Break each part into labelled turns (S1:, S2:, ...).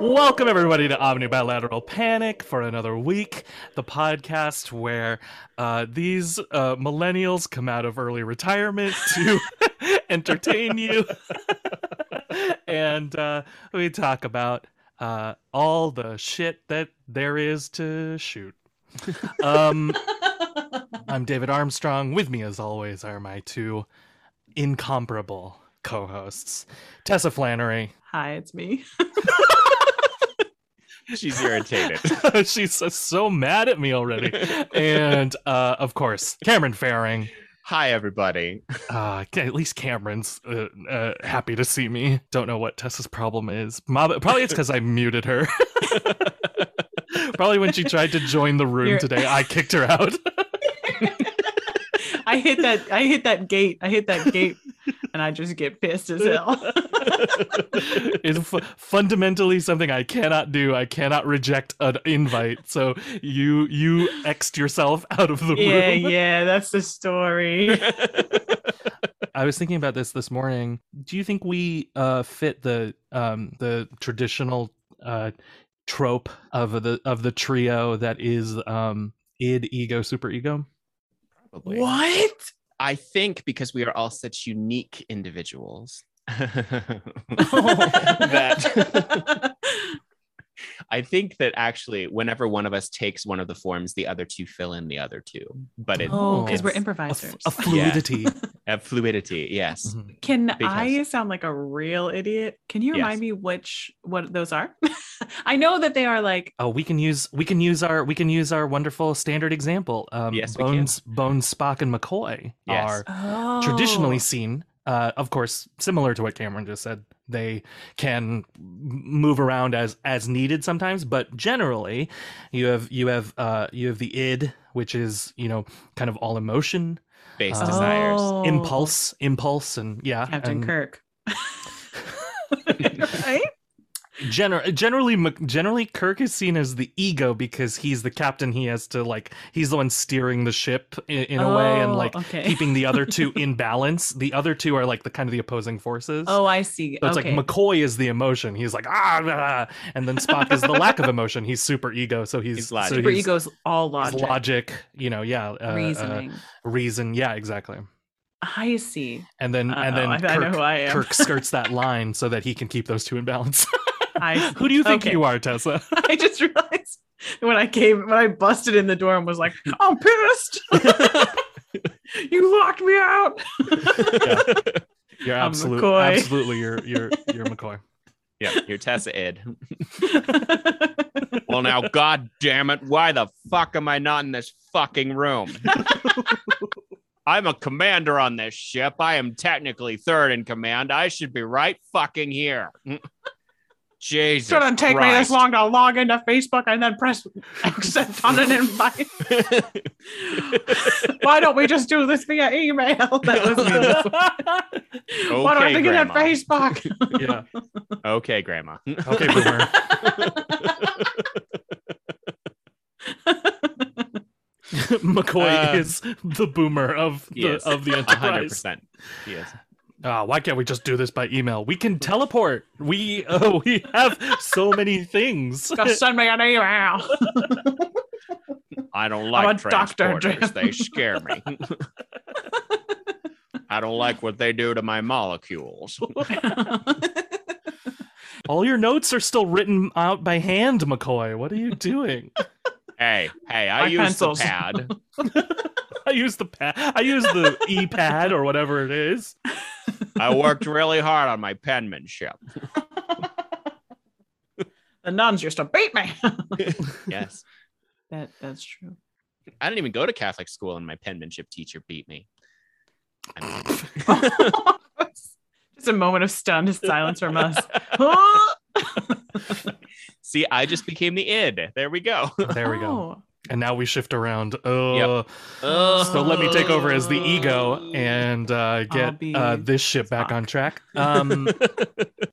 S1: Welcome, everybody, to Omnibilateral Panic for another week, the podcast where uh, these uh, millennials come out of early retirement to entertain you. and uh, we talk about uh, all the shit that there is to shoot. Um, I'm David Armstrong. With me, as always, are my two incomparable co hosts, Tessa Flannery.
S2: Hi, it's me.
S3: She's irritated.
S1: She's so- so mad at me already. and uh, of course, Cameron Faring.
S3: Hi, everybody.
S1: Uh, ca- at least Cameron's uh, uh, happy to see me. Don't know what Tessa's problem is. Mob- Probably it's because I muted her. Probably when she tried to join the room
S2: You're-
S1: today, I kicked her out.
S2: I hit that I hit that gate. I hit that gate and I just get pissed as hell.
S1: it's f- fundamentally something I cannot do. I cannot reject an invite. So you you xed yourself out of the
S2: yeah,
S1: room.
S2: yeah, that's the story.
S1: I was thinking about this this morning. Do you think we uh, fit the um, the traditional uh, trope of the of the trio that is um, id, ego, superego?
S3: Probably.
S2: what?
S3: I think because we are all such unique individuals
S1: Oh,
S3: that I think that actually, whenever one of us takes one of the forms, the other two fill in the other two. But it,
S2: Oh, because we're
S1: A,
S3: it's
S1: f-
S2: improvisers.
S1: a fluidity.
S3: a fluidity,
S2: Mm-hmm.
S3: yes.
S1: Mhm.
S2: Can
S3: big
S2: I
S3: house.
S2: sound like a real idiot? Can you remind
S3: Yes.
S2: me which what those are? I know that they are like
S1: Oh, we can use we can use our we can use our wonderful standard example. Um,
S3: Yes, we can.
S1: Bones Bones Spock and McCoy
S3: Yes.
S1: are
S2: oh.
S1: traditionally seen. Uh, of course, similar to what Cameron just said, they can m- move around as as needed sometimes, but generally, you have you have uh, you have the id, which is you know kind of all emotion,
S3: Based
S1: Oh.
S3: desires.
S2: Oh.
S1: impulse, impulse, and yeah,
S2: Captain
S1: and
S2: Kirk. right?
S1: gener- generally Mc- generally Kirk is seen as the ego because he's the captain. He has to like he's the one steering the ship in, in a way and
S2: Oh,
S1: like
S2: okay.
S1: keeping the other two in balance. The other two are like the kind of the opposing forces.
S2: Oh, I see.
S1: So it's
S2: okay.
S1: like McCoy is the emotion. He's like ah, blah, blah," and then Spock is the lack of emotion. He's super ego, so he's,
S3: He's logic.
S1: so
S2: Super
S1: he's-
S2: ego's all
S1: he's
S2: logic,
S1: logic, You know, yeah, uh, uh,
S2: reasoning.
S1: reason. Yeah, exactly.
S2: I see.
S1: And then and
S2: Uh-oh,
S1: then
S2: I, I know
S1: Kirk,
S2: who I am.
S1: Kirk skirts that line so that he can keep those two in balance.
S2: I,
S1: Who do you think
S2: Okay.
S1: you are, Tessa?
S2: I just realized when I came when I busted in the door and was like, I'm pissed. you locked me out.
S1: You're
S2: I'm
S1: absolute-
S2: McCoy.
S1: absolutely you're you're you're McCoy.
S3: Yeah, you're Tessa Id. well, now, god damn it, why the fuck am I not in this fucking room? I'm a commander on this ship. I am technically third in command. I should be right fucking here. Jesus.
S2: Shouldn't take me this
S3: Christ.
S2: long to log into Facebook and then press accept on an invite. Why don't we just do this via email? That was me. That's Why do I
S3: Okay,
S2: have to get on
S3: Grandma.
S2: Facebook?
S1: Yeah.
S3: Okay, Grandma.
S1: Okay, boomer. McCoy
S3: Uh,
S1: is the boomer of the
S3: yes.
S1: of the Enterprise.
S3: 100%. Yes.
S1: Ah, why can't we just do this by email? We can teleport. We uh, we have so many things.
S2: Just send me an email.
S3: I don't
S2: I'm
S3: like
S2: a doctor,
S3: transporters.
S2: Jim.
S3: They scare me. I don't like what they do to my molecules.
S1: All your notes are still written out by hand, McCoy. What are you doing?
S3: Hey, hey, I
S2: My
S3: use
S2: pencils.
S3: the pad.
S1: I use the pad. I use the e pad or whatever it is.
S3: I worked really hard on my penmanship.
S2: the nuns used to beat me.
S3: Yes.
S2: That that's true.
S3: I didn't even go to Catholic school and my penmanship teacher beat me. I mean,
S2: Just a moment of stunned silence from us. Oh,
S3: see, I just became the id. There we go.
S1: There we go. And now we shift around. Uh, So
S2: Oh.
S1: let me take over as the
S3: Oh.
S1: ego and uh, get
S2: be
S1: uh, this shit back on track. Um,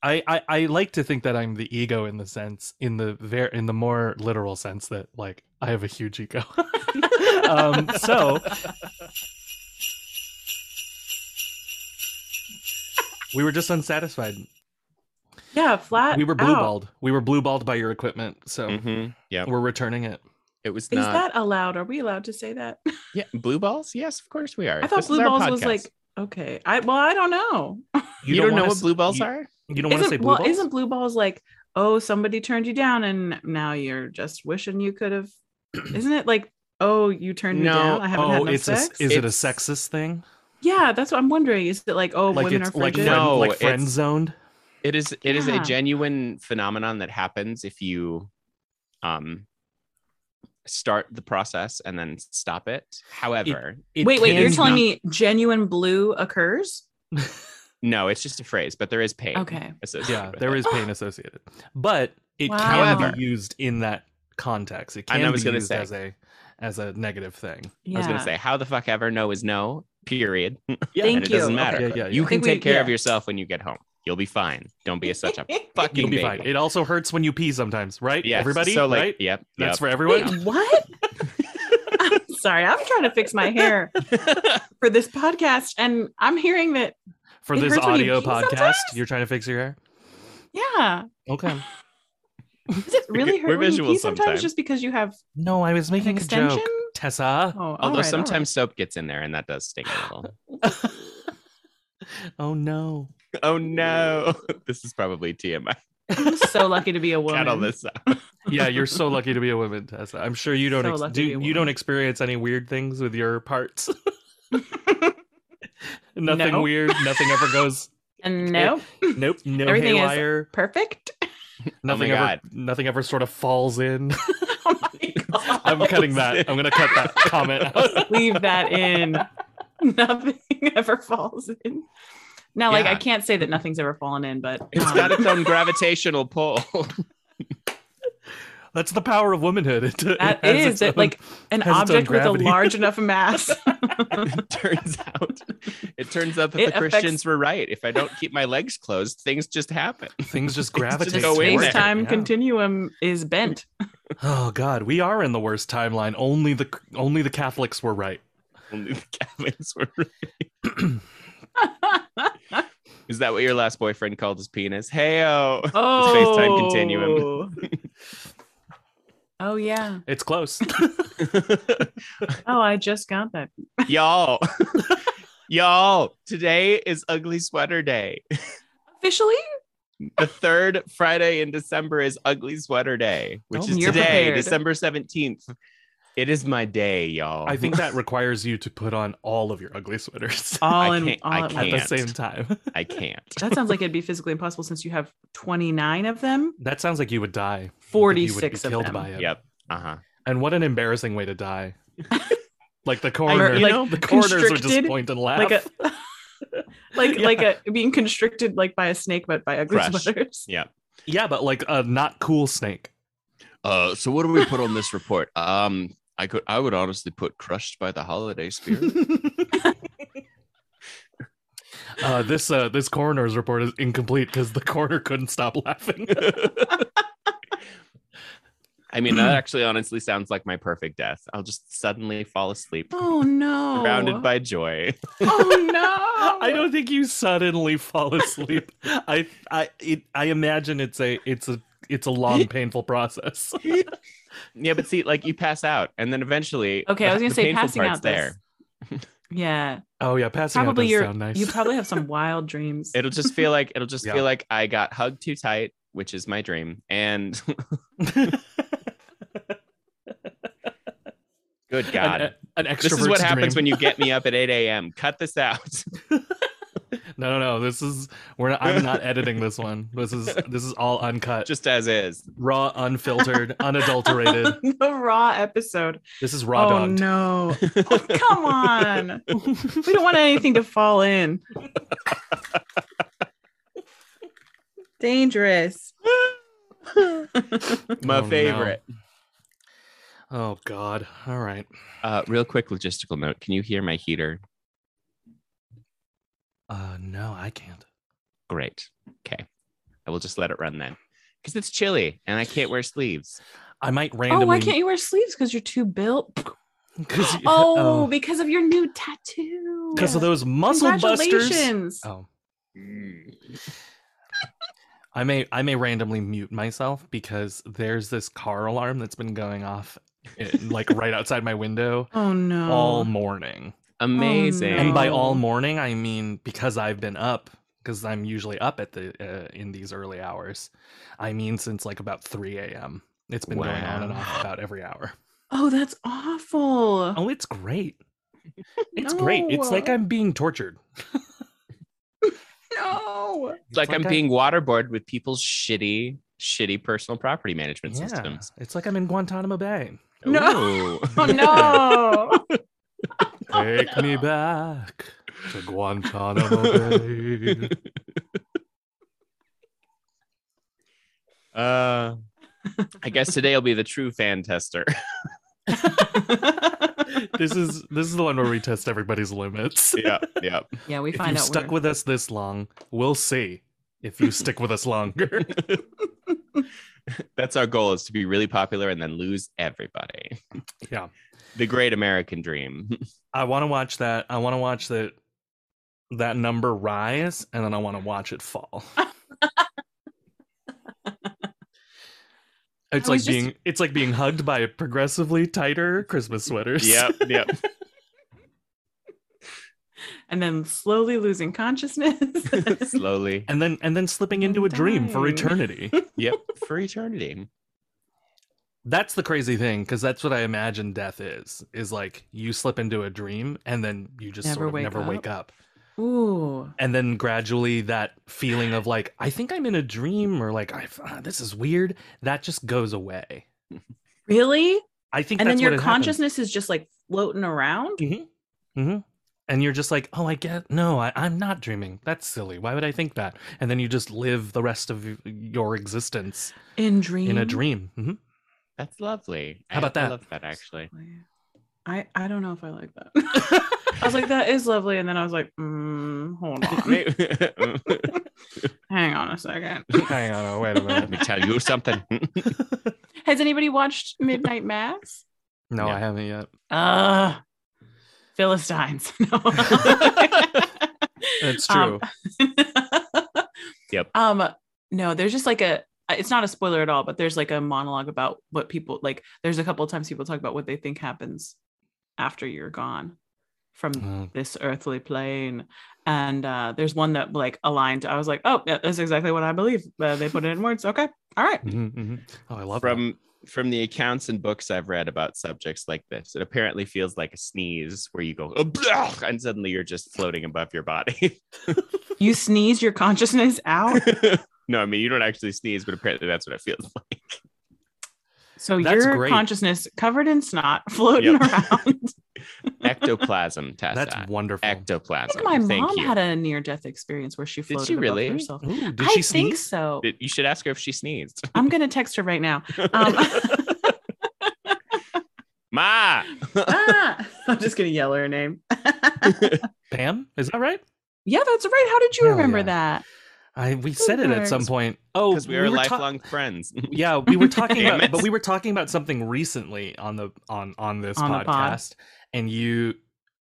S1: I, I I like to think that I'm the ego in the sense in the ver- in the more literal sense that like I have a huge ego. um, so we were just unsatisfied.
S2: Yeah, flat.
S1: we were
S2: out.
S1: blue balled. We were blue balled by your equipment, so
S3: Mm-hmm. Yeah,
S1: we're returning it.
S3: it was
S2: Is
S3: not.
S2: that allowed? Are we allowed to say that?
S3: yeah, blue balls. Yes, of course we are.
S2: I thought
S3: This is
S2: blue
S3: our
S2: balls was
S3: podcast.
S2: like okay. I well, I don't know.
S3: you, don't, know
S1: wanna
S3: what
S1: s-
S3: blue balls
S1: you-
S3: are.
S1: You don't want to say
S2: Isn't
S1: blue
S2: well,
S1: balls.
S2: isn't blue balls like oh somebody turned you down and now you're just wishing you could have? Isn't it like oh you turned
S3: No.
S2: me down? I haven't
S1: oh,
S2: had enough
S1: it's a,
S2: sex.
S1: s- is it a
S3: It's-
S1: sexist thing?
S2: yeah, that's what I'm wondering. Is it like oh
S1: like
S2: women are
S1: it's like
S2: frigid?
S1: friend,
S3: No,
S1: like
S3: it's-
S1: friend zoned.
S3: It is. It is
S2: Yeah.
S3: a genuine phenomenon that happens if you, um, start the process and then stop it. However,
S2: wait, wait, you're telling me genuine blue occurs?
S3: no, it's just a phrase, but there is pain.
S2: Okay.
S3: associated
S1: Yeah,
S3: with
S1: there
S3: it.
S1: is pain associated, but it
S2: Wow.
S1: can
S3: However-
S1: be used in that context. It
S3: I
S1: can
S3: know I was
S1: be
S3: gonna
S1: used
S3: say.
S1: as a as a negative thing.
S2: Yeah.
S3: I was gonna say, how the fuck ever? No is no. Period.
S1: Yeah,
S2: Thank
S3: and it
S2: you.
S3: doesn't matter.
S1: Okay. Yeah, yeah,
S3: You
S1: yeah.
S3: can
S2: Think we-
S3: take care of
S2: yeah.
S3: yourself when you get home. You'll be fine. Don't be a, such a fucking
S1: You'll be
S3: baby.
S1: fine. It also hurts when you pee sometimes, right?
S3: Yes,
S1: Everybody,
S3: So like,
S1: right?
S3: yep.
S1: That's
S3: yep.
S1: for
S2: Wait,
S1: everyone.
S2: what? I'm sorry, I'm trying to fix my hair for this podcast, and I'm hearing that.
S1: For
S2: It
S1: this
S2: hurts when you
S1: audio
S2: pee
S1: podcast,
S2: sometimes?
S1: you're trying to fix your hair.
S2: Yeah,
S1: Okay.
S2: is it really
S3: We're
S2: hurt when you
S3: visual
S2: pee sometimes,
S3: sometimes.
S2: just because you have
S1: No, I was
S2: an
S1: making a
S2: extension?
S1: joke, Tessa.
S2: Oh, all
S3: Although
S2: right, all
S3: sometimes soap gets in there and that does sting a little.
S1: oh no.
S3: oh no. This is probably TMI.
S2: right. I'm so lucky to be a woman.
S3: Cut all this out.
S1: Yeah, you're so lucky to be a woman, Tessa. I'm sure you don't
S2: So
S1: ex-
S2: lucky
S1: do,
S2: to be a
S1: you
S2: woman.
S1: don't experience any weird things with your parts. nothing
S2: No.
S1: weird. Nothing ever goes.
S2: And no,
S1: Nope. No
S2: Everything is-
S1: haywire.
S2: perfect.
S1: Nothing
S3: my
S1: ever. Nothing ever sort of falls in.
S2: Oh my god,
S1: I'm cutting that. I'm gonna cut that comment out.
S2: leave that in. Nothing ever falls in. Now, like
S3: Yeah.
S2: I can't say that nothing's ever fallen in, but
S3: It's
S2: um,
S3: got its own gravitational pull.
S1: That's the power of womanhood. It, it
S2: That
S1: has
S2: is
S1: its
S2: it,
S1: own-
S2: like an
S1: has its own
S2: object with a
S1: gravity.
S2: large enough mass.
S3: it turns out. It turns out that
S2: It
S3: the
S2: affects-
S3: Christians were right. If I don't keep my legs closed, things just happen.
S1: things just
S3: go
S1: gravitate.
S3: in
S1: towards
S2: Space
S1: it,
S3: there.
S2: time
S1: yeah.
S2: continuum is bent.
S1: Oh God, we are in the worst timeline. Only the only the Catholics were right.
S3: Only the Catholics were right. Is that what your last boyfriend called his penis? Heyo.
S2: Oh,
S3: space-time continuum.
S2: oh yeah.
S1: It's close.
S2: Oh, I just got that.
S3: y'all y'all today is ugly sweater day
S2: Officially,
S3: the third friday in december is ugly sweater day which
S1: Oh,
S3: is
S2: you're
S3: today
S2: prepared.
S3: december 17th it is my day y'all
S1: I think that requires you to put on all of your ugly sweaters
S2: all
S3: I
S2: in
S3: can't-
S2: all
S3: I
S2: at
S1: at
S2: once.
S1: the same
S3: can't.
S1: time.
S3: i can't
S2: That sounds like it'd be physically impossible since you have 29 of them,
S1: That sounds like you would die. Like you would be
S2: 46 of
S1: killed
S2: them.
S1: by it.
S3: yep uh-huh
S1: And what an embarrassing way to die. like the coroner,
S2: you
S1: the coroners would just
S2: constricted,
S1: point and laugh.
S2: like a like
S1: Yeah.
S2: like a being constricted like by a snake, but by ugly
S3: Crush.
S2: sweaters.
S3: yep
S1: yeah, but like a not cool snake.
S3: uh so what do we put on this report um i could i would honestly put crushed by the holiday spirit
S1: Uh, this uh, this coroner's report is incomplete because the coroner couldn't stop laughing.
S3: i mean that actually honestly sounds like my perfect death i'll just suddenly fall asleep
S2: Oh no!
S3: surrounded by joy
S2: Oh no!
S1: I don't think you suddenly fall asleep. I I it, I imagine it's a it's a it's a long painful process.
S3: Yeah, but see, like you pass out, and then eventually.
S2: Okay, I was gonna
S3: the
S2: say
S3: painful
S2: passing
S3: part's
S2: out does. Yeah,
S1: Oh yeah, passing out
S2: probably
S1: does
S2: you're
S1: sound nice.
S2: you probably have some wild dreams.
S3: It'll just feel like it'll just
S1: Yeah.
S3: feel like I got hugged too tight, which is my dream. And good God,
S1: an, e, an extrovert.
S3: this is what happens when you get me up at eight a.m. Cut this out.
S1: No, no, no. This is we're. Not, I'm not editing this one. This is this is all uncut,
S3: just as is.
S1: raw, unfiltered, unadulterated.
S2: the raw episode.
S1: This is raw
S2: oh
S1: dogged.
S2: no! Oh, come on, we don't want anything to fall in. Dangerous.
S3: My
S1: Oh, no.
S3: favorite.
S1: Oh God. All right.
S3: Uh, real quick logistical note: Can you hear my heater?
S1: Uh, no, I can't.
S3: Great. Okay, I will just let it run then, because it's chilly and I can't wear sleeves.
S1: I might randomly.
S2: Oh, why can't you wear sleeves? Because you're too built.
S1: 'cause you-
S2: Oh, because of your new tattoo.
S1: because of those muscle busters.
S2: Congratulations.
S1: Oh. I may I may randomly mute myself because there's this car alarm that's been going off in, like right outside my window
S2: Oh no.
S1: all morning.
S3: Amazing.
S1: And by all
S2: Oh.
S1: morning I mean because I've been up because I'm usually up at the uh, in these early hours. I mean since like about 3 a.m. It's been going on and
S3: Wow.
S1: off about every hour.
S2: oh, that's awful.
S1: Oh, it's great. It's great. It's like
S2: No.
S1: I'm being tortured.
S2: No.
S3: It's like, I'm
S1: I-
S3: being waterboarded with people's shitty, shitty personal property management
S1: Yeah,
S3: systems.
S1: It's like I'm in Guantanamo Bay.
S2: No.
S3: Ooh.
S2: Oh no.
S1: Take me back to Guantanamo Bay.
S3: Uh, I guess today will be the true fan tester.
S1: this is this is the one where we test everybody's limits.
S3: yeah, yeah.
S4: Yeah, we
S1: if
S4: find
S1: you've
S4: out.
S1: stuck
S4: where-
S1: with us this long, we'll see if you stick with us longer.
S3: That's our goal is to be really popular and then lose everybody.
S1: yeah,
S3: The great American dream.
S1: I want to watch that. I want to watch that that number rise, and then I want to watch it fall. It's
S2: I
S1: like
S2: was just-
S1: being it's like being hugged by progressively tighter Christmas sweaters.
S3: yep.
S2: and then slowly losing consciousness.
S3: Slowly.
S1: and then and then slipping into a dream for
S2: Dying.
S1: eternity.
S3: Yep. For eternity.
S1: that's the crazy thing because that's what i imagine death is is like you slip into a dream and then you just
S4: Never
S1: sort of
S4: wake
S1: never wake up
S2: Ooh.
S1: and then gradually that feeling of like i think i'm in a dream or like I've, ah, this is weird that just goes away
S2: Really?
S1: i think
S2: And then
S1: that's
S2: your
S1: what had happened.
S2: consciousness is just like floating around?
S1: hmm and you're just like oh i get no I, i'm not dreaming that's silly why would i think that and then you just live the rest of y- your existence
S2: In dream.
S1: in a dream hmm
S3: That's lovely.
S1: How about
S3: I, I
S1: that?
S3: love that actually.
S2: I, I don't know if I like that. I was like, that is lovely. And then I was like, mm, hold on. Hang on a second.
S1: hang on oh, wait a
S3: Let me tell you something.
S2: Has anybody watched Midnight Mass?
S1: no
S3: Yeah.
S1: i haven't yet
S2: Uh Philistines. No.
S1: that's true
S2: Um,
S3: Yep.
S2: Um, no, there's just like a it's not a spoiler at all, but there's like a monologue about what people like there's a couple of times people talk about what they think happens after you're gone
S3: Hmm.
S2: from
S1: Mm.
S2: this earthly plane. And uh there's one that like aligned. I was like, oh, yeah, that's exactly what I believe. Uh, they put it in words. Okay. All right.
S1: Mhm, mhm. Oh, I love that.
S3: from from the accounts and books I've read about subjects like this, it apparently feels like a sneeze where you go "Oh, blah," and suddenly you're just floating above your body.
S2: You sneeze your consciousness out.
S3: no, I mean you don't actually sneeze, but apparently that's what it feels like.
S2: So
S1: That's
S2: your
S1: great.
S2: consciousness covered in snot floating
S3: Yep.
S2: around.
S3: Ectoplasm, Tessa.
S1: That's wonderful.
S2: I
S3: Ectoplasm.
S2: think my
S3: Thank
S2: mom
S3: you.
S2: had a near death experience where she
S3: she
S2: floated
S3: really?
S2: above herself.
S1: Ooh, did
S2: I
S1: she
S2: think
S1: sneeze?
S2: so.
S3: It- you should ask her if she sneezed.
S2: I'm gonna text her right now. Um,
S3: Ma.
S1: Oh,
S2: ah! I'm just gonna yell her name.
S1: Pam, is that right?
S2: yeah, that's right. How did you
S1: Hell
S2: remember
S1: yeah.
S2: that?
S1: I we said it at some
S2: Boomers.
S1: point. Oh,
S3: Because we
S1: were
S3: are
S1: ta- Oh,
S3: lifelong friends.
S1: yeah, we were talking
S3: Damn
S1: about,
S3: it.
S1: but we were talking about something recently on the on on this
S2: On the pod.
S1: podcast, and you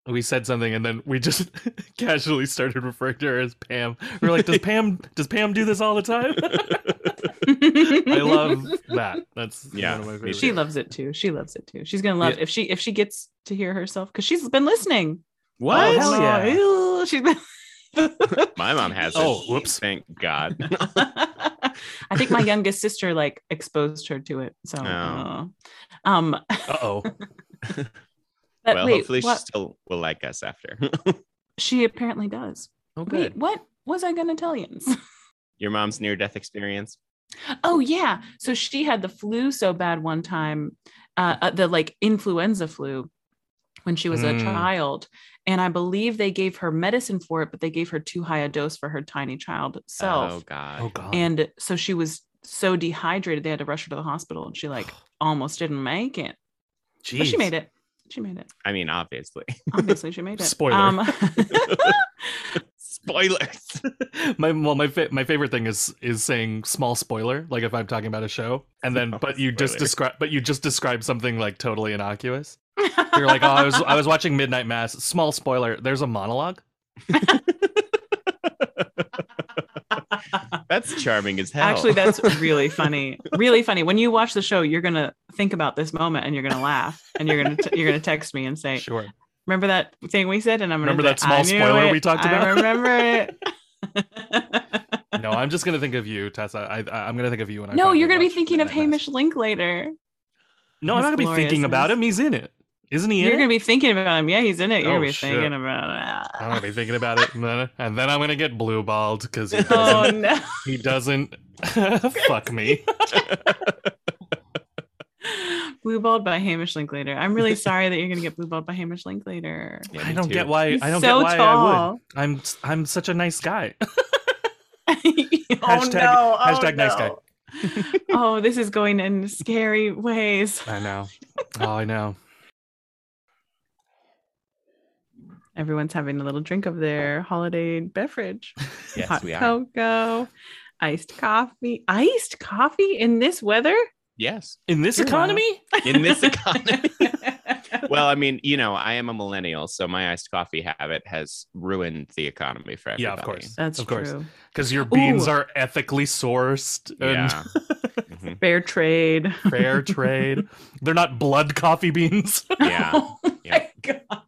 S1: we said something, and then we just casually started referring to her as Pam. We we're like, does Pam does Pam do this all the time? I love that. That's One
S3: Yeah,
S1: of my
S3: me
S1: favorites.
S2: She loves it too. She loves it too. She's gonna love
S3: Yeah.
S2: if she if she gets to hear herself because she's been listening.
S1: What?
S2: Oh,
S1: hell yeah.
S2: ew, She's been.
S3: My mom has it.
S1: Oh, whoops.
S3: Thank God.
S2: I think my youngest sister like exposed her to it. So,
S3: Oh.
S2: uh, um,
S1: Uh oh.
S2: but
S3: well,
S2: wait,
S3: hopefully
S2: what-
S3: she still will like us after.
S2: she apparently does.
S1: Oh
S2: Wait, what was I going to tell you?
S3: Your mom's near death experience.
S2: oh yeah, so she had the flu so bad one time, uh, uh, the like influenza flu, when she was
S1: Mm.
S2: a child, and I believe they gave her medicine for it, but they gave her too high a dose for her tiny child
S3: Oh
S2: self,
S3: God.
S1: Oh god.
S2: and so she was so dehydrated they had to rush her to the hospital, and she like almost didn't make it, but she
S1: Jeez.
S2: made it. She made it.
S3: I mean, obviously.
S2: Obviously, she made it. Um,
S1: Spoiler.
S3: Spoilers.
S1: my well my fa- my favorite thing is is saying small spoiler like if i'm talking about a show and then
S3: Small
S1: but you just
S3: spoiler.
S1: describe but you just describe something like totally innocuous you're like oh i was i was watching midnight mass small spoiler there's a monologue
S3: That's charming as hell.
S2: Actually, that's really funny. Really funny. When you watch the show, you're gonna think about this moment and you're gonna laugh and you're gonna t- you're gonna text me and say,
S1: Sure.
S2: "Remember that thing we said?" And I'm gonna
S1: Remember
S2: say,
S1: that small
S2: "I knew
S1: spoiler
S2: it.
S1: we talked
S2: I
S1: about?"
S2: remember it.
S1: No, I'm just gonna think of you, Tessa. I, I I'm gonna think of you when I.
S2: no,
S1: finally
S2: you're gonna be
S1: watch
S2: thinking of
S1: Midnight Mass.
S2: Hamish Linklater.
S1: No, I'm not gonna be
S2: Glorious
S1: thinking about
S2: is-
S1: him. He's in it, isn't he? In
S2: You're
S1: it?
S2: gonna be thinking about him. Yeah, he's in it. You're
S1: Oh,
S2: gonna be
S1: shit.
S2: thinking about
S1: I'm
S2: it.
S1: gonna be thinking about it, and then, and then I'm gonna get blue balled because he
S2: Oh
S1: doesn't,
S2: no.
S1: he doesn't fuck me.
S2: Blue balled by Hamish Linklater. I'm really sorry that you're gonna get blue balled by Hamish Linklater.
S3: Yeah,
S1: I
S3: me
S1: don't
S3: too.
S1: get why
S2: He's
S1: I don't
S2: so
S1: get why I would.
S2: tall.
S1: I'm I'm such a nice guy.
S2: oh
S1: Hashtag-
S2: no! Oh,
S1: hashtag nice guy.
S2: no. oh, this is going in scary ways.
S1: I know. Oh, I know.
S2: Everyone's having a little drink of their holiday beverage.
S3: Yes,
S2: Hot
S3: we are.
S2: cocoa, iced coffee. Iced coffee in this weather?
S3: Yes.
S1: In this
S2: You're wild.
S1: economy,
S3: In this economy. well, I mean, you know, I am a millennial, so my iced coffee habit has ruined the economy for everybody.
S1: Yeah, of course.
S2: That's
S1: Of course.
S2: true.
S1: because your beans
S2: Ooh.
S1: are ethically sourced and
S3: Yeah. Mhm.
S2: Fair trade.
S1: fair trade. They're not blood coffee beans.
S3: Yeah.
S2: Oh my
S3: Yeah.
S2: God.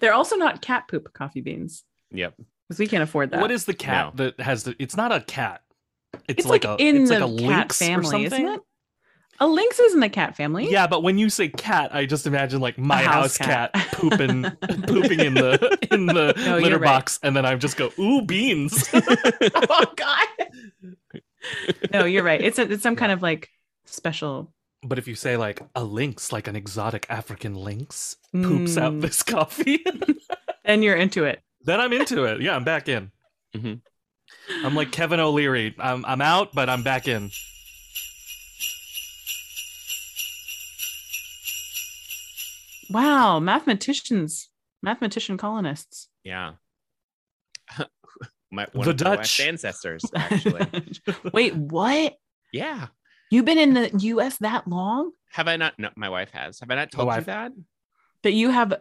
S2: They're also not cat poop coffee beans
S3: Yep.
S2: because we can't afford that.
S1: What is the cat that has the? It's not a cat. It's,
S2: it's, like,
S1: a
S2: in
S1: it's like
S2: the
S1: a
S2: cat
S1: lynx or
S2: family, isn't
S1: something?
S2: it? A lynx isn't a cat family.
S1: Yeah, but when you say cat, I just imagine like my house,
S2: house
S1: cat,
S2: cat.
S1: pooping pooping in the in the
S2: No, you're
S1: litter
S2: right.
S1: box, and then I just go, ooh, beans.
S2: oh god no you're right it's a, it's some kind of like special
S1: but if you say like a lynx, like an exotic African lynx, poops out
S2: Mm,
S1: this coffee,
S2: then you're into it
S1: then I'm into it. Yeah, I'm back in.
S3: Mhm.
S1: I'm like Kevin O'Leary. I'm I'm out, but I'm back in.
S2: wow mathematicians mathematician colonists
S3: Yeah. my,
S1: The
S3: of my wife's
S1: Dutch.
S3: ancestors, actually.
S2: wait what
S3: yeah.
S2: you've been in the us that long
S3: Have I not? No, my wife has. Have I not told
S1: wife-
S3: you that?
S2: that you have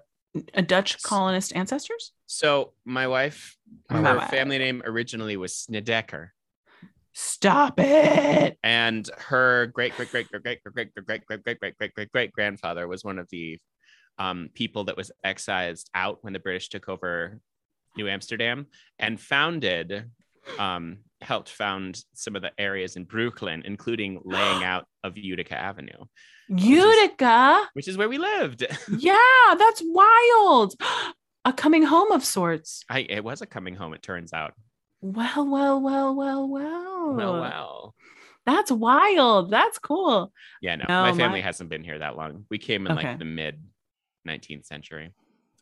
S2: a dutch colonist ancestors
S3: So my wife,
S1: My
S3: her
S2: wife.
S3: family name originally was Snedecker,
S2: stop it
S3: and her great great great great great great great great great great great great great great grandfather was one of the um, people that was excised out when the British took over New Amsterdam and founded, um, helped found some of the areas in Brooklyn, including laying out of Utica Avenue,
S2: utica
S3: which is where we lived.
S2: yeah that's wild a coming home of sorts
S3: I it was a coming home. It turns out.
S2: well well well well well
S3: Well, well.
S2: That's wild. That's cool.
S3: Yeah, no,
S2: No,
S3: my
S2: my-
S3: family hasn't been here that long. We came in
S2: Okay.
S3: like the mid 19th century.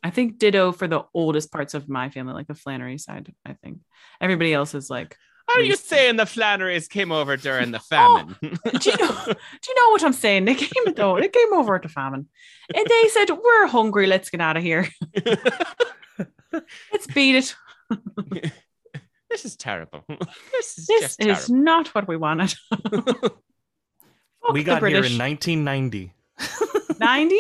S2: I think ditto for the oldest parts of my family, like the Flannery side. I think everybody else is like,
S3: Are you
S2: Recent.
S3: saying the Flannerys came over during the famine?
S2: do you know? do you know what I'm saying? They came though. They came over at the famine, and they said, "We're hungry. Let's get out of here. Let's beat it.
S3: this is terrible. This is
S2: This
S3: just
S2: is
S3: terrible.
S2: not what we wanted." Fuck
S1: we
S2: the
S1: got here in
S2: British.
S1: 1990.
S2: 90.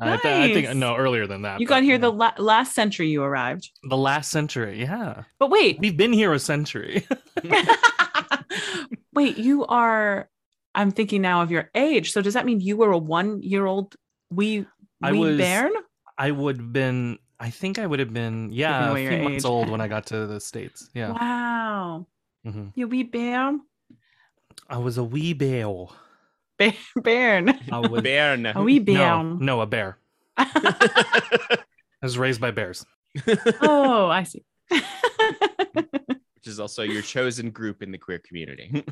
S1: I, th- I think
S2: Nice.
S1: no earlier than that.
S2: You
S1: but,
S2: got here
S1: know,
S2: the la- last century you arrived.
S1: the last century. Yeah,
S2: But wait,
S1: we've been here a century.
S2: Wait, you are. I'm thinking now of your age. So does that mean you were a one year old wee
S1: I
S2: wee
S1: was-
S2: bairn?
S1: I would have been. I think I would have been. Yeah, a
S2: away
S1: few
S2: your
S1: months
S2: age.
S1: old when I got to the states. Yeah,
S2: Wow,
S1: hmm
S2: you wee bairn,
S1: I was a wee bear.
S2: Ba- bairn,
S1: I was
S3: Bairn.
S2: a wee
S1: no,
S2: bairn.
S1: no, a bear. I was raised by bears.
S2: oh, I see.
S3: Which is also your chosen group in the queer community.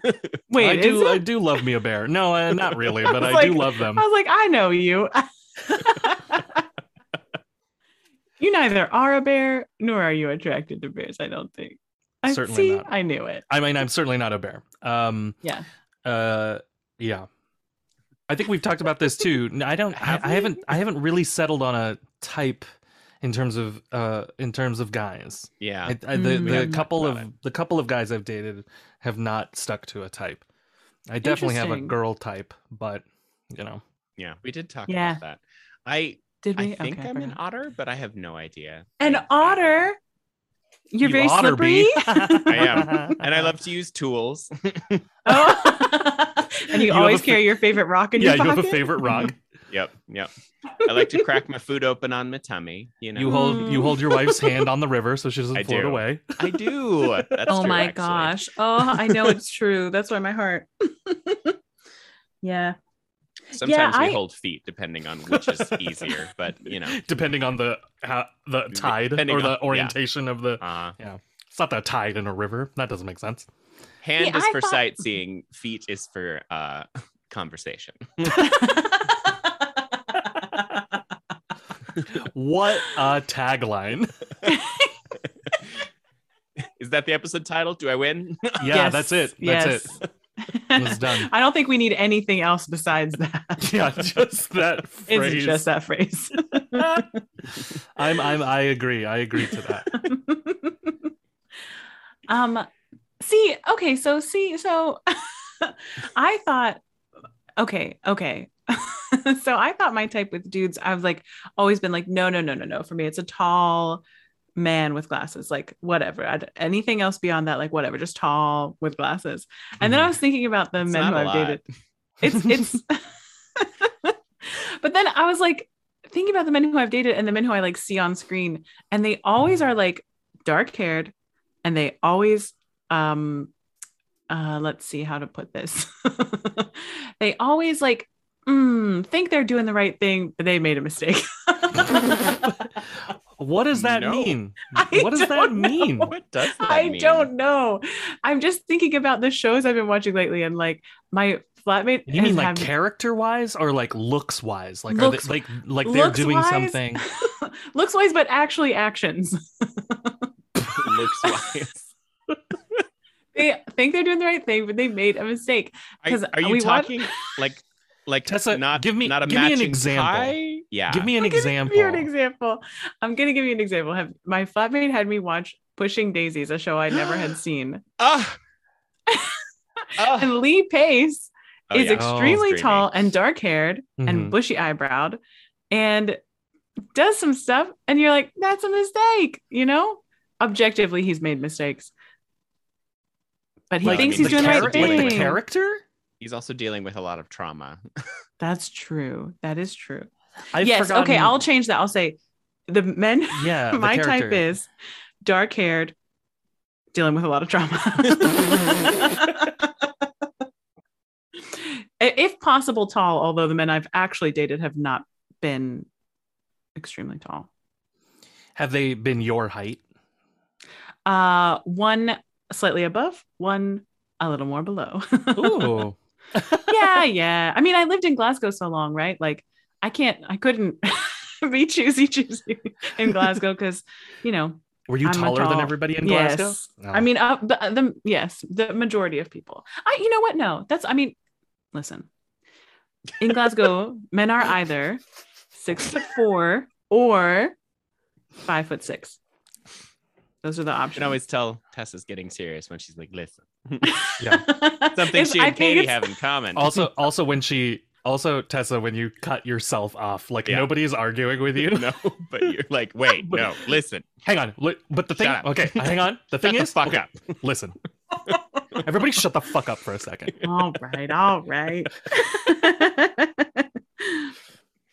S2: Wait,
S1: I
S2: is
S1: do.
S2: it?
S1: I do love me a bear. No, uh, not really, but I,
S2: was
S1: do
S2: like-
S1: love them.
S2: I was like, I know you. you neither are a bear nor are you attracted to bears. I don't think. I
S1: Certainly
S2: see.
S1: not.
S2: I knew it.
S1: I mean, I'm certainly not a bear. Um.
S2: Yeah.
S1: Uh. Yeah. I think we've talked about this too. No, I don't. I,
S3: Have
S1: I
S3: we?
S1: haven't. I haven't really settled on a type in terms of uh in terms of guys.
S3: yeah.
S1: I, I, the
S2: Mm. We
S1: the
S3: haven't talked
S1: couple of
S3: about
S1: the couple of guys I've dated have not stuck to a type. I definitely have a
S2: Interesting.
S1: girl type, but you know,
S3: yeah. We did talk
S2: Yeah.
S3: about that. I
S2: Did
S3: I
S2: we?
S3: think
S2: okay,
S3: I'm
S2: forgot.
S3: an otter, but I have no idea.
S2: An
S3: I- I-
S2: otter? You're
S1: You
S2: very
S1: oughter
S2: slippery.
S1: be.
S3: am. And I love to use tools.
S2: Oh. and you,
S1: You have
S2: always
S1: a fa-
S2: carry your favorite rock in
S1: yeah,
S2: your
S1: you
S2: pocket.
S1: have a favorite rock.
S3: Yep, yep. I like to crack my food open on my tummy. You know,
S1: You hold you hold your wife's hand on the river so she doesn't
S3: I
S1: float
S3: do.
S1: away.
S3: I do. That's
S2: oh
S3: true,
S2: my
S3: actually.
S2: gosh. Oh, I know it's true. That's why my heart. yeah.
S3: Sometimes we
S2: I-
S3: hold feet, depending on which is easier. But you know,
S1: Depending on the how, the tide
S3: Depending
S1: or the
S3: on- yeah.
S1: orientation of the
S3: uh,
S1: it's not the tide in a river. That doesn't make sense.
S3: hand
S2: Yeah,
S3: is
S2: I
S3: for
S2: thought-
S3: sightseeing, feet is for uh, conversation.
S1: What a tagline.
S3: Is that the episode title? Do I win?
S1: Yeah, that's it. That's it. It was done.
S2: I don't think we need anything else besides that.
S1: Yeah, just that phrase.
S2: It's just that phrase.
S1: I'm I'm I agree. I agree to that.
S2: um see okay so see so i thought okay okay so i thought my type with dudes i've like always been like no no no no no for me it's a tall man with glasses like whatever I'd, anything else beyond that like whatever just tall with glasses and then i was thinking about the
S3: Mm-hmm. It's
S2: men
S3: not
S2: who
S3: a
S2: i've
S3: lot.
S2: dated it's it's but then i was like thinking about the men who i've dated and the men who i like see on screen and they always are like dark haired and they always um uh let's see how to put this they always like mm, think they're doing the right thing but they made a mistake
S1: What does that
S3: No.
S1: mean?
S2: I
S1: what does that
S2: don't know.
S1: mean?
S3: What does that
S2: I
S3: mean?
S2: don't know. I'm just thinking about the shows I've been watching lately, and like my flatmate.
S1: You mean
S2: has
S1: like
S2: had-
S1: character wise or like looks wise? Like are
S2: Looks-
S1: they, like like they're doing
S2: looks-wise-
S1: something.
S2: looks wise, but actually actions.
S3: Looks wise.
S2: They think they're doing the right thing, but they made a mistake.
S3: I-
S2: 'Cause
S3: are you
S2: we want-
S3: talking like like
S1: Tessa,
S3: Not
S1: give me-
S3: not a
S1: give me an
S3: matching
S1: example.
S3: tie? Yeah.
S1: Give me an
S2: I'm gonna
S1: example.
S2: Give you an example. I'm gonna give you an example. Have my flatmate had me watch Pushing Daisies, a show I never had seen,
S3: Ah. Ah.
S2: and Lee Pace
S3: Oh,
S2: is
S3: yeah.
S2: extremely
S3: Screaming.
S2: tall and dark haired, and
S1: Mhm.
S2: bushy eyebrowed and does some stuff and you're like that's a mistake you know objectively he's made mistakes but he
S3: Like,
S2: thinks
S3: I
S2: he's
S3: mean,
S2: doing the right
S3: character- like
S2: thing
S1: the character?
S3: He's also dealing with a lot of trauma.
S2: that's true that is true
S1: I've
S2: yes okay
S1: forgotten-
S2: i'll change that i'll say the men
S1: Yeah, the
S2: my type
S1: character.
S2: is dark haired dealing with a lot of trauma I- if possible tall although the men i've actually dated have not been extremely tall
S1: Have they been your height?
S2: Uh, one slightly above, one a little more below.
S1: Ooh.
S2: yeah, yeah. I mean, I lived in Glasgow so long, right? Like, I can't, I couldn't be choosy, choosy in Glasgow because, you know,
S1: Were you
S2: I'm a
S1: taller than
S2: tall-
S1: everybody in
S2: yes.
S1: Glasgow? Oh. No.
S2: I mean, uh, the, the yes, the majority of people. I, you know what? No, that's. I mean, listen. In Glasgow, men are either six foot four or five foot six. Those are the
S3: I
S2: options.
S3: can always tell Tessa's getting serious when she's like, listen, something
S2: It's-
S3: she
S2: I
S3: and
S2: think
S3: Katie
S2: it's-
S3: have in common.
S1: also also when she also Tessa when you cut yourself off like
S3: Yeah.
S1: nobody's arguing with you.
S3: no, but you're like, wait,
S1: But-
S3: no, listen,
S1: Hang on. li- But the thing
S3: Shut up.
S1: okay, hang on. The
S3: shut
S1: thing
S3: the
S1: is
S3: fuck
S1: okay,
S3: up.
S1: listen. Everybody shut the fuck up for a second.
S2: all right, all right.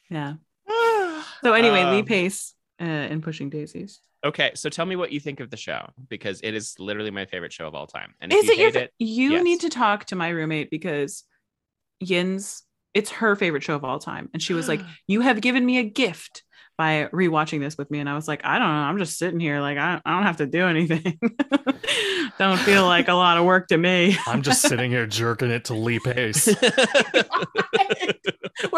S2: yeah.
S1: Ah.
S2: So anyway, Lee
S3: Um,
S2: Pace uh, in Pushing Daisies.
S3: Okay, so tell me what you think of the show because it is literally my favorite show of all time. And if
S2: Is
S3: you
S2: it your?
S3: hate
S2: fa-
S3: it,
S2: you
S3: yes.
S2: need to talk to my roommate because Yin's. It's her favorite show of all time, and she was like, "You have given me a gift." By rewatching this with me, and I was like, I don't know, I'm just sitting here, like I don't, I don't have to do anything. don't feel like a lot of work to me.
S1: I'm just sitting here jerking it to Lee Pace.
S2: We're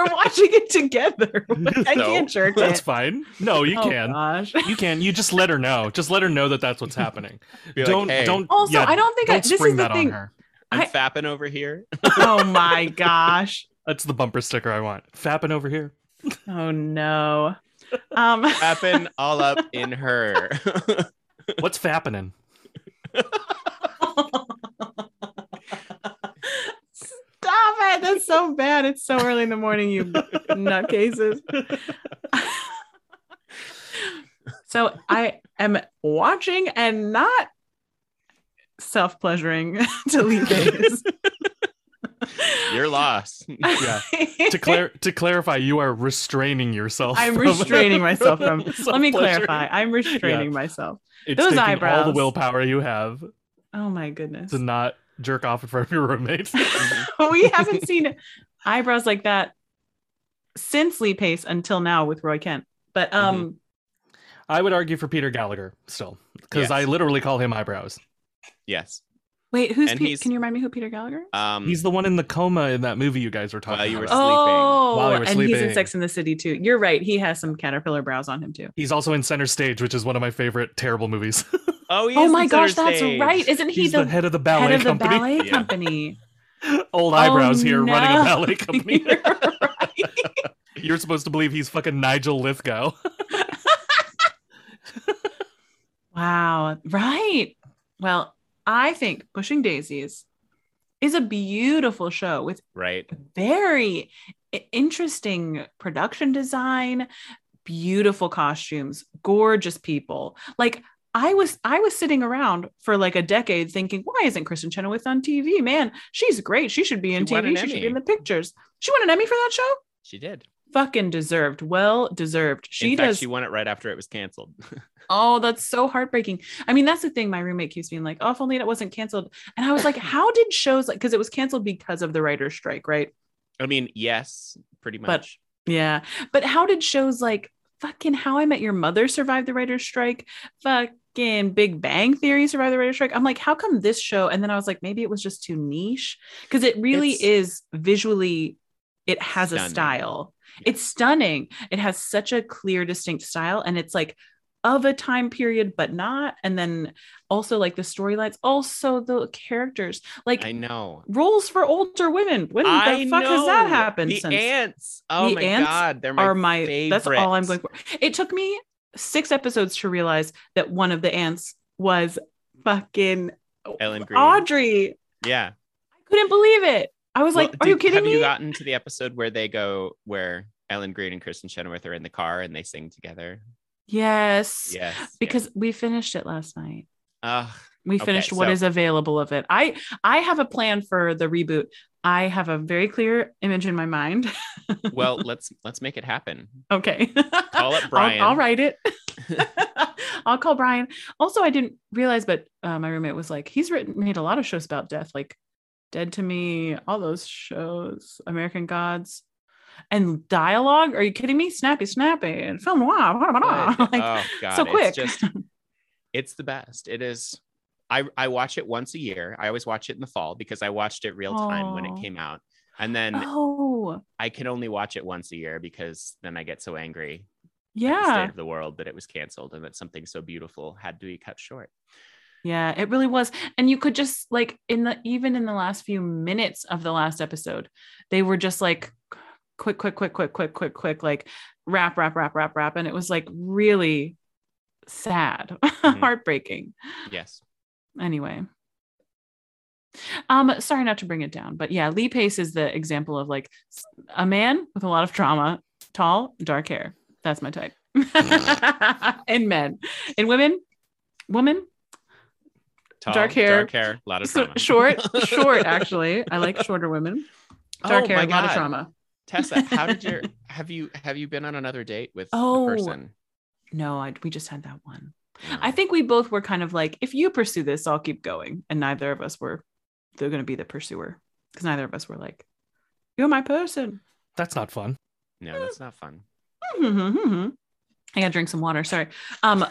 S2: watching it together. I
S3: No.
S2: can't jerk
S1: That's
S2: it.
S1: fine. No, you
S2: Oh,
S1: can.
S2: gosh.
S1: You can. You just let her know. Just let her know that that's what's happening.
S3: Be like,
S1: don't
S3: "Hey,
S1: don't.
S2: Also,
S1: yeah,
S2: I don't think I,
S1: don't
S2: this
S1: spring
S2: is the
S1: that
S2: thing.
S1: on her.
S3: I'm
S2: I-
S3: fapping over here.
S2: oh my gosh.
S1: That's the bumper sticker I want. Fapping over here.
S2: Oh no. Um
S3: Fapping all up in her.
S1: What's fapping?
S2: stop it. That's so bad. It's so early in the morning, you nutcases. So I am watching and not self pleasuring to leave Vegas.
S3: You're lost.
S1: Yeah. to clar- to clarify, you are restraining yourself.
S2: I'm
S1: from-
S2: restraining myself from. Let me
S1: self-pleasure.
S2: clarify. I'm restraining myself.
S1: It's
S2: those
S1: taking all
S2: eyebrows.
S1: the willpower you have
S2: Oh my goodness.
S1: to not jerk off in front of your roommate. Mm-hmm.
S2: we haven't seen eyebrows like that since Lee Pace until now with Roy Kent. But
S1: Mm-hmm.
S2: um,
S1: I would argue for Peter Gallagher still, because
S3: Yes.
S1: I literally call him eyebrows.
S3: yes.
S2: wait, who's
S3: And
S2: Pe-
S3: he's-
S2: can you remind me who Peter Gallagher? is?
S3: Um,
S1: He's the one in the coma in that movie you guys were talking
S3: While you were
S1: about.
S3: sleeping.
S2: Oh,
S1: While we were
S2: and he's
S1: sleeping.
S2: in Sex in the City too. You're right. He has some caterpillar brows on him too.
S1: He's also in Center Stage, which is one of my favorite terrible movies.
S3: oh, he
S2: oh
S3: is
S2: my
S3: in
S2: gosh,
S3: center
S2: that's
S3: stage.
S2: right. Isn't he
S1: He's
S2: the,
S1: the, head of the
S2: head
S1: ballet
S2: of the
S1: company.
S2: ballet
S3: Yeah.
S2: company?
S1: Old eyebrows here
S2: no.
S1: running a ballet company.
S2: You're right.
S1: You're supposed to believe he's fucking Nigel Lithgow.
S2: Wow. Right. Well, I think Pushing Daisies is a beautiful show with
S3: Right.
S2: very i- interesting production design, beautiful costumes, gorgeous people. Like I was I was sitting around for like a decade thinking, why isn't Kristen Chenoweth on TV? Man, she's great. She should be in
S3: She won
S2: TV.
S3: an
S2: She should
S3: Emmy.
S2: be in the pictures. She won an Emmy for that show?
S3: She did.
S2: Fucking deserved. Well deserved. She
S3: in fact,
S2: does
S3: She won it right after it was canceled.
S2: Oh, that's so heartbreaking. I mean, that's the thing. My roommate keeps being like, oh, if only it wasn't canceled. And I was like, how did shows like, because it was canceled because of the writer's strike, right?
S3: I mean, yes, pretty
S2: But-
S3: much.
S2: Yeah. But how did shows like fucking How I Met Your Mother survive the writer's strike? Fucking Big Bang Theory survive the writer's strike? I'm like, how come this show? And then I was like, maybe it was just too niche because it really
S3: It's-
S2: is visually, it has a
S3: Stunning.
S2: style.
S3: Yeah.
S2: It's stunning. It has such a clear, distinct style. And it's like, of a time period, but not. And then also like the storylines, also the characters, like
S3: I know.
S2: roles for older women. When
S3: I
S2: the fuck has
S3: know.
S2: that happened
S3: The
S2: since?
S3: ants. Oh
S2: The
S3: my
S2: ants
S3: god, they're my,
S2: are my that's all I'm
S3: favorites.
S2: going for. It took me six episodes to realize that one of the ants was fucking
S3: Ellen Green.
S2: Audrey.
S3: Yeah.
S2: I couldn't believe it. I was
S3: Well,
S2: like, are you
S3: did-
S2: kidding
S3: have
S2: me?
S3: you gotten to the episode where they go where Ellen Green and Kristen Chenoweth are in the car and they sing together?
S2: yes.
S3: Yes.
S2: Because we finished it last night.
S3: yeah. Ugh,
S2: We
S3: Okay,
S2: finished what
S3: so-
S2: is available of it. I I have a plan for the reboot. I have a very clear image in my mind.
S3: well, let's let's make it happen.
S2: Okay.
S3: Call up
S2: I'll-
S3: Brian.
S2: I'll, write it. I'll call Brian. Also, I didn't realize, but uh, my roommate was like, he's written made a lot of shows about death, like Dead to Me, all those shows, American Gods, and dialogue. Are you kidding me? Snappy, snappy, and film noir. Blah, blah, blah.
S3: Good.
S2: Like,
S3: oh god.
S2: so quick.
S3: It's just it's the best. It is I I watch it once a year. I always watch it in the fall because I watched it real time when
S2: Aw.
S3: it came out. And then
S2: oh,
S3: Um, I can only watch it once a year because then I get so angry at the
S2: yeah.
S3: state of the world that it was canceled and that something so beautiful had to be cut short.
S2: Yeah, it really was. And you could just like in the even in the last few minutes of the last episode, they were just like quick, quick, quick, quick, quick, quick, quick, like rap, rap, rap, rap, rap. And it was like really sad, heartbreaking.
S3: Yes.
S2: Anyway. Um, sorry not to bring it down, but yeah, Lee Pace is the example of like s- a man with a lot of trauma, tall, dark hair. That's my type. in men. In women, woman,
S3: Tall,
S2: Dark hair.
S3: Dark hair. A lot of
S2: so
S3: trauma.
S2: short, short. Actually, I like shorter women. Dark
S3: Oh
S2: hair,
S3: my
S2: a lot of
S3: God.
S2: trauma.
S3: Tessa, how did your have you have you been on another date with
S2: Oh.
S3: a person?
S2: No, I, we just had that one.
S3: No.
S2: I think we both were kind of like, if you pursue this, I'll keep going, and neither of us were. They're going to be the pursuer because neither of us were like, "You're my person."
S1: That's not fun.
S3: no, that's not fun.
S2: Mm-hmm, I gotta drink some water. Sorry. Um,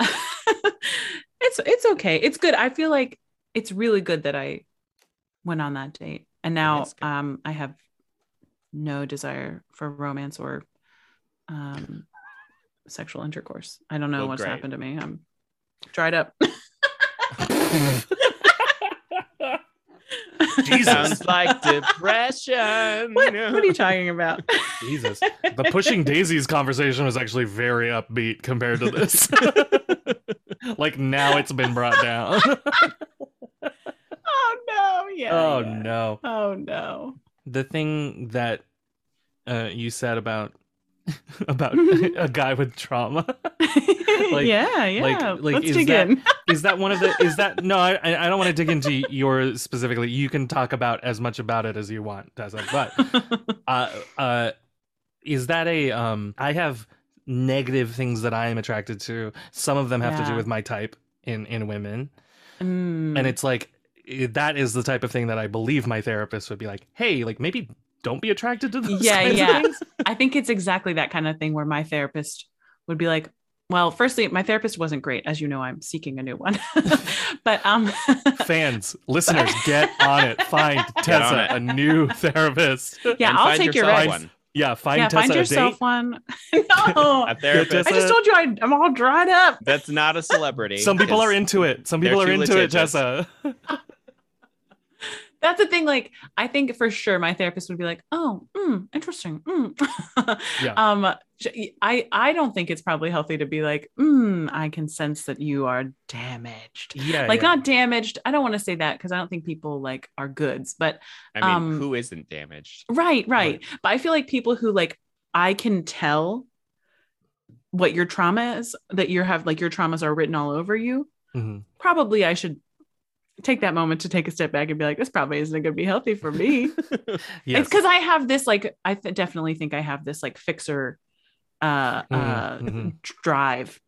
S2: it's it's okay. It's good. I feel like it's really good that I went on that date, and now
S3: is good.
S2: um I have no desire for romance or um sexual intercourse. I don't know
S3: Well,
S2: what's
S3: great.
S2: happened to me. I'm dried up.
S1: Jesus.
S3: Sounds like depression.
S2: what? What are you talking about?
S1: Jesus. The pushing daisies conversation was actually very upbeat compared to this. like now it's been brought down.
S2: oh no! Yeah.
S1: oh
S2: yeah.
S1: no.
S2: Oh no!
S1: The thing that uh, you said about about a guy with trauma. Like-
S2: yeah, yeah.
S1: like,
S2: Let's
S1: is
S2: dig
S1: that-
S2: in.
S1: Is that one of the? Is that no? I I I don't want to dig into your specifically. You can talk about as much about it as you want, Tessa. But uh, uh, is that a um? I have negative things that I am attracted to. Some of them have to do
S2: Yeah.
S1: with my type in in women,
S2: Mm.
S1: and it's like i- that is the type of thing that I believe my therapist would be like, hey, like maybe don't be attracted to those
S2: Yeah,
S1: kinds
S2: yeah.
S1: of things.
S2: I think it's exactly that kind of thing where my therapist would be like, well, firstly, my therapist wasn't great. As you know, I'm seeking a new one. but um
S1: Fans, listeners, get on it. Find Tessa
S3: it.
S1: a new therapist.
S2: yeah,
S3: And
S2: I'll
S3: find
S2: take your
S3: yourself
S2: advice.
S3: one.
S1: Yeah, find
S2: yeah,
S1: Tessa
S2: find
S1: a
S2: yourself
S1: date.
S2: one. no.
S3: A therapist.
S2: I just
S1: Tessa-
S2: told you I, I'm all dried up.
S3: That's not a celebrity.
S1: Some people
S3: It's-
S1: are into it. Some
S3: they're
S1: people are
S3: too
S1: into it,
S3: litigious.
S1: Tessa.
S2: That's the thing. Like, I think for sure my therapist would be like, "Oh, mm, interesting." Mm.
S1: Yeah.
S2: Um, sh- I I don't think it's probably healthy to be like, mm, "I can sense that you are damaged."
S1: Yeah.
S2: like uh,
S1: yeah.
S2: not damaged. I don't want to say that because I don't think people like are goods, but
S3: I mean,
S2: um,
S3: who isn't damaged?
S2: right, right. But I feel like people who like I can tell what your trauma is that you have like your traumas are written all over you.
S1: Mhm.
S2: Probably I should take that moment to take a step back and be like, this probably isn't going to be healthy for me.
S1: Yes.
S2: It's because I have this like I th- definitely think I have this like fixer uh
S1: Mhm,
S2: uh
S1: mhm.
S2: drive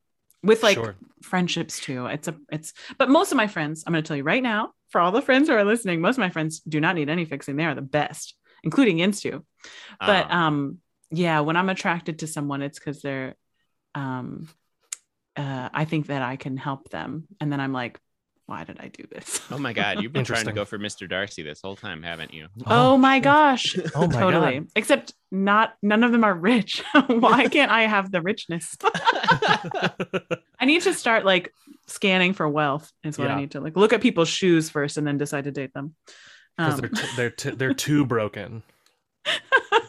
S2: with like
S1: Sure.
S2: friendships too. It's a it's but most of my friends, I'm gonna tell you right now, for all the friends who are listening, most of my friends do not need any fixing. They are the best, including Instu. But
S3: Um,
S2: um yeah, when I'm attracted to someone, it's because they're um uh I think that I can help them. And then I'm like, why did I do this?
S3: oh my God, you've been trying to
S1: Interesting.
S3: go for Mr. Darcy this whole time, haven't you?
S1: Uh-huh.
S2: Oh, my gosh.
S1: oh my
S2: totally.
S1: god.
S2: Except not none of them are rich. Why can't I have the richness? I need to start like scanning for wealth is what
S1: Yeah.
S2: I need to like look at people's shoes first and then decide to date them.
S1: 'Cause
S2: Um,
S1: they're t- they're t- they're too broken.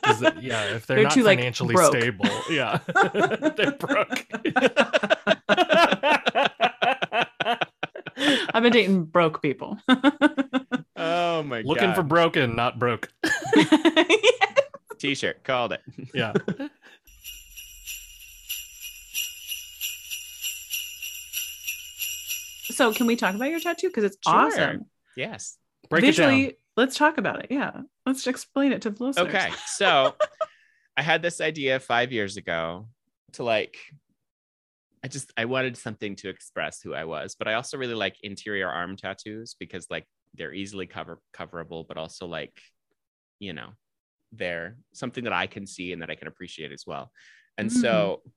S1: 'Cause the- yeah, if they're,
S2: They're
S1: not
S2: too, like,
S1: financially
S2: broke.
S1: stable, yeah, they're broke.
S2: I've been dating broke people.
S3: oh my
S1: Looking for
S3: God.
S1: broken, not broke.
S3: for t-shirt. Called it.
S1: Yeah.
S2: so can we talk about your tattoo? Because it's
S3: Sure.
S2: awesome.
S3: Yes.
S1: Break
S2: Visually,
S1: it
S2: let's talk about it. Yeah. Let's explain it to the listeners.
S3: Okay. So I had this idea five years ago to like, I just, I wanted something to express who I was, but I also really like interior arm tattoos because like they're easily cover coverable, but also like, you know, they're something that I can see and that I can appreciate as well. And so,
S1: Mm. down.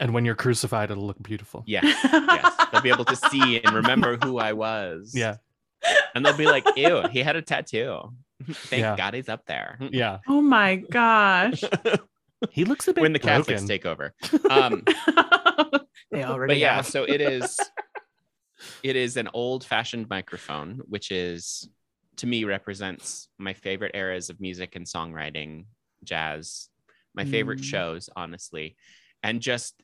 S1: And when you're crucified, it'll look beautiful.
S3: yeah, yes, they'll be able to see and remember who I was.
S1: Yeah.
S3: And they'll be like, ew, he had a tattoo. Thank
S1: Yeah.
S3: God he's up there.
S1: Yeah.
S2: Oh my gosh.
S1: He looks a bit
S3: When the
S1: broken.
S3: Catholics take over. Um,
S2: they already
S3: but yeah
S2: yeah.
S3: so it is it is an old fashioned microphone which is to me represents my favorite eras of music and songwriting jazz my favorite
S2: Mm.
S3: shows honestly and just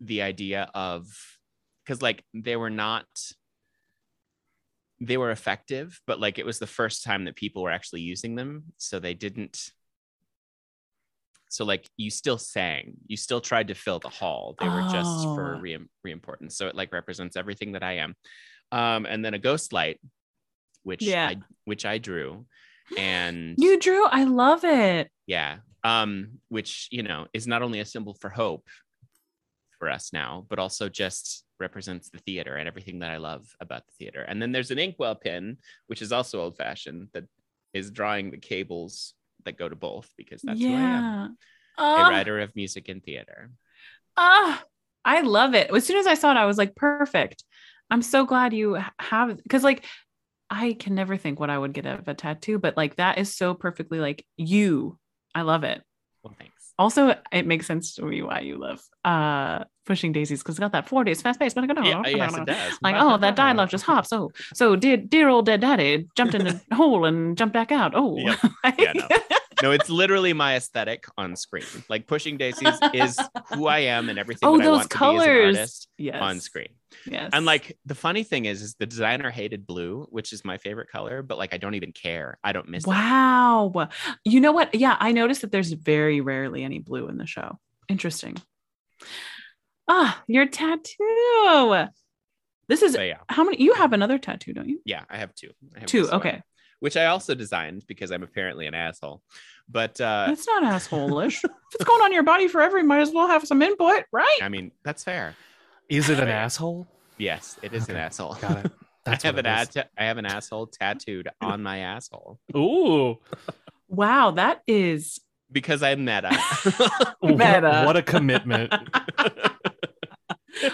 S3: the idea of because like they were not they were effective but like it was the first time that people were actually using them so they didn't so like you still sang you still tried to fill the hall they were just for
S2: Oh.
S3: re, re importance so it like represents everything that i am um and then a ghost light which
S2: Yeah.
S3: i which i drew and
S2: You drew, I love it.
S3: yeah um which you know is not only a symbol for hope for us now but also just represents the theater and everything that i love about the theater and then there's an inkwell pin which is also old fashioned that is drawing the cables that go to both because that's who i am
S2: yeah.
S3: a
S2: Oh.
S3: writer of music and theater
S2: Ah, I love it. As soon as I saw it, I was like, perfect. I'm so glad you h- have because like I can never think what I would get out of a tattoo, but like that is so perfectly like you. I love it.
S3: well thanks
S2: Also, it makes sense to me why you love uh pushing daisies because it's got that four days fast pace, but Oh, I go
S3: yeah, yes, it does.
S2: like, oh, that dialogue just hopped. So, so dear, dear old dead daddy jumped in the hole and jumped back out. Oh,
S3: Yep. Yeah, no. No, it's literally my aesthetic on screen. Like pushing daisies is who I am and everything
S2: oh,
S3: that I
S2: those
S3: want to be as an
S2: colors.
S3: artist
S2: Yes.
S3: on screen.
S2: Yes.
S3: And like the funny thing is, is the designer hated blue, which is my favorite color, but like I don't even care. I don't miss it.
S2: Wow. You know what? Yeah, I noticed that there's very rarely any blue in the show. Interesting. Ah, your tattoo. This is
S3: So yeah,
S2: how many you have another tattoo, don't you?
S3: yeah, I have two. I have
S2: Two.
S3: this one,
S2: Okay.
S3: Which I also designed because I'm apparently an asshole. But uh,
S2: That's not assholeish. if it's going on your body forever, you might as well have some input, right?
S3: I mean, that's fair.
S1: Is it an
S3: Fair.
S1: asshole?
S3: Yes, it is an
S1: Okay,
S3: asshole.
S1: Got it. That's
S3: I have
S1: what
S3: an
S1: it
S3: ass
S1: is.
S3: I have an asshole tattooed on my asshole
S1: Ooh.
S2: Wow, that is
S3: because I'm meta.
S1: What,
S2: Meta.
S1: what a commitment.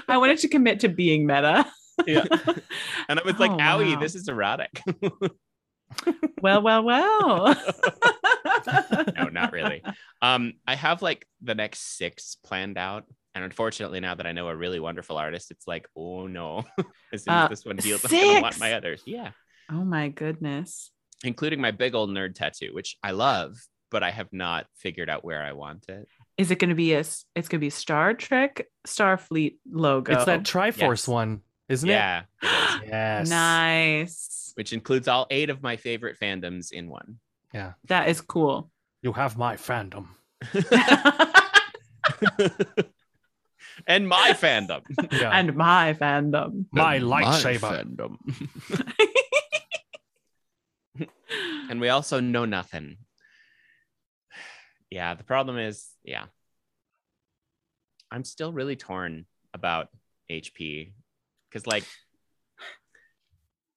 S2: I wanted to commit to being meta.
S3: yeah. And I was like,
S2: Oh,
S3: owie,
S2: wow.
S3: this is erotic.
S2: Well, well, well.
S3: no, not really. Um, I have like the next six planned out. And unfortunately, now that I know a really wonderful artist, it's like, oh no. as soon as
S2: Uh,
S3: this one heals, I'm gonna want
S2: six?
S3: my others. Yeah.
S2: Oh my goodness.
S3: Including my big old nerd tattoo, which I love, but I have not figured out where I want it.
S2: Is it going to be a? s- It's going to be Star Trek Starfleet logo.
S1: It's that Triforce
S3: Yes.
S1: one, isn't
S3: yeah. it is.
S1: it? Yes.
S2: nice.
S3: Which includes all eight of my favorite fandoms in one.
S2: That is cool.
S1: You have my fandom.
S3: and my fandom.
S1: Yeah.
S2: and my fandom.
S1: my
S3: And
S1: lightsaber.
S3: fandom. and we also know nothing. Yeah, the problem is, yeah. I'm still really torn about HP cuz like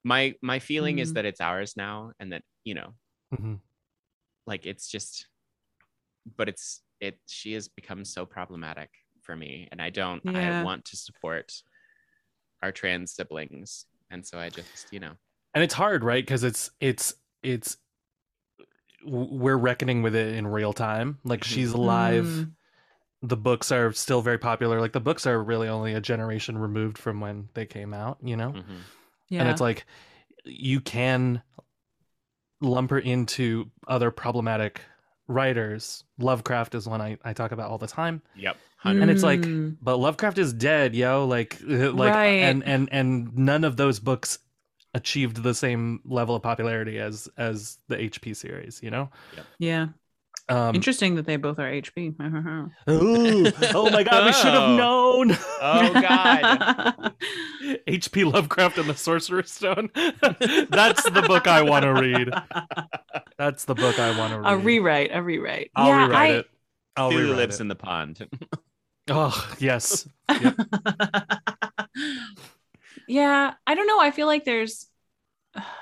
S3: my my feeling is
S2: Mhm.
S3: that it's ours now and that, you know,
S1: Mhm.
S3: like it's just but it's it she has become so problematic for me and I don't I
S2: Yeah.
S3: want to support our trans siblings and so I just, you know,
S1: And it's hard, right? Because it's it's it's w- we're reckoning with it in real time. Like
S3: Mhm.
S1: she's alive.
S2: Mm.
S1: The books are still very popular. Like the books are really only a generation removed from when they came out, you know?
S3: mhm.
S2: Yeah.
S1: and it's like you can lump her into other problematic writers lovecraft is one i, I talk about all the time
S3: Yep.
S1: and it's like-
S2: Mm.
S1: but lovecraft is dead yo like like
S2: Right.
S1: and and and none of those books achieved the same level of popularity as as the hp series you know
S2: yeah.
S1: um
S2: Interesting that they both are HP.
S1: ooh, oh my god we should have
S3: Oh.
S1: known
S3: Oh god.
S1: hp lovecraft and the sorcerer's stone that's the book i want to read that's the book i want to read
S2: A rewrite, a rewrite.
S1: I'll
S2: yeah,
S1: rewrite
S2: I,
S1: it. I'll
S3: Cthulhu
S1: rewrite
S3: lives
S1: it.
S3: in the pond.
S1: Oh yes,
S2: yeah, I don't know. I feel like there's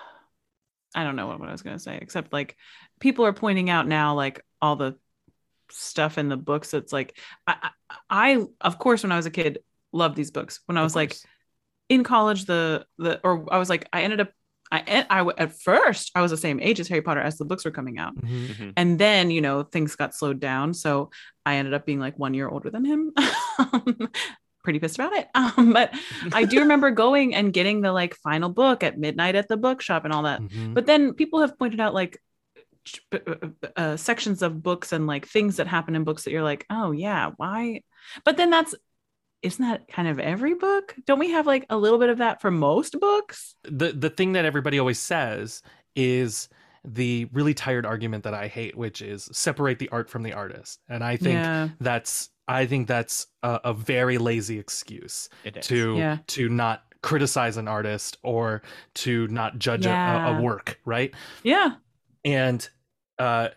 S2: I don't know what, what I was gonna say, except like people are pointing out now like all the stuff in the books that's like I, I I of course when I was a kid loved these books. When I was like in college the the or I was like I ended up I en- I w- at first I was the same age as Harry Potter as the books were coming out.
S1: Mhm.
S3: Mhm.
S2: and then you know things got slowed down so i ended up being like one year older than him pretty pissed about it um, but i do remember going and getting the like final book at midnight at the bookshop and all that
S1: Mhm.
S2: but then people have pointed out like ch- b- b- uh, sections of books and like things that happen in books that you're like oh yeah why but then that's isn't that kind of every book don't we have like a little bit of that for most books
S1: the the thing that everybody always says is the really tired argument that I hate, which is separate the art from the artist, and I think
S2: yeah
S1: that's I think that's a, a very lazy excuse
S3: It is.
S1: to
S2: Yeah.
S1: to not criticize an artist or to not judge a- a,
S2: Yeah.
S1: a work, right?
S2: yeah
S1: and uh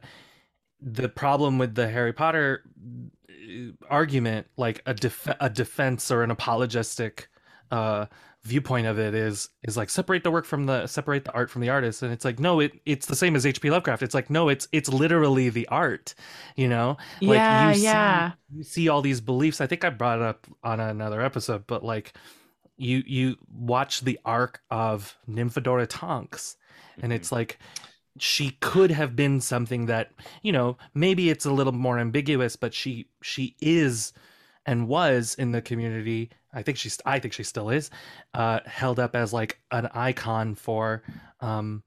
S1: the problem with the harry potter uh, argument like a def- a defense or an apologistic uh viewpoint of it is is like separate the work from the separate the art from the artist and it's like no it it's the same as hp lovecraft it's like no it's it's literally the art you know Like,
S2: yeah
S1: you see-
S2: yeah
S1: you see all these beliefs i think i brought it up on another episode but like you you watch the arc of nymphadora tonks
S3: Mm-hmm.
S1: and it's like she could have been something that you know maybe it's a little more ambiguous but she she is and was in the community i think she's i think she still is uh held up as like an icon for um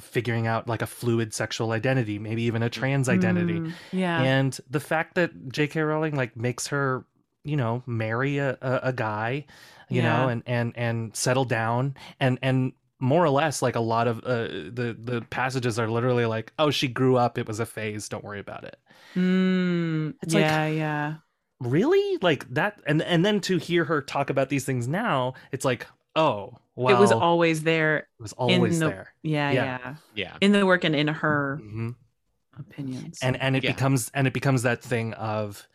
S1: figuring out like a fluid sexual identity maybe even a trans identity
S2: Mm, yeah
S1: and the fact that J.K. Rowling like makes her, you know, marry a, a, a guy, you know,
S2: Yeah.
S1: and and and settle down, and and more or less like a lot of uh, the the passages are literally like, oh, she grew up, it was a phase, don't worry about it.
S2: Mm,
S1: It's like-
S2: yeah, yeah.
S1: really like that and and then to hear her talk about these things now it's like oh well
S2: it was always there.
S1: it was always
S2: the-
S1: there
S2: Yeah,
S1: Yeah.
S2: yeah,
S3: Yeah.
S2: In the work and in her
S1: Mhm.
S2: Mm-hmm. opinions.
S1: and and it
S3: Yeah.
S1: becomes and it becomes that thing of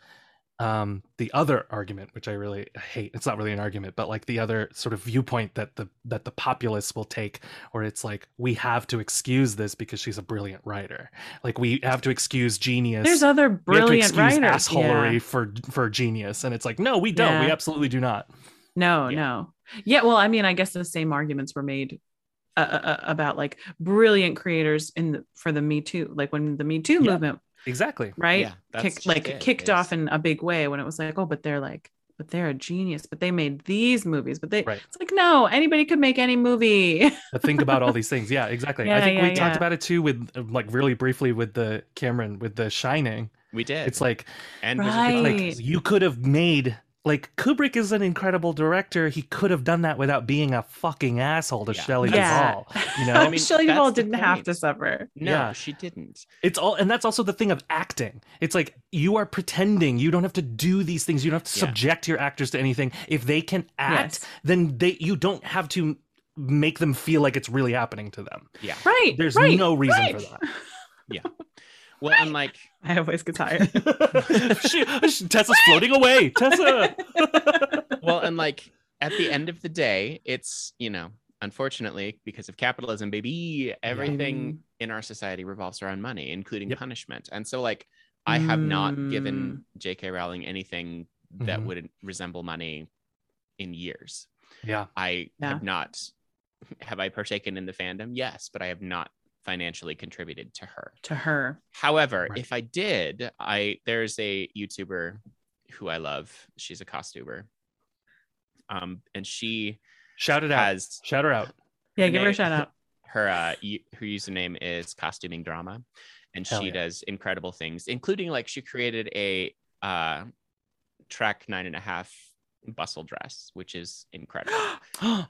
S1: um the other argument which i really hate it's not really an argument but like the other sort of viewpoint that the that the populace will take or it's like we have to excuse this because she's a brilliant writer like we have to excuse genius
S2: there's other
S1: we have
S2: brilliant
S1: to excuse
S2: writers.
S1: assholery
S2: Yeah.
S1: for for genius and it's like no we don't we
S2: Yeah.
S1: absolutely do not
S2: No,
S3: Yeah.
S2: no. Yeah, well, I mean, I guess the same arguments were made uh, uh, uh, about like brilliant creators in the, for the Me Too, like when the Me Too
S1: Yeah.
S2: movement,
S1: exactly
S2: right?
S3: Yeah, that's
S2: Kick,
S3: just
S2: like
S3: it,
S2: kicked
S3: is-
S2: off in a big way when it was like, oh, but they're like, but they're a genius, but they made these movies, but they,
S1: Right.
S2: it's like, no, anybody could make any movie.
S1: but think about all these things. Yeah, exactly. I
S2: Yeah,
S1: think
S2: yeah,
S1: we talked
S2: yeah.
S1: about it too with uh, like really briefly with the Cameron with the Shining.
S3: We did.
S1: It's like
S3: and
S2: Right.
S3: was
S1: like you could have made like Kubrick is an incredible director. He could have done that without being a fucking asshole to
S3: Yeah.
S1: Shelley
S2: Yeah.
S1: Duvall. You know,
S3: I mean,
S2: Shelley
S3: that's
S2: Duvall
S3: the
S2: didn't have
S3: point.
S2: to suffer.
S3: no,
S1: yeah.
S3: she didn't.
S1: it's all, and that's also the thing of acting. It's like you are pretending. You don't have to do these things. You don't have to
S3: Yeah.
S1: subject your actors to anything. If they can act,
S2: Yes.
S1: then they you don't have to make them feel like it's really happening to them.
S3: Yeah.
S2: Right.
S1: There's
S2: right.
S1: no reason
S2: right.
S1: for that.
S3: Well, and like
S2: I always get tired.
S1: she, she- Tessa's floating away. Tessa.
S3: well, and like at the end of the day, it's you know, unfortunately, because of capitalism, baby, everything
S2: Mhm.
S3: in our society revolves around money, including
S1: Yep.
S3: punishment. And so, like, I have not given
S2: Mm.
S3: J.K. Rowling anything that
S1: Mhm.
S3: would resemble money in years.
S1: Yeah.
S3: I
S2: Yeah.
S3: have not. Have I partaken in the fandom? Yes, but I have not financially contributed to her.
S2: to her.
S3: However,
S1: Right.
S3: if I did, I there's a YouTuber who I love. She's a costumer. Um, and she
S1: Shout it out.
S3: has
S1: Shout her out.
S2: Yeah,
S3: And
S2: give her
S3: they-
S2: a shout out.
S3: her uh u- her username is costuming drama and
S1: Hell
S3: she
S1: yeah.
S3: does incredible things including like she created a uh track nine and a half bustle dress which is incredible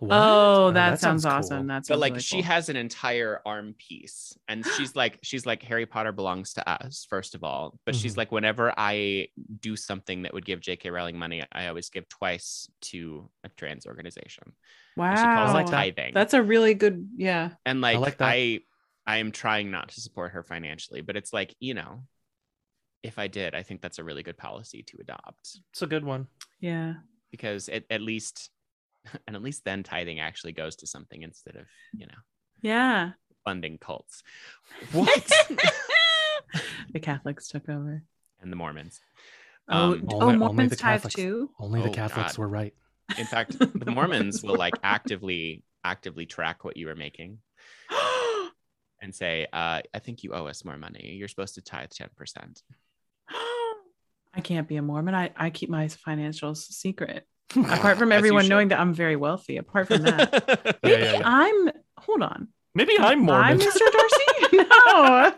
S2: Oh, that, sounds, awesome. That's
S3: but like she has an entire arm piece and she's like she's like harry potter belongs to us first of all but she's
S1: Mhm.
S3: like whenever i do something that would give jk rowling money i always give twice to a trans organization
S2: wow.
S3: and she
S1: I
S3: calls it
S1: like that.
S3: tithing
S2: That's a really good yeah.
S3: and like I,
S1: like that.
S3: I am trying not to support her financially but it's like you know if i did i think that's a really good policy to adopt
S1: It's a good one.
S2: Yeah.
S3: because at at least and at least then tithing actually goes to something instead of you know
S2: Yeah.
S3: funding cults
S1: What?
S2: the Catholics took over.
S3: and the mormons
S2: Oh, oh,
S3: Um,
S1: Only- only
S2: Mormons
S1: the
S2: tithe
S1: Catholics.
S2: too.
S1: Only the
S3: Oh,
S1: Catholics
S3: God.
S1: were right.
S3: in fact
S2: The
S3: the mormons
S2: Mormons
S3: will like actively actively track what you are making and say uh, i think you owe us more money you're supposed to tithe 10%
S2: I can't be a Mormon. I, I keep my financials secret.
S1: yeah,
S2: Apart from
S3: As you
S2: everyone
S3: should.
S2: knowing that I'm very wealthy. Apart from that,
S1: yeah,
S2: maybe
S1: yeah.
S2: I'm hold on.
S1: Maybe I'm Mormon.
S2: I'm Mr. Darcy. no.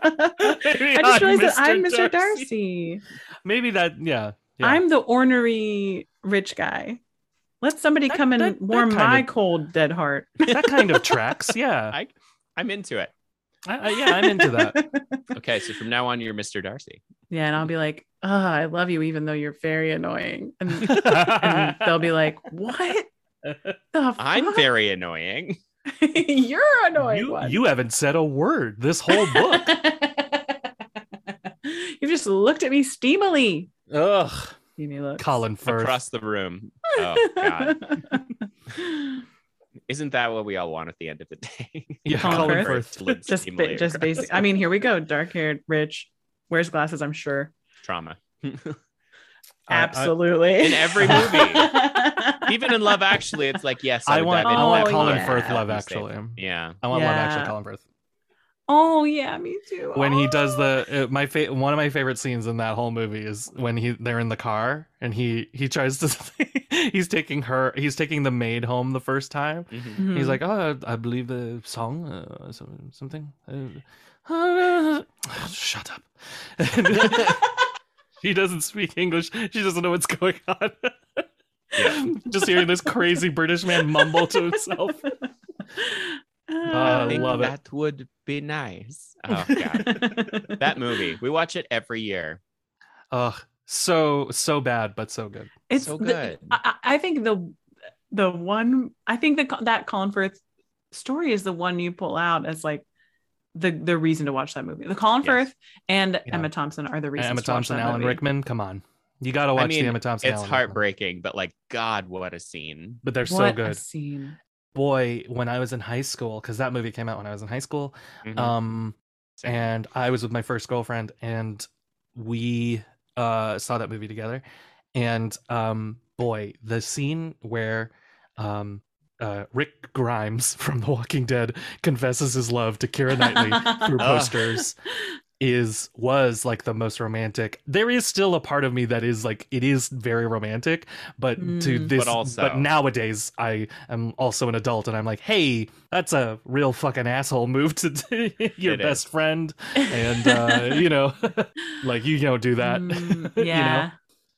S1: Maybe
S2: I just realized
S1: Mr.
S2: that I'm Mr. Darcy.
S1: Maybe that. Yeah. yeah.
S2: I'm the ornery rich guy. Let somebody
S1: That-
S2: come and
S1: that- that
S2: warm
S1: kind
S2: my
S1: of-
S2: cold dead heart.
S1: that kind of tracks. Yeah.
S3: i'm into it
S1: I, I, Uh, yeah, I'm into that.
S3: okay so from now on you're mr darcy
S2: Yeah, and I'll be like, oh, I love you, even though you're very annoying. And, and they'll be like, what the
S3: i'm
S2: fuck?
S3: very annoying
S2: you're annoying.
S1: you,
S2: one.
S1: you haven't said a word this whole book.
S2: you just looked at me steamily.
S1: Ugh.
S2: Give me a look.
S1: Colin Firth.
S3: across the room. Oh God! Isn't that what we all want at the end of the day?
S1: Yeah,
S2: Colin
S1: Firth.
S3: to look
S2: just, ba-
S3: seemingly
S2: just
S3: across
S2: basic. I mean, here we go. Dark haired, rich, wears glasses. I'm sure.
S3: trauma.
S1: I- I-
S2: Absolutely.
S3: In every movie. Even in Love Actually, it's like yes,
S1: I
S3: would
S1: want, I
S3: dive into
S1: want
S2: Oh,
S3: that
S1: Colin
S3: plot.
S1: Firth love,
S3: You
S1: actually.
S3: say- Yeah,
S1: I want love, actually,
S2: Yeah.
S1: Colin Firth.
S2: oh yeah, me too.
S1: when he
S2: Oh.
S1: does the uh, my fa- one of my favorite scenes in that whole movie is when he they're in the car and he he tries to he's taking her he's taking the maid home the first time
S3: Mhm.
S2: Mhm.
S1: he's like oh i believe the song uh, so- something uh, uh, shut up she doesn't speak english she doesn't know what's going on
S3: Yeah.
S1: just hearing this crazy british man mumble to himself I
S3: I
S2: Uh,
S3: think
S1: love it.
S3: that would be Oh, nice. Oh God, that movie. We watch it every year.
S1: Ugh, So so bad, but so good.
S2: It's
S3: So
S2: the-
S3: good.
S2: I, I I think the the one I think that that Colin Firth story is the one you pull out as like the the reason to watch that movie. The Colin
S3: Yes.
S2: Firth and
S1: Yeah.
S2: Emma Thompson are the reasons.
S1: Emma
S2: to watch
S1: Thompson,
S2: that
S1: Alan
S2: movie.
S1: Rickman. Come on, you gotta watch
S3: mean,
S1: the Emma Thompson.
S3: It's
S1: Alan Rickman.
S3: heartbreaking, but like, God, what a scene.
S1: but they're so
S2: what A
S1: good.
S2: scene.
S1: Boy, when I was in high school, because that movie came out when I was in high school.
S3: Mhm.
S1: Um,
S3: Same.
S1: and I was with my first girlfriend, and we uh, saw that movie together. And um, boy, the scene where um, uh, Rick Grimes from The Walking Dead confesses his love to Kira Knightley through
S2: Oh.
S3: Ugh.
S1: posters is was like the most romantic. There is still a part of me that is like it is very romantic, but to
S2: Mm.
S1: this,
S3: But also-
S1: nowadays I am also an adult, and I'm like, hey, that's a real fucking asshole move to do your
S3: It
S1: best friend, and uh, you know, like you don't do that.
S2: Mm,
S1: you know?
S2: yeah.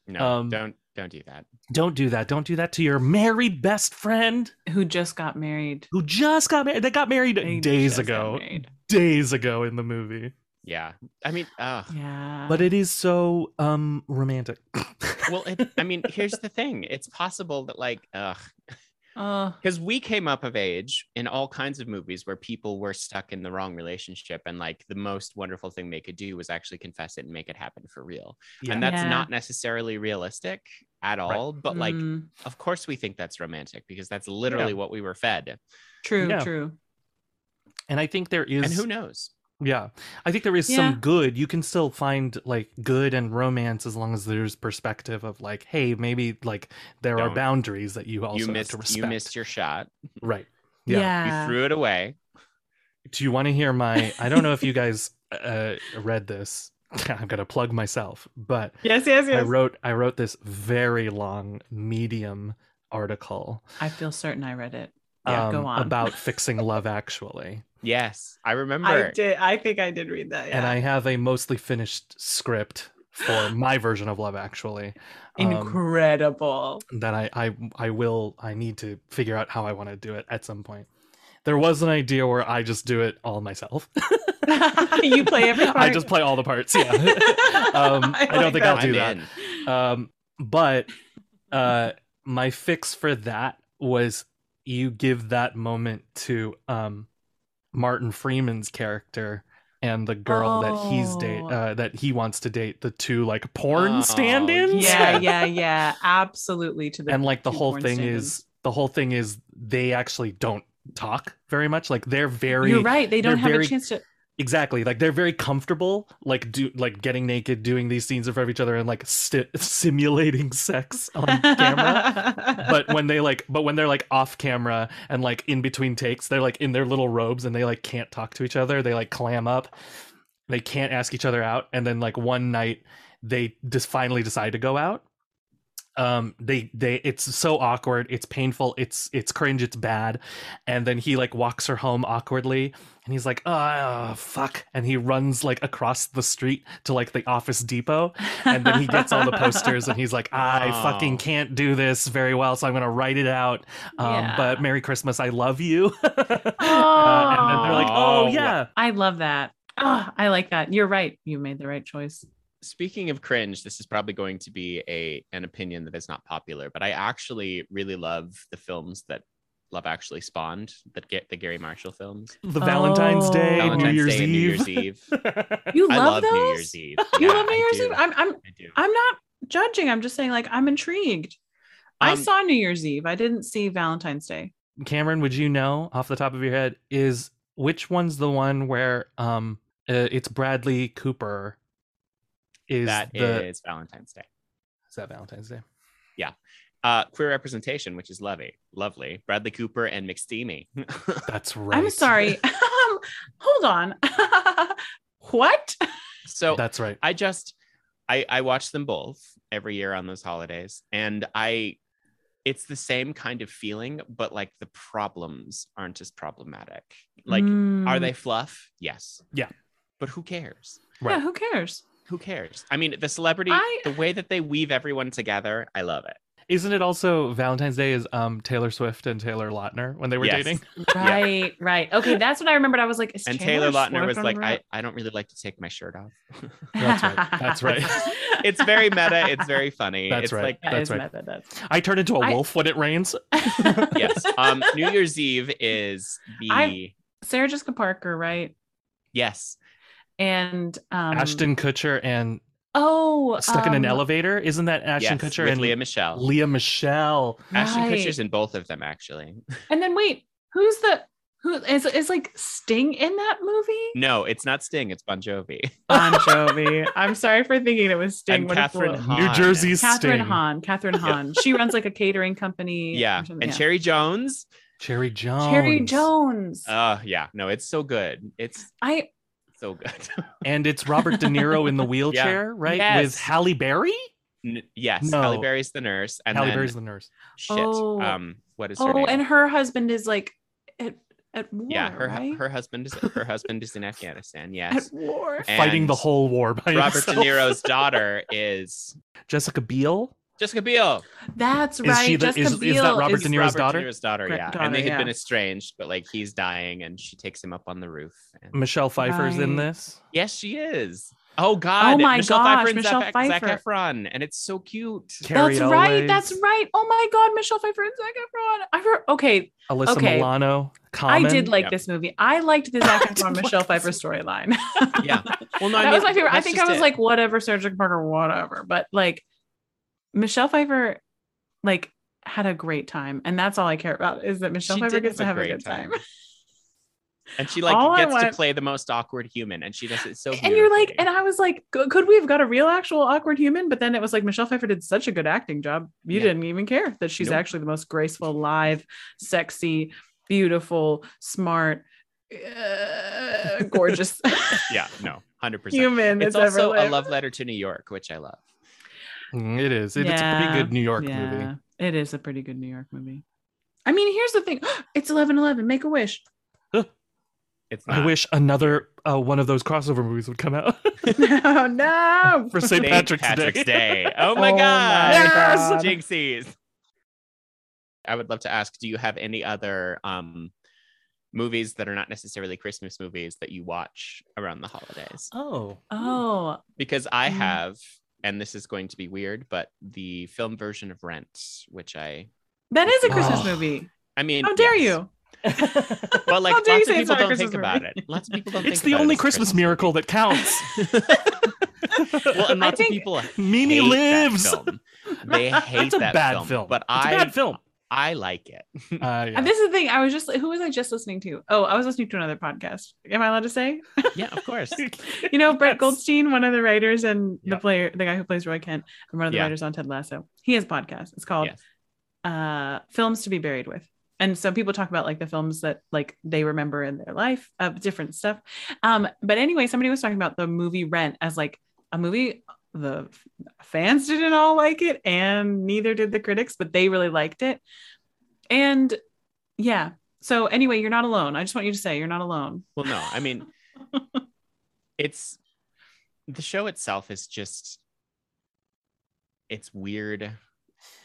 S3: no,
S1: um,
S3: don't don't do that.
S1: Don't do that. Don't do that to your married best friend
S2: Who just got married.
S1: who just got married. That got married
S2: They
S1: days
S2: just got
S1: ago.
S2: married.
S1: Days ago in the movie,
S3: Yeah, I mean, uh,
S2: Yeah.
S1: but it is so um romantic.
S3: well, it, I mean, here's the thing: it's possible that like, ugh,
S2: oh,
S3: because we came up of age in all kinds of movies where people were stuck in the wrong relationship, and like the most wonderful thing they could do was actually confess it and make it happen for real. And that's
S2: Yeah.
S3: not necessarily realistic at all. But like,
S2: mm,
S3: of course, we think that's romantic because that's literally what we were fed.
S2: true,
S1: Yeah.
S2: true.
S1: and I think there is
S3: And who knows?
S1: Yeah. I think there is
S2: Yeah.
S1: some good. You can still find like good and romance as long as there's perspective of like, hey, maybe like there are
S3: Don't.
S1: boundaries that you also
S3: You
S1: have
S3: missed.
S1: to
S3: You
S1: respect.
S3: missed your shot.
S1: right. Yeah.
S2: Yeah.
S3: You threw it away.
S1: Do you want to hear my I don't know if you guys uh read this. I'm gonna plug myself, but
S2: Yes, yes,
S1: I wrote I wrote this very long medium article
S2: I feel certain I read it.
S1: um,
S2: go on.
S1: about fixing love actually.
S3: Yes, I remember.
S2: did. I think I did read that.
S1: And I have a mostly finished script for my version of love actually. Um,
S2: incredible.
S1: that I I I will I need to figure out how I want to do it at some point. There was an idea where I just do it all myself.
S2: you play every part.
S1: I just play all the parts. Yeah. um, I, don't
S2: like
S1: think I'll
S3: I'm
S1: do that.
S3: in.
S1: Um, but uh, my fix for that was you give that moment to um, Martin Freeman's character and the girl that he's date
S2: Oh.
S1: uh, that he wants to date the two like porn
S3: Oh,
S1: stand-ins.
S2: Yeah, yeah, yeah. Absolutely. To the
S1: and like the
S2: two
S1: whole
S2: porn
S1: thing
S2: stand-ins.
S1: is the whole thing is they actually don't talk very much like they're very
S2: You're right. They don't
S1: they're
S2: have
S1: very-
S2: a chance to.
S1: exactly like they're very comfortable like do like getting naked doing these scenes in front of each other and like sti simulating sex on camera but when they like but when they're like off camera and like in between takes they're like in their little robes and they like can't talk to each other they like clam up they can't ask each other out and then like one night they just finally decide to go out um they they it's so awkward it's painful it's it's cringe it's bad and then he like walks her home awkwardly and he's like oh fuck and he runs like across the street to like the office depot and then he gets all the posters and he's like i
S3: Wow.
S1: fucking can't do this very well so i'm gonna write it out um,
S2: Yeah.
S1: but merry christmas i love you Uh, and then they're like
S3: Aw.
S1: oh yeah
S2: I love that. Ah, I like that. You're right. You made the right choice.
S3: Speaking of cringe, this is probably going to be a an opinion that is not popular, but I actually really love the films that Love Actually spawned that get the Gary Marshall films,
S1: the valentine's day
S2: Hey,
S3: Oh. Valentine's
S1: new year's
S3: Day
S1: eve
S3: and New Year's Eve.
S2: You
S3: I
S2: love,
S3: love
S2: those?
S3: New Year's Eve.
S2: You
S3: Yeah,
S2: love New
S3: I
S2: Year's
S3: do.
S2: Eve? I'm, I'm,
S3: I do.
S2: I'm not judging. I'm just saying, like, I'm intrigued. I
S3: Um,
S2: saw New Year's Eve. I didn't see Valentine's Day.
S1: Cameron, would you know off the top of your head is which one's the one where um uh, it's Bradley Cooper is
S3: That is
S1: the
S3: Valentine's Day.
S1: is that Valentine's Day?
S3: Uh, queer representation, which is lovely, lovely. Bradley Cooper and McSteamy.
S1: Hmm. That's right.
S2: I'm sorry. um, hold on. what?
S3: so
S1: That's right.
S3: I just I I watch them both every year on those holidays and I it's the same kind of feeling but like the problems aren't as problematic. Like are
S2: Mm.
S3: they fluff? Yes.
S1: Yeah.
S3: But who cares?
S2: Yeah,
S1: Right.
S2: who cares?
S3: Who cares? I mean, the celebrity
S2: I-
S3: the way that they weave everyone together, I love it.
S1: Isn't it also Valentine's Day is um Taylor Swift and Taylor Lautner when they were
S3: Yes.
S1: dating?
S2: Right, right. Okay, that's what I remembered. I was like, is
S3: And Taylor, Lautner
S2: Swift
S3: was
S2: on
S3: like,
S2: the
S3: I,
S2: right-
S3: I don't really like to take my shirt off.
S1: That's right. That's right.
S3: It's very meta. It's very funny.
S1: That's
S3: it's
S1: right.
S3: like
S2: That
S1: That's
S2: is
S1: right.
S2: meta, that's-
S1: I turn into a
S2: I-
S1: wolf when it rains.
S3: yes. Um, New Year's Eve is the
S2: I- Sarah Jessica Parker, right?
S3: yes.
S2: And um,
S1: Ashton Kutcher and
S2: Oh,
S1: Stuck in an
S2: um,
S1: Elevator. Isn't that Ashton
S3: yes,
S1: Kutcher
S3: with
S1: and
S3: Leah Michelle.
S1: Leah Michelle?
S3: Ashton
S2: right.
S3: Kutcher's in both of them actually.
S2: And then wait, who's the who is is like Sting in that movie?
S3: No, it's not Sting. It's Bon Jovi.
S2: Bon Jovi. I'm sorry for thinking it was Sting.
S3: and
S2: when it's
S3: Catherine
S2: little-
S3: Hahn.
S1: New Jersey
S2: Catherine
S1: Sting.
S2: Hahn. Catherine Hahn. She runs like a catering company. or
S3: Yeah,
S2: something,
S3: and Cherry Jones.
S1: Cherry Jones.
S2: Cherry Jones.
S3: Uh, yeah. No, it's so good. It's
S2: I
S3: so good.
S1: And it's Robert De Niro in the wheelchair, right?
S3: Yes.
S1: With Halle Berry?
S3: N- yes,
S1: No.
S3: Halle Berry's the nurse, and
S1: Halle
S3: then
S1: Berry's the nurse.
S3: shit.
S2: Oh.
S3: Um, what is her
S2: oh,
S3: name?
S2: and her husband is like at at war.
S3: yeah, her
S2: right?
S3: her husband is her husband is in Afghanistan.
S2: at
S3: Yes,
S2: war.
S1: Fighting the
S3: And
S1: whole war by
S3: Robert De
S1: himself.
S3: Niro's daughter is
S1: Jessica Biel.
S3: Jessica Biel.
S2: That's
S1: Is
S2: right.
S1: she the-
S2: Jessica
S1: is- is that
S2: Biel
S1: Robert
S2: is-
S1: De Niro's
S3: Robert
S1: daughter?
S3: De Niro's daughter.
S2: Gra-
S3: Yeah,
S2: daughter,
S3: and they had been
S2: yeah.
S3: estranged, but like he's dying, and she takes him up on the roof. And...
S1: Michelle Pfeiffer's in
S2: Right.
S1: this.
S3: Yes, she is. Oh God!
S2: my
S3: Michelle
S2: gosh,
S3: Pfeiffer and
S2: Michelle
S3: Zac, Zac
S2: Pfeiffer.
S3: Efron, and it's so cute.
S1: Carrie
S2: that's right.
S1: Elwes,
S2: That's right. Oh my God, Michelle Pfeiffer and Zac Efron. I heard, okay,
S1: Alyssa
S2: Okay.
S1: Milano. Common.
S2: I did like
S3: Yep.
S2: this movie. I liked the Zac
S1: did
S2: Efron
S1: like
S2: Michelle
S1: this
S2: Pfeiffer storyline.
S3: Yeah. Well, no,
S2: that
S3: I mean,
S2: was my favorite. I
S3: that's
S2: think I
S3: just
S2: was
S3: it.
S2: like, whatever, Sarah Jessica Parker, whatever. But like, Michelle Pfeiffer, like, had a great time, and that's all I care about is that Michelle
S3: She
S2: Pfeiffer
S3: did
S2: gets to have a
S3: great
S2: good time.
S3: and she like
S2: All I
S3: gets to
S2: want-
S3: play the most awkward human, and she does it so.
S2: And you're like,
S3: beautifully.
S2: and I was like, "C- could we have got a real, actual awkward human? But then it was like Michelle Pfeiffer did such a good acting job, you
S3: Yeah.
S2: didn't even care that she's
S3: Nope.
S2: actually the most graceful, live, sexy, beautiful, smart, uh, gorgeous
S3: yeah, no, hundred percent.
S2: human.
S3: It's
S2: that's ever
S3: also a
S2: lived.
S3: love letter to New York, which I love.
S1: Mm, It is. It- It's a
S2: Yeah.
S1: pretty good New York movie.
S2: Yeah, It is a pretty good New York movie. I mean, here's the thing: it's eleven eleven. Make a wish.
S3: It's
S1: I
S3: not.
S1: wish another uh, one of those crossover movies would come out
S2: no, no.
S1: for St. Patrick's, Day.
S3: Oh my
S2: Oh
S3: god!
S2: my
S3: yes,
S2: God.
S3: Jinxies. I would love to ask: Do you have any other um movies that are not necessarily Christmas movies that you watch around the holidays?
S1: Oh.
S2: Oh,
S3: Because I
S1: Mm-hmm.
S2: Mm.
S3: have, and this is going to be weird, but the film version of Rent, which I,
S2: that is a Christmas
S1: Oh.
S2: movie.
S3: I mean,
S2: How dare
S3: yes.
S2: you?
S3: But like,
S2: How dare you
S3: lots of
S2: say it's
S3: people
S2: not a
S3: don't think
S2: Christmas
S3: about
S2: movie.
S3: it. Lots of people don't.
S1: It's
S3: think
S1: the
S3: about it
S1: only
S3: as a
S1: Christmas miracle that counts.
S3: well, and
S2: I
S3: lots
S2: think-
S3: of people
S1: Mimi
S3: hate that
S1: lives.
S3: film. They hate
S1: It's a
S3: that
S1: bad
S3: film,
S1: film.
S3: but
S1: it's
S3: I
S1: a bad film.
S3: I like it.
S1: Uh, yeah.
S2: And this is the thing. I was just who was I just listening to? Oh, I was listening to another podcast. Am I allowed to say?
S3: Yeah, of course.
S2: You know, Brett
S1: Yes.
S2: Goldstein, one of the writers and
S3: Yeah.
S2: the player, the guy who plays Roy Kent, and one of the
S3: Yeah.
S2: writers on Ted Lasso. He has a podcast. It's called
S3: Yes.
S2: uh, films to be buried with. And so people talk about like the films that like they remember in their life of different stuff. Um, but anyway, somebody was talking about the movie Rent as like a movie the f- fans didn't all like it and neither did the critics, but they really liked it. And yeah. So anyway, you're not alone. I just want you to say you're not alone.
S3: Well, no, I mean, it's the show itself is just it's weird.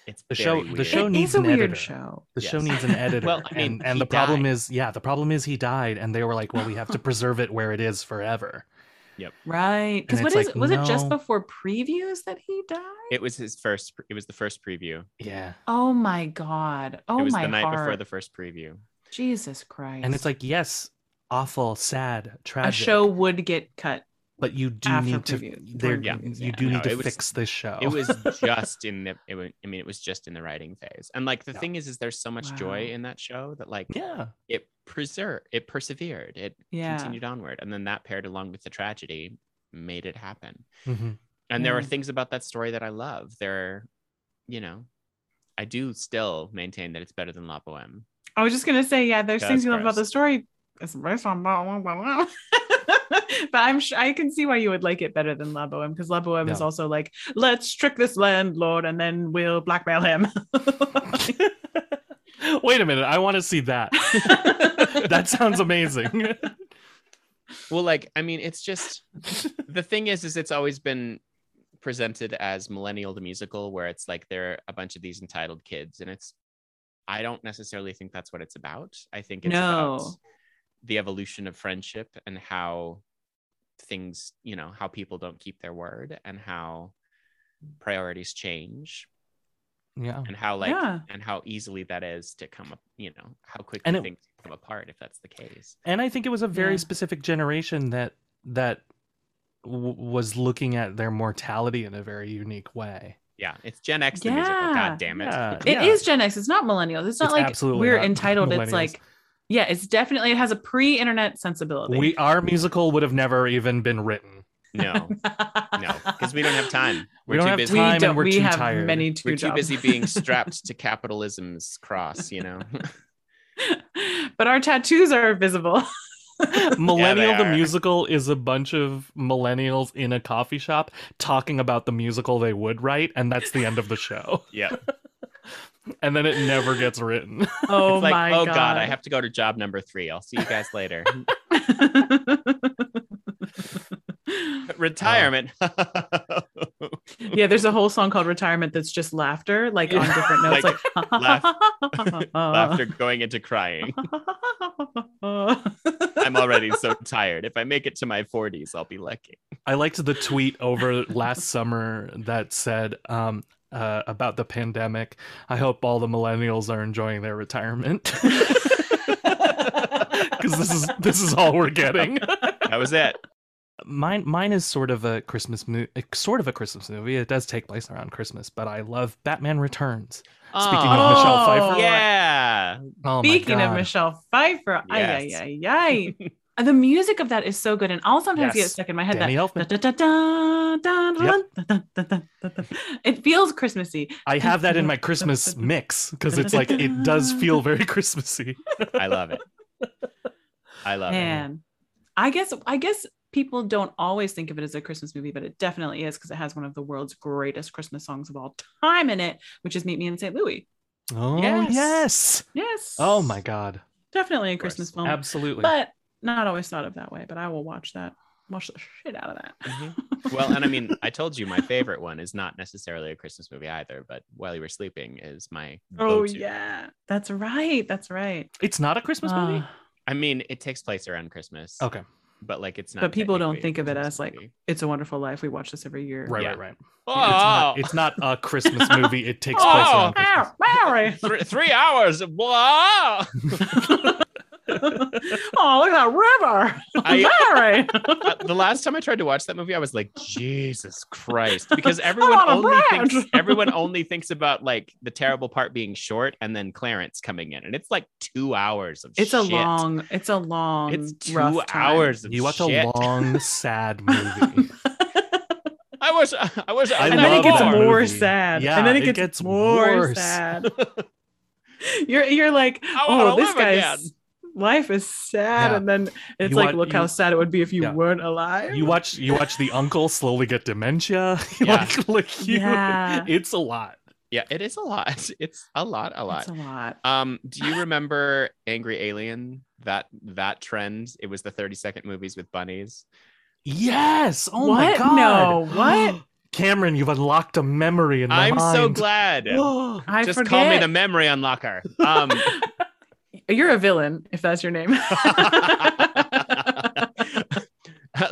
S3: It's
S1: The
S3: very
S1: show- the
S3: weird.
S1: show
S2: It
S1: needs
S2: is a
S1: an
S2: weird
S1: editor.
S2: show.
S1: The show
S3: Yes.
S1: needs an editor.
S3: Well, I mean,
S1: and, and
S3: he
S1: the problem
S3: died.
S1: is, yeah, the problem is he died, and they were like, well, we have to preserve it where it is forever.
S2: Right. Because
S1: And
S2: what
S1: it's
S2: is
S1: like,
S2: was it just
S1: no.
S2: before previews that he died?
S3: It was his first. It was the first preview.
S1: Yeah.
S2: Oh my god. Oh
S3: it was
S2: my
S3: the night before
S2: heart.
S3: the first preview.
S2: Jesus Christ.
S1: And it's like, yes, awful, sad,
S2: a
S1: tragic.
S2: show would get cut.
S1: but you do
S2: after
S1: need to.
S2: preview-
S1: There,
S2: during previews,
S1: you
S2: yeah.
S1: do
S3: No,
S1: need to
S3: it was-
S1: fix this show.
S3: It was just in the. It was, I mean, it was just in the writing phase. And like the
S1: Yeah.
S3: thing is, is there's so much joy
S2: Wow.
S3: in that show that like
S1: yeah.
S3: it preserved, it persevered, it
S2: Yeah.
S3: continued onward, and then that paired along with the tragedy made it happen.
S1: Mhm.
S3: and there are
S2: Yeah.
S3: things about that story that I love. There, you know, I do still maintain that it's better than La Boheme.
S2: I was just gonna say, yeah, there's
S3: Yeah,
S2: things
S3: it's
S2: you love about the
S3: gross.
S2: story. It's based on blah blah blah blah. but I'm sure I can see why you would like it better than La Boheme because La Boheme is
S1: Yeah.
S2: also like, let's trick this landlord and then we'll blackmail him.
S1: Wait a minute. I want to see that. that sounds amazing.
S3: Well, like I mean, it's just the thing is, is it's always been presented as Millennial the Musical, where it's like there are a bunch of these entitled kids, and it's I don't necessarily think that's what it's about. I think it's about
S2: No.
S3: the evolution of friendship and how things, you know, how people don't keep their word and how priorities change
S1: Yeah.
S3: and how like
S2: Yeah.
S3: and how easily that is to come up, you know, how quickly
S1: And it-
S3: things come apart if that's the case.
S1: and i think it was a very
S2: Yeah.
S1: specific generation that that w- was looking at their mortality in a very unique way
S3: Yeah, it's Gen X the musical.
S2: Yeah.
S3: God damn it.
S1: Yeah.
S2: It is Gen X. It's not millennials. It's not
S1: It's
S2: like
S1: absolutely
S2: we're
S1: not
S2: entitled.
S1: millennials.
S2: It's like, yeah, it's definitely it has a pre-internet sensibility.
S1: we our musical would have never even been written
S3: No, no, because we don't have time.
S1: We
S3: We're
S1: don't
S3: too
S1: have
S3: busy.
S2: We
S1: Time and
S2: don't.
S1: we're
S2: we
S1: too
S2: have
S1: tired.
S2: many two
S3: We're too
S2: jobs.
S3: busy being strapped to capitalism's cross, you know.
S2: but our tattoos are visible.
S1: millennial the
S3: are.
S1: musical is a bunch of millennials in a coffee shop talking about the musical they would write and that's the end of the show
S3: yeah.
S1: and then it never gets written
S2: Oh
S3: It's like,
S2: my
S3: oh
S2: god!
S3: god. I have to go to job number three. I'll see you guys later. Retirement.
S1: Uh.
S2: yeah, there's a whole song called "Retirement" that's just laughter, like on different notes, like,
S3: Laughter going into crying. I'm already so tired. If I make it to my 40s, I'll be lucky.
S1: I liked the tweet over last summer that said um, uh, about the pandemic. I hope all the millennials are enjoying their retirement because this is this is all we're getting.
S3: That was it.
S1: Mine mine is sort of a Christmas movie, sort of a Christmas movie. It does take place around Christmas, but I love Batman Returns. Speaking
S2: Aw.
S1: of Michelle Pfeiffer,
S3: Oh. yeah.
S1: oh my
S2: Speaking of
S1: God.
S2: Michelle Pfeiffer, ay,
S3: Yes.
S2: ay, ay, ay. the music of that is so good, and I'll sometimes
S1: Yes.
S2: get stuck in my head.
S1: Danny
S2: That
S1: Elfman,
S2: da, da, da, da, da, da, da, da, da, da. It feels Christmassy.
S1: I have that in my Christmas mix because it's like it does feel very Christmassy.
S3: I love it. I love it.
S2: Man, I guess I guess people don't always think of it as a Christmas movie, but it definitely is because it has one of the world's greatest Christmas songs of all time in it, which is "Meet Me in St. Louis."
S1: Oh
S3: Yes.
S1: yes.
S2: Yes.
S1: Oh my God.
S2: Definitely a
S3: Of course.
S2: Christmas film,
S1: Absolutely.
S2: but not always thought of that way. But I will watch that, watch the shit out of that.
S1: Mm-hmm.
S3: Mhm. Well, and I mean, I told you my favorite one is not necessarily a Christmas movie either, but While You Were Sleeping is my
S2: Oh
S3: go-to.
S2: yeah, that's right. That's right.
S1: it's not a Christmas movie.
S2: Uh,
S3: I mean, it takes place around Christmas.
S1: Okay.
S3: But like it's not
S2: But people don't
S3: technically a
S2: think of it
S3: Christmas
S2: as, like,
S3: movie.
S2: it's a Wonderful Life. We watch this every year.
S1: Right,
S3: Yeah.
S1: right, right.
S3: oh,
S1: It's, not, it's not a Christmas movie. It takes place
S3: Oh!
S1: around Christmas.
S2: Wow, Mary.
S3: Three, three hours. Whoa.
S2: oh, look at that river,
S3: I-
S2: Mary.
S3: Uh, the last time I tried to watch that movie, I was like, Jesus Christ, because everyone
S2: on a
S3: only
S2: branch.
S3: thinks everyone only thinks about like the terrible part being short and then Clarence coming in, and it's like two hours of
S2: It's a
S3: shit.
S2: long. It's a long.
S3: it's two
S2: rough time.
S3: hours of
S1: You watch
S3: shit.
S1: a long, sad movie.
S3: I wish I wish I,
S1: I
S2: and then it
S1: love
S2: gets
S1: that
S2: more
S1: movie.
S2: sad.
S1: Yeah,
S2: and then it,
S1: it
S2: gets,
S1: gets
S2: more
S1: worse.
S2: sad. you're you're like,
S3: I wanna
S2: oh, this
S3: live
S2: guy's
S3: again."
S2: life is sad,
S1: Yeah.
S2: and then it's
S1: You
S2: like,
S1: want-
S2: look
S1: you-
S2: how sad it would be if you
S1: yeah.
S2: weren't alive.
S1: You watch you watch the uncle slowly get dementia.
S3: Yeah.
S1: like, like you,
S2: Yeah.
S1: it's a lot.
S3: Yeah, it is a lot. It's a lot, a lot.
S2: It's a lot.
S3: Um, do you remember Angry Alien? That that trend. It was the 30 second movies with bunnies.
S1: Yes. Oh my
S2: What?
S1: god.
S2: No, what?
S1: Cameron, you've unlocked a memory in my
S3: I'm
S1: mind.
S3: so glad.
S1: Whoa.
S2: I
S3: Just
S2: forget.
S3: call me the memory unlocker. Um
S2: You're a villain if that's your name.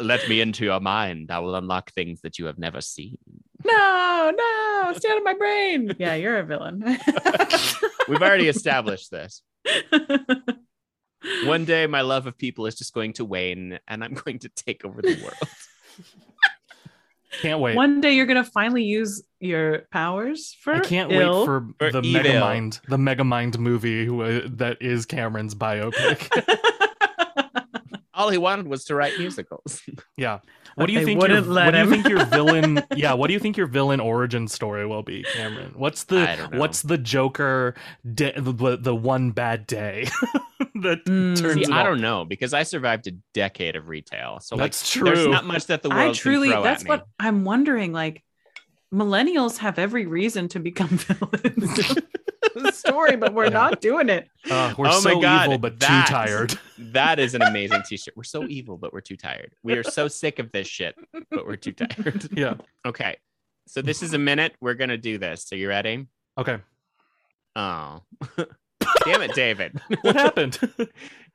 S3: Let me into your mind. I will unlock things that you have never seen.
S2: no, no, stay out of my brain. Yeah, you're a villain.
S3: We've already established this. One day, my love of people is just going to wane and I'm going to take over the world.
S1: Can't wait.
S2: One day you're gonna finally use your powers for.
S1: I can't
S2: ill.
S1: wait for,
S3: For
S1: the
S3: evil.
S1: Megamind, the Megamind movie wh- that is Cameron's biopic.
S3: All he wanted was to write musicals.
S1: yeah.
S2: But
S1: What do you
S2: they
S1: think? Your,
S2: wouldn't let
S1: what do you
S2: him.
S1: think your villain? yeah. What do you think your villain origin story will be, Cameron? What's the
S3: I don't know.
S1: What's the Joker? De- the the one bad day that
S2: Mm.
S1: turns.
S3: See,
S1: it
S3: I
S1: all-
S3: don't know because I survived a decade of retail. So, like,
S1: That's
S3: there's
S1: true.
S3: not much that the world
S2: I
S3: can
S2: truly.
S3: throw
S2: That's
S3: at me.
S2: what I'm wondering. Like, millennials have every reason to become villains. in the story, but we're
S1: Yeah.
S2: not doing it.
S1: Uh, we're
S3: Oh my
S1: so
S3: God,
S1: evil, but
S3: that-
S1: too tired.
S3: That is an amazing t shirt. We're so evil, but we're too tired. We are so sick of this shit, but we're too tired.
S1: Yeah.
S3: Okay. So this is a minute. We're gonna do this. Are you ready?
S1: Okay.
S3: Oh. Damn it, David.
S1: What happened?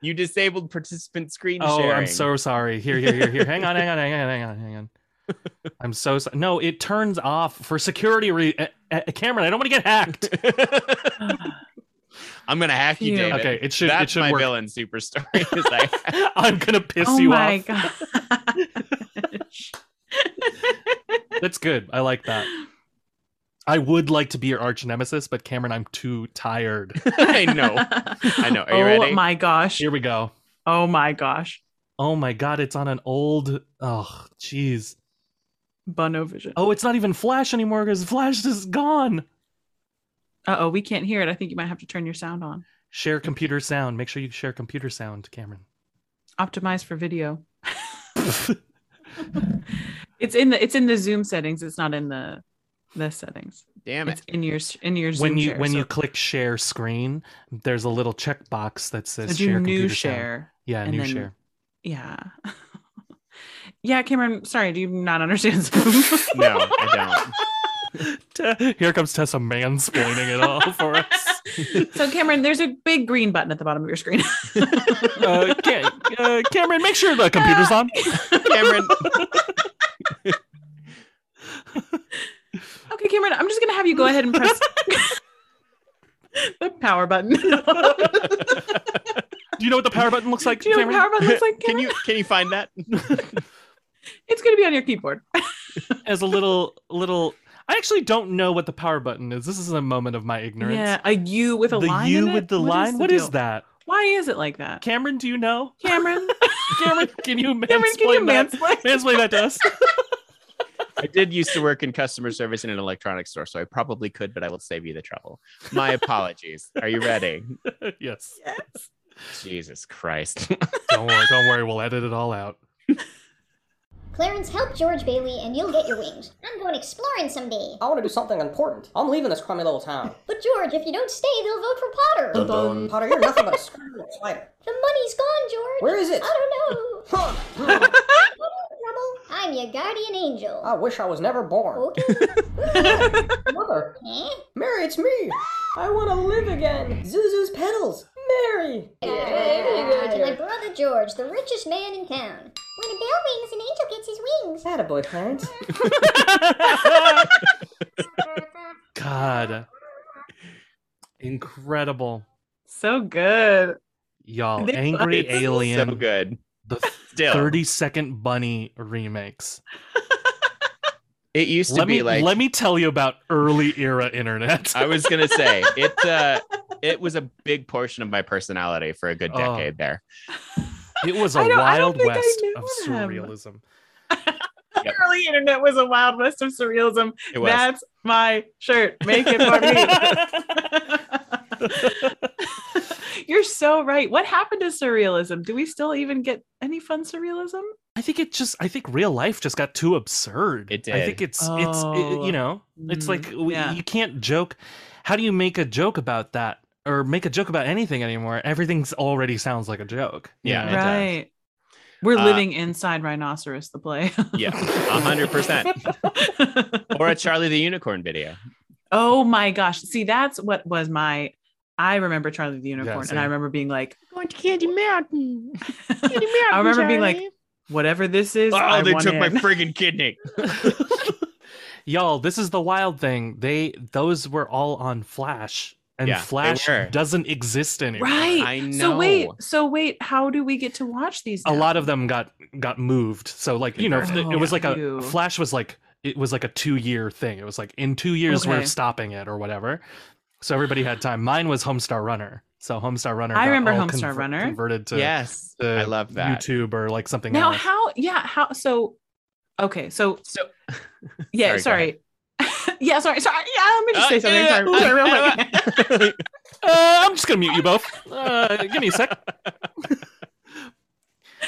S3: You disabled participant screen
S1: oh,
S3: sharing.
S1: I'm so sorry. Here, here, here, here. Hang on, hang on, hang on, hang on, hang on. I'm so sorry. No, it turns off for security re- uh, uh, Cameron, I don't want to get hacked.
S3: I'm gonna hack you,
S2: Phew.
S3: David.
S1: Okay, it should it
S3: That's
S1: should
S3: my
S1: work.
S3: villain superstar. is I-
S1: I'm gonna piss
S2: oh
S1: you
S2: my
S1: off.
S2: god.
S1: That's good. I like that.
S3: Uh,
S1: I would like to be your arch nemesis, but Cameron, I'm too tired.
S3: I know. I know. Are you
S2: oh
S3: ready?
S2: my gosh.
S1: Here we go.
S2: Oh my gosh.
S1: Oh my god, it's on an old. Oh, jeez.
S2: Bono vision.
S1: Oh, it's not even Flash anymore because Flash is gone.
S2: Uh oh, we can't hear it. I think you might have to turn your sound on.
S1: Share computer sound. Make sure you share computer sound, Cameron.
S2: Optimize for video. It's in the it's in the Zoom settings. It's not in the the settings.
S3: Damn it.
S2: It's in your in your Zoom
S1: when you
S2: share,
S1: when
S2: so-
S1: you click share screen, there's a little checkbox that
S2: so
S1: says
S2: do
S1: share
S2: new
S1: computer Sound.
S2: share.
S1: Yeah,
S2: and
S1: new
S2: then-
S1: share.
S2: Yeah. yeah, Cameron, sorry, do you not understand Zoom?
S3: No, I don't.
S1: Te- Here comes Tessa mansplaining it all for us.
S2: so Cameron, there's a big green button at the bottom of your screen.
S1: Uh, Ca- uh, Cameron, make sure the computer's on.
S3: Cameron,
S2: Okay, Cameron, I'm just gonna have you go ahead and press the power button. do you know
S1: Do you know what the power button looks like,
S2: what the
S1: Cameron?
S2: power button looks like?
S3: can
S2: Cameron?
S3: you can you find that?
S2: It's gonna be on your keyboard.
S1: As a little little. I actually don't know what the power button is. This is a moment of my ignorance.
S2: Yeah, a U with a
S1: the
S2: line.
S1: U
S2: in
S1: with
S2: it?
S1: the
S2: What
S1: line. what
S2: deal?
S1: is that?
S2: Why is it like that?
S1: Cameron, do you know?
S2: Cameron,
S1: Cameron, can you mansplain
S2: Cameron, can you
S1: that?
S2: mansplain?
S1: mansplain that to us?
S3: I did used to work in customer service in an electronics store, so I probably could, but I will save you the trouble. My apologies. Are you ready?
S1: yes.
S2: Yes.
S3: Jesus Christ.
S1: Don't worry. Don't worry. We'll edit it all out.
S4: Clarence, help George Bailey and you'll get your wings. I'm going exploring someday.
S5: I want to do something important. I'm leaving this crummy little town.
S4: But George, if you don't stay, they'll vote for Potter. The
S5: Potter, you're nothing but a screw little spider.
S4: money's gone, George.
S5: Where is it?
S4: I don't know.
S5: Huh.
S4: Trouble? I'm your guardian angel.
S5: I wish I was never born.
S4: Okay.
S5: Mother,
S4: Eh?
S5: Mary, it's me. I want to live again. Zuzu's petals. Mary.
S4: Ah, to my brother George, the richest man in town. When a bell rings, an angel gets his wings.
S5: Attaboy, Clarence.
S1: God. Incredible.
S2: So good.
S1: Y'all,
S2: They-
S1: Angry
S2: it's so
S1: Alien,
S3: so good.
S1: the
S3: Still,
S1: 30 Second Bunny remakes.
S3: it used to
S1: Let
S3: be
S1: me,
S3: like
S1: let me tell you about early era internet.
S3: I was gonna say it. Uh, it was a big portion of my personality for a good
S1: Oh.
S3: decade there.
S1: It was a
S2: I don't- I don't
S1: wild
S2: think I
S1: west
S2: knew
S1: of
S2: him.
S1: surrealism.
S3: Yep.
S2: Early internet was a wild west of surrealism.
S3: It was.
S2: That's my shirt. Make it for me. You're so right. What happened to surrealism? Do we still even get any fun surrealism?
S1: I think it just I think real life just got too absurd.
S3: It
S1: I
S3: did.
S1: think it's it's it-
S2: Oh.
S1: you know, it's
S2: Mm,
S1: like w-
S2: yeah.
S1: you can't joke. How do you make a joke about that or make a joke about anything anymore? Everything's already sounds like a joke. you
S3: Yeah,
S1: know?
S3: it does.
S2: right. We're
S3: Uh,
S2: living inside Rhinoceros, the play.
S3: yeah, a hundred percent. Or a Charlie the Unicorn video.
S2: oh my gosh. See, that's what was my. I remember Charlie the Unicorn,
S1: same.
S2: and I remember being like,
S6: Going to Candy Mountain. Candy Mountain.
S2: I remember being like,
S6: Charlie.
S2: whatever this is. I
S3: Oh, they
S2: want
S3: took my
S2: in.
S3: friggin' kidney.
S1: Y'all, this is the wild thing. They those were all on Flash and
S3: Yeah, they
S1: Flash
S3: were.
S1: doesn't exist anymore.
S2: right.
S3: I
S2: So wait,
S3: know.
S2: so wait, how do we get to watch these?
S1: a
S2: now?
S1: lot of them got got moved so like you know
S3: Right.
S1: it was like a
S2: Oh.
S1: flash was like it was like a two year thing it was like in two years we're
S2: Okay.
S1: stopping it or whatever so everybody had time mine was homestar runner so homestar runner
S2: I
S1: got
S2: remember
S1: all
S2: Homestar Runner.
S1: converted to
S3: yes,
S1: to
S3: I love that.
S1: youtube or like something
S2: Now
S1: else
S2: how? Yeah, how? So okay, so
S3: So
S2: yeah,
S3: Sorry,
S2: sorry. yeah, sorry, sorry. Yeah, let me just say
S3: Uh,
S2: something.
S3: yeah,
S2: sorry,
S3: uh,
S2: sorry, real
S3: uh,
S2: quick.
S1: uh, i'm just gonna mute you both uh, give me a sec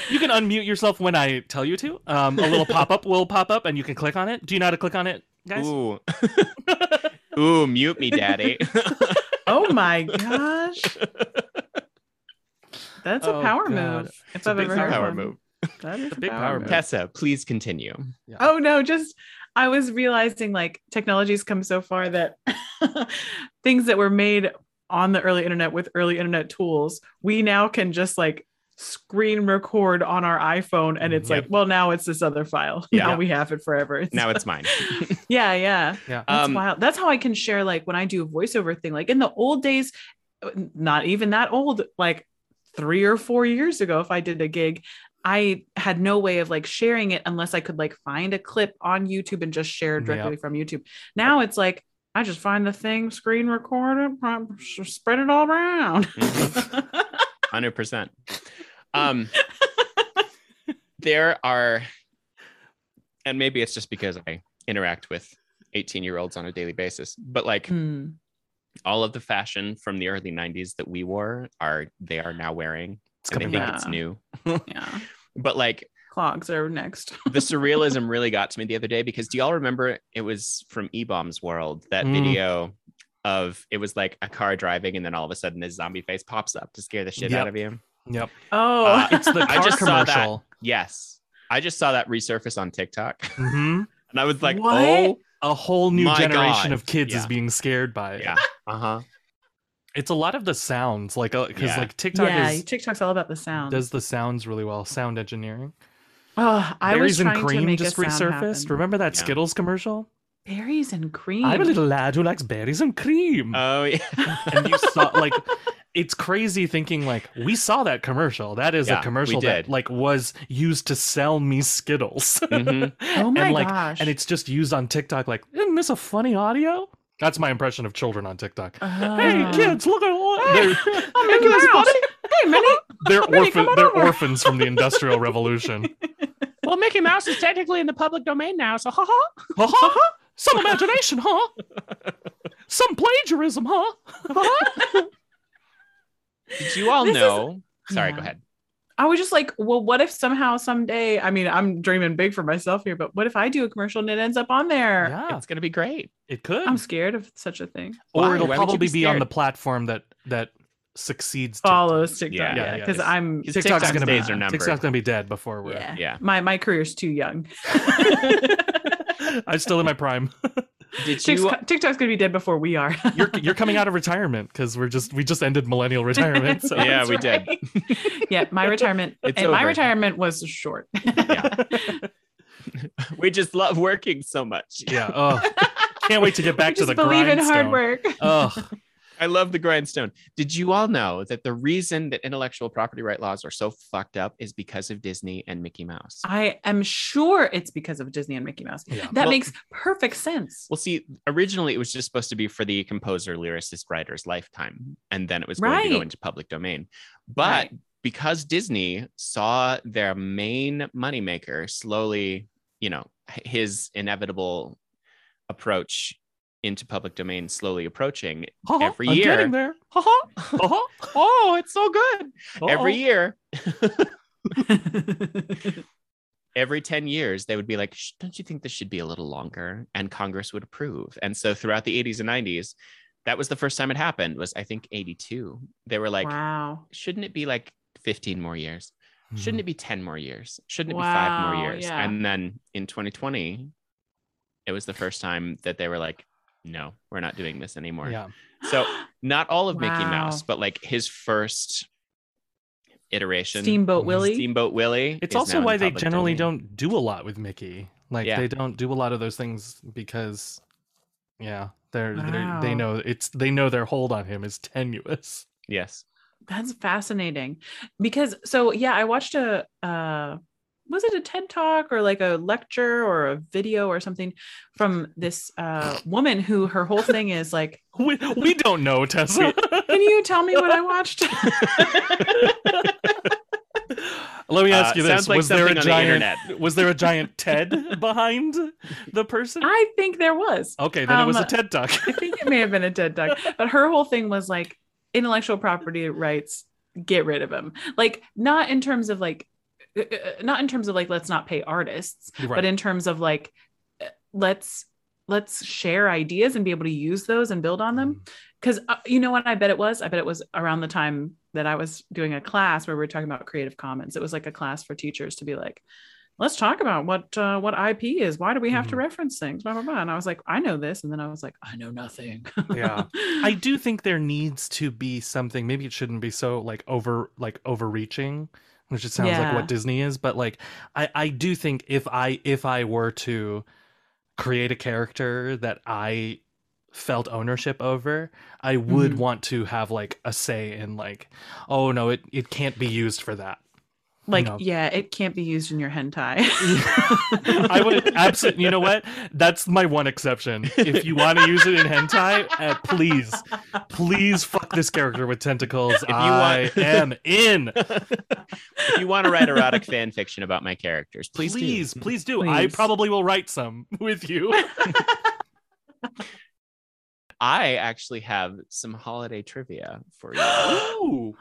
S1: you can unmute yourself when i tell you to um, a little pop-up will pop up and you can click on it do you know how to click on it guys
S3: Ooh. Ooh, mute me, daddy.
S2: oh my gosh, that's a
S1: Oh,
S2: power
S1: God.
S2: move. If I've
S1: big
S2: ever heard
S3: power
S2: one.
S3: move.
S2: That is a
S1: big
S2: power
S1: power
S2: move.
S1: move.
S3: Tessa, please continue.
S2: Oh no, just I was realizing like technology's come so far that things that were made on the early internet with early internet tools, we now can just like screen record on our iPhone and it's
S3: Yep.
S2: like, well, now it's this other file.
S3: Yeah.
S2: Now we have it forever. It's-
S3: Now it's mine.
S2: yeah, yeah.
S1: Yeah.
S2: That's
S3: Um,
S2: wild. That's how I can share like when I do a voiceover thing. Like in the old days, uh, not even that old, like three or four years ago, if I did a gig, I had no way of like sharing it unless I could like find a clip on YouTube and just share directly from YouTube. Now it's like I just find the thing, screen record it, prom- sh- spread it all around.
S3: mhm. Hundred percent. Um, there are, and maybe it's just because I interact with eighteen-year-olds on a daily basis, but like
S1: Mm-hmm.
S2: Hmm.
S3: all of the fashion from the early '90s that we wore are they are now wearing.
S1: It's
S3: And they
S1: coming
S3: think
S1: back.
S3: it's
S2: back.
S3: new,
S2: Yeah.
S3: but like
S2: Clogs are next.
S3: the surrealism really got to me the other day because do y'all remember it was from E-Bomb's World that
S1: Mm.
S3: video of it was like a car driving and then all of a sudden this zombie face pops up to scare the shit
S1: Yep.
S3: out of you.
S1: Yep.
S2: Oh,
S3: Uh,
S1: It's the
S3: I
S1: car
S3: just saw that.
S1: commercial.
S3: Yes, I just saw that resurface on TikTok,
S1: hmm
S3: and I was like,
S2: What?
S3: oh
S1: A whole new
S3: My
S1: generation
S3: God.
S1: of kids
S3: Yeah.
S1: is being scared by it.
S3: yeah, uh
S2: Uh-huh.
S3: huh.
S1: It's a lot of the sounds, like because
S3: Yeah.
S1: like TikTok
S2: yeah.
S1: is
S2: TikTok's all about the sound.
S1: does the sounds really well. Sound engineering.
S2: oh, I was
S1: Berries and
S2: trying
S1: cream
S2: to make
S1: just
S2: a sound
S1: resurfaced.
S2: happen.
S1: Remember that
S3: Yeah.
S1: Skittles commercial?
S2: berries and cream.
S1: I'm a little lad who likes berries and cream.
S3: Oh yeah,
S1: Uh, and you saw like it's crazy thinking like we saw that commercial. That is
S3: Yeah,
S1: a
S3: we
S1: commercial that
S3: did.
S1: like was used to sell me Skittles.
S3: Mhm.
S2: oh my
S1: and like
S2: gosh!
S1: and it's just used on TikTok like isn't this a funny audio? That's my impression of children on TikTok.
S3: Uh-huh.
S1: hey
S6: Uh.
S2: Ah.
S1: kids, look at what they're
S2: Oh, Mickey
S1: Mickey
S2: Mouse. Hey, Minnie.
S1: they're,
S2: Minnie, come
S1: orphan,
S2: on
S1: they're
S2: over.
S1: orphans from the Industrial Revolution.
S6: Well, Mickey Mouse is technically in the public domain now, so ha ha.
S1: Huh, huh, huh? Some imagination, huh? Some plagiarism, huh?
S3: Did you all
S2: This is-
S3: know? Sorry, go
S2: Yeah.
S3: ahead.
S2: I was just like, well, what if somehow someday? I mean, I'm dreaming big for myself here, but what if I do a commercial and it ends up on there?
S1: Yeah,
S3: It's gonna be great.
S1: it could.
S2: I'm scared of such a thing.
S1: or
S3: Why?
S1: it'll
S3: Why would you
S1: probably
S3: be
S1: be, on
S3: scared?
S1: the platform that that succeeds
S2: Follows TikTok,
S1: yeah,
S3: Yeah,
S2: yeah,
S1: yeah.
S2: because I'm
S3: Because
S1: TikTok's
S3: TikTok's
S1: gonna be-
S3: days are numbered.
S1: TikTok's gonna be dead before we're.
S2: yeah.
S3: Yeah.
S2: My my career's too young.
S1: I'm still in my prime.
S3: Did you?
S2: TikTok, TikTok's gonna be dead before we are.
S1: You're you're coming out of retirement because we're just we just ended millennial retirement. So
S3: Yeah, we
S2: That's right. yeah, my retirement.
S3: It's
S2: and my
S3: over.
S2: retirement was short.
S3: Yeah. We just love working so much.
S1: yeah. Oh, can't wait to get back to
S2: just
S1: the
S2: believe in
S1: grindstone.
S2: hard work.
S1: Oh,
S3: I love the grindstone. Did you all know that the reason that intellectual property right laws are so fucked up is because of Disney and Mickey Mouse?
S2: I am sure it's because of Disney and Mickey Mouse.
S1: yeah.
S2: That
S3: Well-
S2: makes perfect sense.
S3: Well, see, originally it was just supposed to be for the composer, lyricist, writer's lifetime, and then it was going to go
S2: Right.
S3: into public domain. But
S2: Right.
S3: because Disney saw their main moneymaker slowly, you know, h- his inevitable approach into public domain slowly approaching
S1: Huh, huh,
S3: every
S1: I'm
S3: year.
S1: getting there.
S6: Ha ha.
S1: Uh-huh.
S6: Oh, it's so good.
S1: Uh-oh.
S3: every year every 10 years they would be like "Shh, don't you think this should be a little longer and congress would approve and so throughout the 80s and 90s that was the first time it happened was i think 82 they were like
S2: wow.
S3: shouldn't it be like 15 more years
S1: Mm-hmm.
S3: shouldn't it be 10 more years shouldn't it be 5
S2: Wow,
S3: more years
S2: yeah.
S3: and then in 2020 it was the first time that they were like no we're not doing this anymore
S1: Yeah.
S3: so not all of mickey
S2: Wow.
S3: mouse but like his first iteration
S2: Steamboat Willie.
S3: Steamboat Willie.
S1: It's
S3: is now
S1: also
S3: in
S1: why they
S3: public
S1: generally
S3: domain.
S1: don't do a lot with Mickey. Like
S3: Yeah.
S1: they don't do a lot of those things because, yeah, they're, they're
S2: Wow.
S1: they know it's they know their hold on him is tenuous.
S3: Yes.
S2: That's fascinating. Because so yeah, I watched a uh was it a TED talk or like a lecture or a video or something from this uh woman who her whole thing is like,
S1: We, we don't know Tessa.
S2: can you tell me what I watched?
S1: Let me ask
S3: Uh,
S1: you
S3: sounds
S1: this:
S3: like
S1: Was there a
S3: something on the
S1: giant?
S3: internet.
S1: was there a giant TED behind the person?
S2: I think there was.
S1: okay, then it was a
S2: um,
S1: TED talk.
S2: I think it may have been a TED talk, but her whole thing was like intellectual property rights, get rid of them. Like not in terms of like, uh, uh, not in terms of like let's not pay artists, but in terms of like uh, let's let's share ideas and be able to use those and build on them.
S1: Mm-hmm.
S2: Because uh, you know what? I bet it was. I bet it was around the time that I was doing a class where we were talking about Creative Commons. It was like a class for teachers to be like. let's talk about what uh, what IP is. Why do we have to
S1: Mhm.
S2: reference things? Blah blah blah. And I was like, I know this, and then I was like, I know nothing.
S1: Yeah. I do think there needs to be something. Maybe it shouldn't be so like over like overreaching, which it sounds like
S2: Yeah.
S1: what Disney is. But like, I I do think if I if I were to create a character that I felt ownership over, I would
S2: Mhm.
S1: want to have like a say in like, oh no, it it can't be used for that.
S2: like,
S1: No.
S2: yeah, it can't be used in your hentai.
S1: I would absolutely. You know what? That's my one exception. If you want to use it in hentai, uh, please, please fuck this character with tentacles.
S3: you
S1: I
S3: want-
S1: am in.
S3: If you want to write erotic fan fiction about my characters, please,
S1: Please,
S3: do.
S1: please, do. I
S2: Please.
S1: probably will write some with you.
S3: I actually have some holiday trivia for you.
S1: Ooh.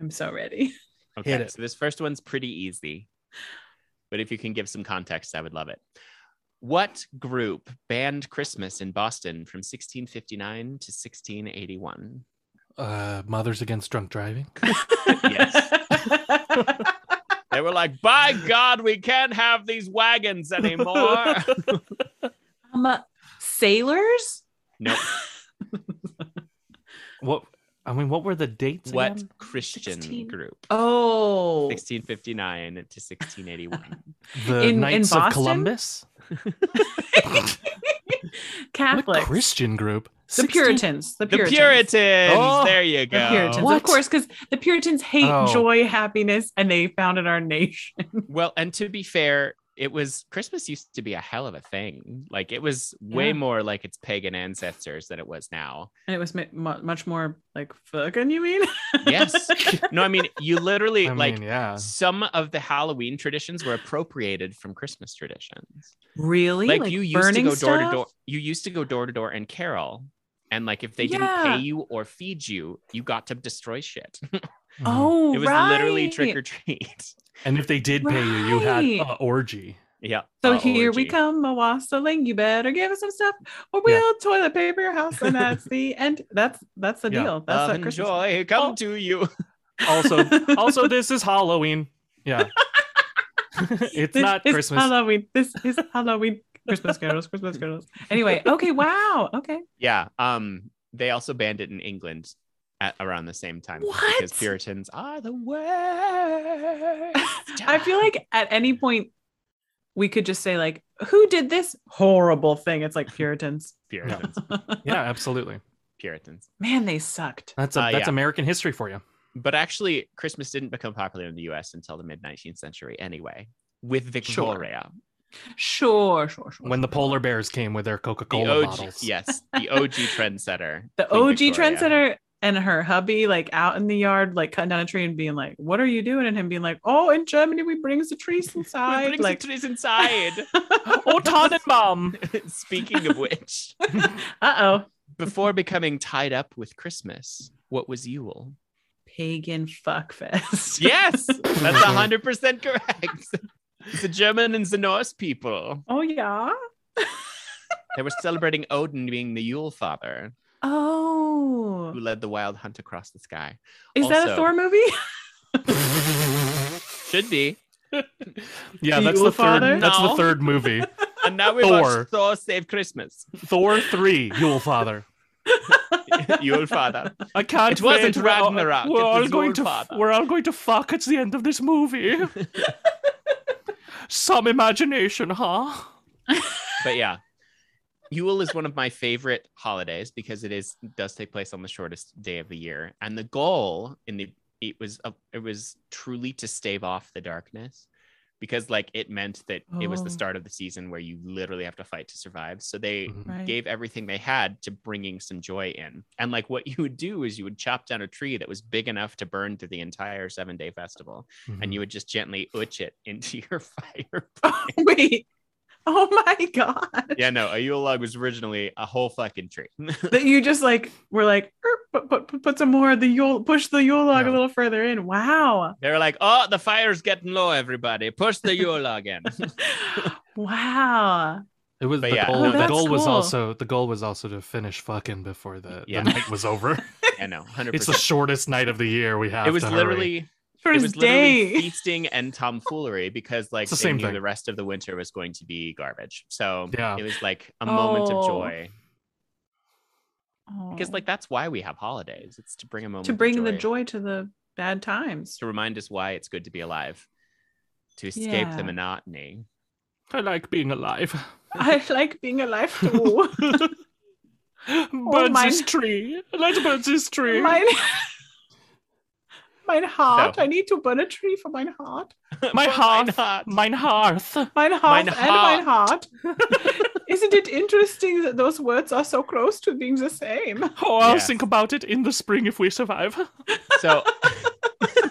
S2: I'm so ready.
S3: Okay,
S1: Hit it.
S3: so this first one's pretty easy, but if you can give some context, I would love it. What group banned Christmas in Boston from 1659 to 1681?
S1: Uh, Mothers Against Drunk Driving.
S2: yes.
S3: They were like, by God, we can't have these wagons anymore.
S2: um, uh, sailors.
S3: nope.
S1: What? I mean, what were the dates?
S3: What
S1: again?
S3: Christian
S2: 16.
S3: group?
S2: Oh,
S3: 1659 to 1681.
S1: The
S2: In- in
S1: Knights of
S2: Boston?
S1: Columbus. What
S2: Catholics.
S1: Christian group?
S2: the
S1: 16
S2: Puritans. The
S3: the
S2: Puritans.
S3: Puritans.
S1: Oh,
S3: there you
S2: The
S3: go.
S2: Puritans,
S1: What?
S2: of course, because the Puritans hate
S1: Oh.
S2: joy, happiness, and they founded our nation.
S3: Well, and to be fair, it was Christmas used to be a hell of a thing. Like it was way
S2: Yeah.
S3: more like its pagan ancestors than it was now.
S2: And it was mu- mu- much more like fucking. You mean?
S3: Yes. No, I mean, you
S1: I
S3: literally
S1: mean,
S3: like
S1: yeah.
S3: some of the Halloween traditions were appropriated from Christmas traditions.
S2: really?
S3: Like, you used to
S2: burning
S3: go door to
S2: stuff?
S3: door. You used to go door to door and carol. And like if they didn't
S2: Yeah.
S3: pay you or feed you, you got to destroy shit.
S1: Mhm.
S2: Oh,
S3: it was
S2: right.
S3: literally trick or treat.
S1: And if they did pay you, you had
S2: Right.
S1: uh, orgy.
S3: yeah.
S2: So
S3: uh,
S2: here we
S3: orgy.
S2: come, a wassailing. You better give us some stuff, or we'll toilet paper your house, and that's the end. That's that's the
S1: Yeah.
S2: deal. That's
S3: Love
S2: what
S3: and
S2: Christmas.
S3: joy come
S2: Oh.
S3: to you.
S1: also also this is halloween yeah it's
S2: This
S1: not
S2: is
S1: christmas
S2: Halloween. This is Halloween. Christmas carols. Christmas carols. Anyway, okay. Wow. Okay.
S3: Yeah. Um, they also banned it in England at around the same time because
S2: What?
S3: Puritans are the worst.
S2: I feel like at any point we could just say like, who did this horrible thing? It's like Puritans.
S3: Puritans.
S1: yeah absolutely
S3: Puritans.
S2: Man, they sucked.
S1: that's a,
S3: Uh,
S1: that's
S3: yeah.
S1: american history for you
S3: But actually, Christmas didn't become popular in the U.S. until the mid 19th century. Anyway, with Victoria,
S2: Sure, sure, sure.
S1: when the polar bears came with their
S3: Uh-huh. the
S1: coca-cola
S3: OG,
S1: bottles
S3: yes, the OG trendsetter,
S2: the
S3: Queen
S2: OG
S3: Victoria.
S2: trendsetter and her hubby like out in the yard, like cutting down a tree and being like, "What are you doing?" and him being like, "Oh, in Germany we brings the trees
S3: Who
S2: inside."
S3: brings
S2: like,
S3: the trees inside.
S1: oh tannenbaum
S3: Speaking of which,
S2: uh oh,
S3: before becoming tied up with Christmas, what was Yule?
S2: pagan fuckfest.
S3: Yes, that's hundred percent correct. The German and the Norse people.
S2: Oh yeah.
S3: They were celebrating Odin being the Yule father
S2: Oh,
S3: who led the wild hunt across the sky.
S2: is that
S3: Also-
S2: a Thor movie?
S3: Should be.
S1: yeah
S2: The
S1: that's
S2: Yule
S1: the third
S2: Father?
S1: that's the
S3: No.
S1: third movie
S3: And now we
S1: Thor.
S3: watch Thor Save Christmas.
S1: thor 3 yule father
S3: Yule father.
S1: i can't
S3: It
S1: wait.
S3: wasn't
S1: We're all-
S3: Ragnarok,
S1: we're
S3: it
S1: all
S3: was
S1: going
S3: Yule
S1: to f-
S3: Father.
S1: we're all going to fuck at the end of this movie some imagination huh
S3: But yeah. Yule is one of my favorite holidays because it is does take place on the shortest day of the year. And the goal in the it was a, it was truly to stave off the darkness because like it meant that it was
S2: Oh.
S3: the start of the season where you literally have to fight to survive. So they
S1: Mhm.
S2: Right.
S3: gave everything they had to bringing some joy in. And like what you would do is you would chop down a tree that was big enough to burn through the entire seven day festival,
S2: Hmm.
S3: and you would just gently utch it into your fire.
S2: Wait. Oh my god.
S3: yeah, no, a Yule log was originally a whole fucking tree.
S2: That you just like were like "Er, put, put, put- put some more of the Yule push the Yule log
S1: Yeah.
S2: a little further in. Wow.
S3: they were like, oh, the fire's getting low, everybody. Push the Yule log in.
S2: wow.
S1: It was
S3: But
S1: the
S3: yeah,
S1: goal.
S3: no,
S1: the
S2: Oh, that's
S1: goal was
S2: cool.
S1: also the goal was also to finish fucking before the,
S3: Yeah.
S1: the night was over.
S3: I know, 100%.
S1: it's the shortest night of the year we have.
S3: it was
S1: to hurry.
S3: literally
S2: for
S3: it
S2: his
S3: was literally
S2: day.
S3: feasting and tomfoolery because like
S1: It's the
S3: they
S1: same
S3: knew
S1: thing.
S3: the rest of the winter was going to be garbage. So
S1: Yeah.
S3: it was like a moment of
S2: Oh.
S3: joy because
S2: Oh.
S3: like that's why we have holidays. It's to bring a moment
S2: to
S3: of
S2: bring the joy to the bad times.
S3: to remind us why it's good to be alive, to escape
S2: Yeah.
S3: the monotony.
S1: I like being alive.
S2: I like being alive too. Oh,
S1: Burns
S2: mine-
S1: this tree. Let's burn this tree.
S2: mine, mine heart.
S3: So-
S2: I need to burn a tree for mine heart.
S1: My
S3: But
S1: hearth.
S3: not?
S1: Mine hearth.
S2: Mine heart
S3: Mine
S2: and mine heart. Isn't it interesting that those words are so close to being the same?
S1: Oh, I'll
S3: Yes.
S1: think about it in the spring if we survive.
S3: So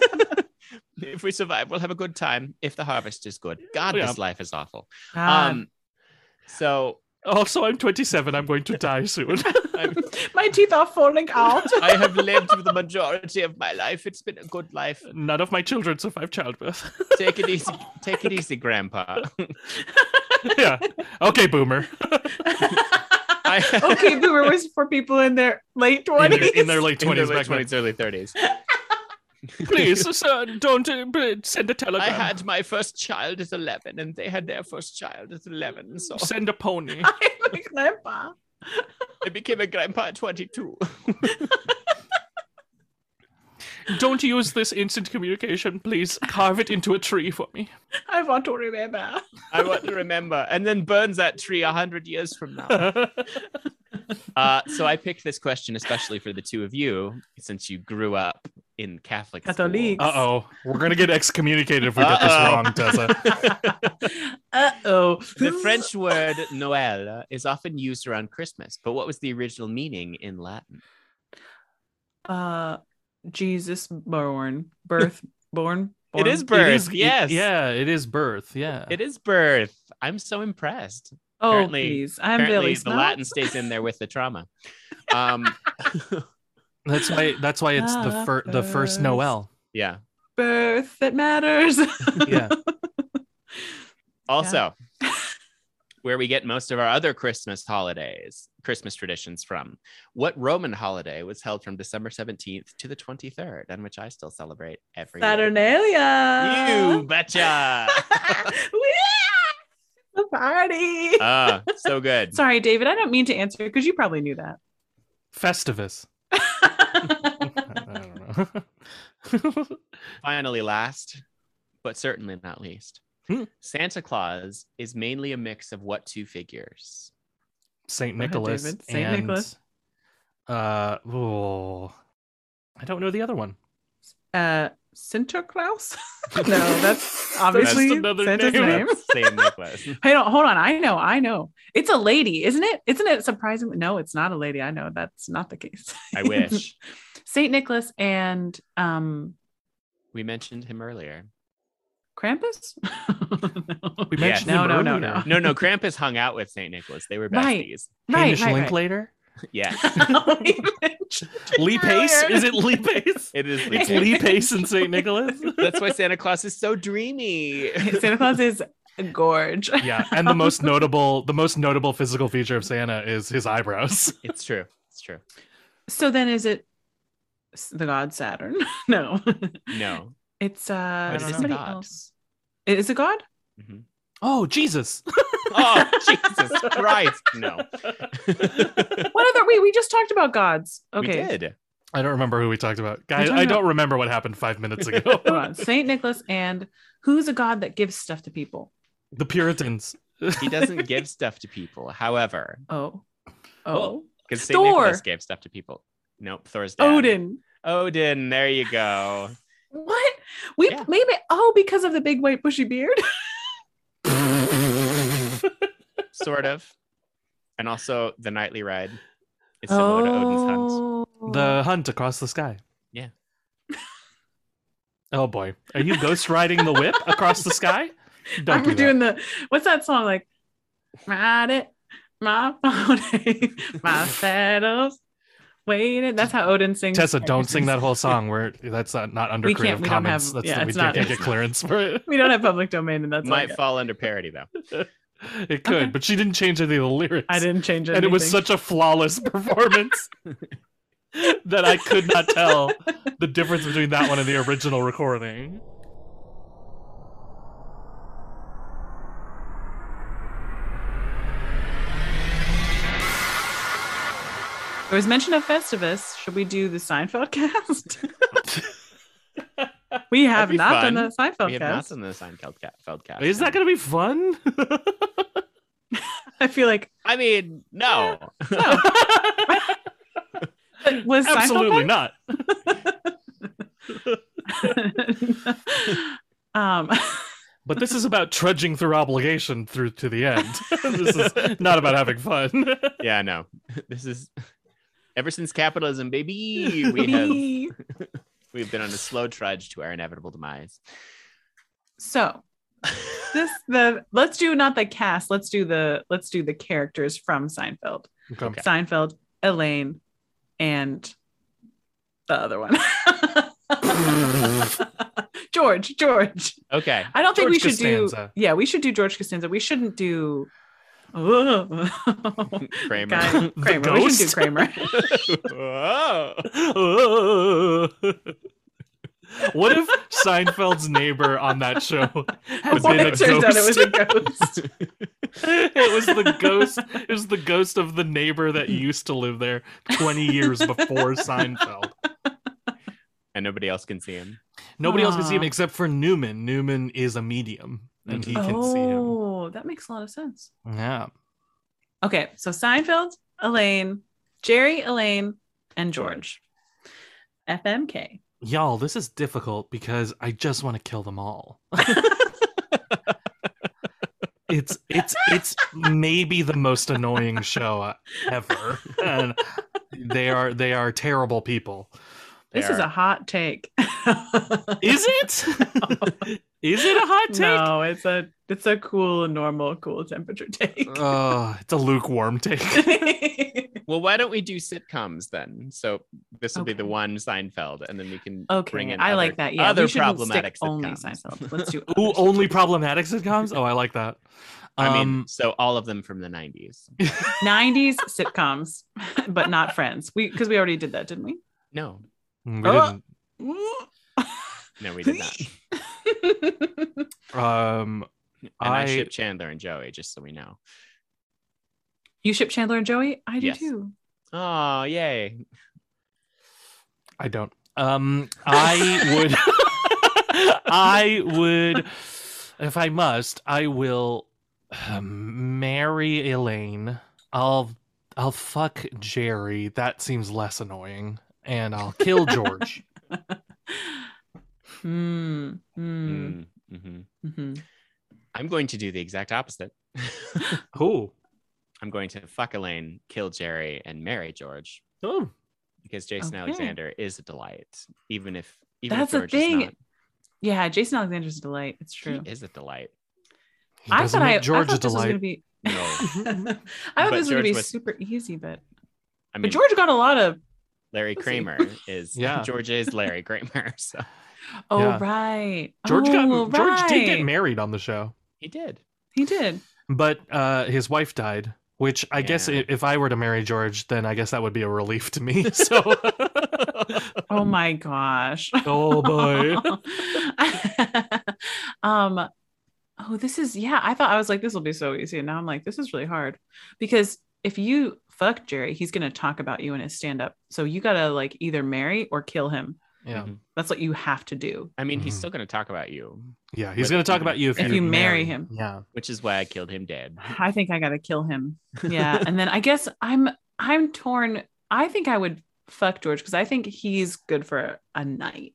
S3: if we survive, we'll have a good time. If the harvest is good, God,
S1: Yeah.
S3: this life is awful.
S2: Um,
S3: Um, so
S1: Also, I'm 27. I'm going to die soon.
S3: I'm,
S2: my teeth are falling out.
S3: I have lived the majority of my life. It's been a good life.
S1: None of my children survive childbirth.
S3: Take it easy. Take it easy, Grandpa.
S1: yeah. Okay, boomer.
S3: I-
S2: okay, boomer was for people in their late
S1: In
S2: twenties.
S1: their, in their late
S3: In their
S1: 20s
S3: late
S1: back then.
S3: twenties, early thirties.
S1: Please, sir, don't uh, b- send a
S3: I
S1: telegram.
S3: had my first child at eleven, and they had their first child at eleven. So
S1: Send a pony.
S2: I'm a grandpa.
S3: I became a grandpa at twenty-two.
S1: don't use this instant communication. Please carve it into a tree for me.
S2: I want to remember.
S3: I want to remember, and then burns that tree a hundred years from now. Uh, so I picked this question especially for the two of you, since you grew up in Catholic school.
S2: Catholic.
S1: Uh oh. We're going to get excommunicated if we get this
S3: Uh-oh.
S1: wrong, Tessa.
S2: Uh oh.
S3: The French word Noël is often used around Christmas, but what was the original meaning in Latin?
S2: Uh, Jesus born, birth born.
S3: It
S2: born.
S3: is birth.
S1: It is- it-
S3: yes.
S1: yeah, it is birth. Yeah.
S3: It is birth. I'm so impressed.
S2: Oh,
S3: Apparently-
S2: please. I'm
S3: Apparently,
S2: really
S3: the Latin stays in there with the trauma. Um,
S1: That's why that's why it's the
S2: Ah,
S1: fir- the first
S2: birth.
S1: Noel.
S3: yeah.
S2: birth that matters.
S1: Yeah.
S3: Also, where we get most of our other Christmas holidays, Christmas traditions from. What Roman holiday was held from December 17th to the 23rd, and which I still celebrate every year? You
S2: Saturnalia.
S3: betcha.
S2: the party.
S3: Ah, so good.
S2: Sorry, David. I don't mean to answer because you probably knew that.
S1: Festivus. I don't know.
S3: Finally, last, but certainly not least,
S1: Hmm.
S3: Santa Claus is mainly a mix of what two figures?
S1: Saint
S2: Go ahead,
S1: Nicholas.
S2: David. Saint
S1: and,
S2: Nicholas.
S1: Uh oh, I don't know the other one.
S2: uh, Sinterklaas. no, that's obviously
S1: another
S2: Santa's
S1: name.
S2: name.
S3: Saint Nicholas.
S2: Hey, no, hold on. I know, I know. It's a lady, isn't it? Isn't it surprising? No, it's not a lady. I know that's not the case.
S3: I wish
S2: Saint Nicholas and um
S3: we mentioned him earlier.
S2: Krampus. No.
S1: We mentioned
S3: Yes.
S2: No,
S1: him
S2: no, no,
S1: earlier.
S3: No, no, Krampus hung out with Saint Nicholas. They were
S2: Right.
S3: besties.
S2: right,
S1: Hamish
S2: right, right.
S1: Linklater.
S3: Yeah,
S2: We mentioned-
S1: Lee Pace.
S2: Earlier.
S1: Is it Lee Pace?
S3: it is.
S1: It's
S3: legit.
S1: Lee Pace and Saint Nicholas.
S3: That's why Santa Claus is so dreamy.
S2: Santa Claus is a gorge.
S1: yeah, and the most notable, the most notable physical feature of Santa is his eyebrows.
S3: It's true. It's true.
S2: So then is it s- the god Saturn? No.
S3: No.
S2: It's uh
S1: don't know.
S2: somebody
S3: God.
S2: else. It is a god?
S3: Mhm.
S1: Oh, Jesus!
S3: Oh Jesus Christ! No.
S2: What other wait, we just talked about gods.
S3: We
S2: Okay.
S3: did.
S1: I don't remember who we talked about, guys.
S2: talking
S1: I don't remember what happened five minutes ago.
S2: Hold on. Saint Nicholas and who's a god that gives stuff to people?
S1: the Puritans.
S3: He doesn't give stuff to people. However,
S2: Oh.
S1: Oh.
S2: Oh.
S3: Because St.
S2: Thor.
S3: Nicholas gave stuff to people. Nope, Thor's dad.
S2: Odin.
S3: Odin, there you go.
S2: What? We
S3: Yeah.
S2: maybe oh because of the big white bushy beard.
S3: sort of. And also the nightly ride is similar to
S2: Oh.
S3: Odin's hunt.
S1: The hunt across the sky.
S3: Yeah.
S1: Oh boy, are you ghost riding the whip across the sky? Don't
S2: I'm
S1: do that.
S2: doing the what's that song like? Ride it, my pony, my saddles, waiting. That's how Odin sings.
S1: Tessa, don't sing that whole song. We're that's not, not under
S2: We can't-
S1: Creative
S2: we don't
S1: Commons.
S2: have-
S1: that's
S2: yeah,
S1: not, we
S2: it's not-
S1: can't get clearance for it.
S2: We don't have public domain, and that's all I
S3: Might
S2: get.
S3: fall under parody though.
S1: It could,
S2: Okay.
S1: but she didn't change any of the lyrics.
S2: I didn't change it.
S1: and it was such a flawless performance. that I could not tell the difference between that one and the original recording.
S2: There was mention of Festivus. Should we do the Seinfeld cast? we have
S3: be
S2: not
S3: fun.
S2: done the Seinfeld
S3: we have not
S2: cast.
S3: done the Seinfeld ca- Feld cast.
S1: Is that going to be fun?
S2: I feel like
S3: I mean, no.
S2: was Seinfeld
S1: Absolutely not.
S2: um,
S1: But this is about trudging through obligation through to the end. this is not about having fun.
S3: yeah, no. This is ever since capitalism, baby, we have we've been on a slow trudge to our inevitable demise.
S2: so this the let's do not the cast. Let's do the let's do the characters from Seinfeld.
S1: Okay.
S2: Seinfeld, Elaine, and the other one. George, George.
S3: Okay.
S2: I don't think we
S1: George
S2: should
S1: Costanza.
S2: do. Yeah, we should do George Costanza. We shouldn't do. Ugh.
S3: Kramer.
S2: Guy-
S1: The
S2: Kramer. We shouldn't do
S1: ghost?
S2: Kramer.
S3: Whoa.
S1: what if Seinfeld's neighbor on that show had
S2: Well,
S1: been a
S2: it turns out it was
S1: ghost?
S2: a ghost.
S1: It was the ghost. It was the ghost of the neighbor that used to live there 20 years before Seinfeld.
S3: and nobody else can see him.
S1: Nobody else can see him
S2: Aw.
S1: except for Newman. Newman is a medium, and he can see him.
S2: oh, that makes a lot of sense.
S1: Yeah.
S2: Okay, so Seinfeld, Elaine, Jerry, Elaine, and George. FMK.
S1: Y'all, this is difficult because I just want to kill them all. it's it's it's maybe the most annoying show ever. And they are they are terrible people.
S3: They
S2: This is
S3: are.
S2: a hot take.
S1: Is it? is it a hot take?
S2: No, it's a it's a cool normal cool temperature take.
S1: Oh, it's a lukewarm take.
S2: okay.
S3: Well, why don't we do sitcoms then? So this will be the
S2: Okay.
S3: one Seinfeld, and then we can bring in
S2: I
S3: other-
S2: like that. Yeah,
S3: other
S2: we shouldn't
S3: problematic
S2: stick only
S3: sitcoms.
S2: Seinfeld. Let's do
S1: Ooh,
S2: other
S1: only problematic sitcoms? Oh, I like that.
S3: I mean,
S1: Um,
S3: so all of them from the '90s.
S2: 90s sitcoms, but not Friends. We because we already did that, didn't we?
S3: No,
S1: we
S2: Oh.
S1: didn't-
S3: no, we did not.
S1: um
S3: And I,
S1: I-
S3: ship Chandler and Joey, just so we know.
S2: you ship Chandler and Joey? I do
S3: Yes.
S2: too.
S3: Oh, yay!
S1: I don't. Um, I would. I would, if I must, I will um, marry Elaine. I'll I'll fuck Jerry. That seems less annoying, and I'll kill George.
S2: Hmm. Hmm.
S3: Mm, mhm.
S2: Mhm.
S3: I'm going to do the exact opposite.
S1: Who?
S3: I'm going to fuck Elaine, kill Jerry, and marry George
S1: Oh,
S3: because Jason
S2: Okay.
S3: Alexander is a delight, even if even
S2: That's the
S3: if George is
S2: thing.
S3: not.
S2: Yeah, Jason Alexander's a delight. It's true.
S3: He is a delight.
S1: he doesn't make George
S2: I
S1: a
S2: thought this was gonna
S1: delight.
S2: be.
S3: No,
S2: I thought
S3: But
S2: this was gonna
S3: George
S2: be
S3: was-
S2: super easy, but
S3: I mean
S2: but George got a lot of.
S3: Larry
S2: pussy.
S3: Kramer is
S1: Yeah.
S3: George is Larry Kramer, so
S2: Oh
S1: Yeah.
S2: right,
S1: George got
S2: Oh,
S1: George did get
S2: right.
S1: married on the show,
S3: he did.
S2: He did.
S1: but uh, his wife died. Which I guess
S3: Yeah.
S1: i- if I were to marry George, then I guess that would be a relief to me. So,
S3: Um,
S2: Oh my gosh.
S1: oh boy.
S2: um oh this is yeah i thought i was like this will be so easy and now i'm like this is really hard because if you fuck jerry he's going to talk about you in his stand-up so you gotta like either marry or kill him
S1: Yeah.
S3: Mhm.
S2: that's what you have to do
S3: I mean, he's
S1: Mhm.
S3: still going to talk about you,
S1: Yeah, he's
S3: Whether
S1: going to talk
S3: you-
S1: about you if,
S2: if you marry him.
S1: Yeah.
S3: which is why I killed him dead.
S2: i think i gotta kill him yeah and then i guess i'm i'm torn i think i would fuck george because i think he's good for a night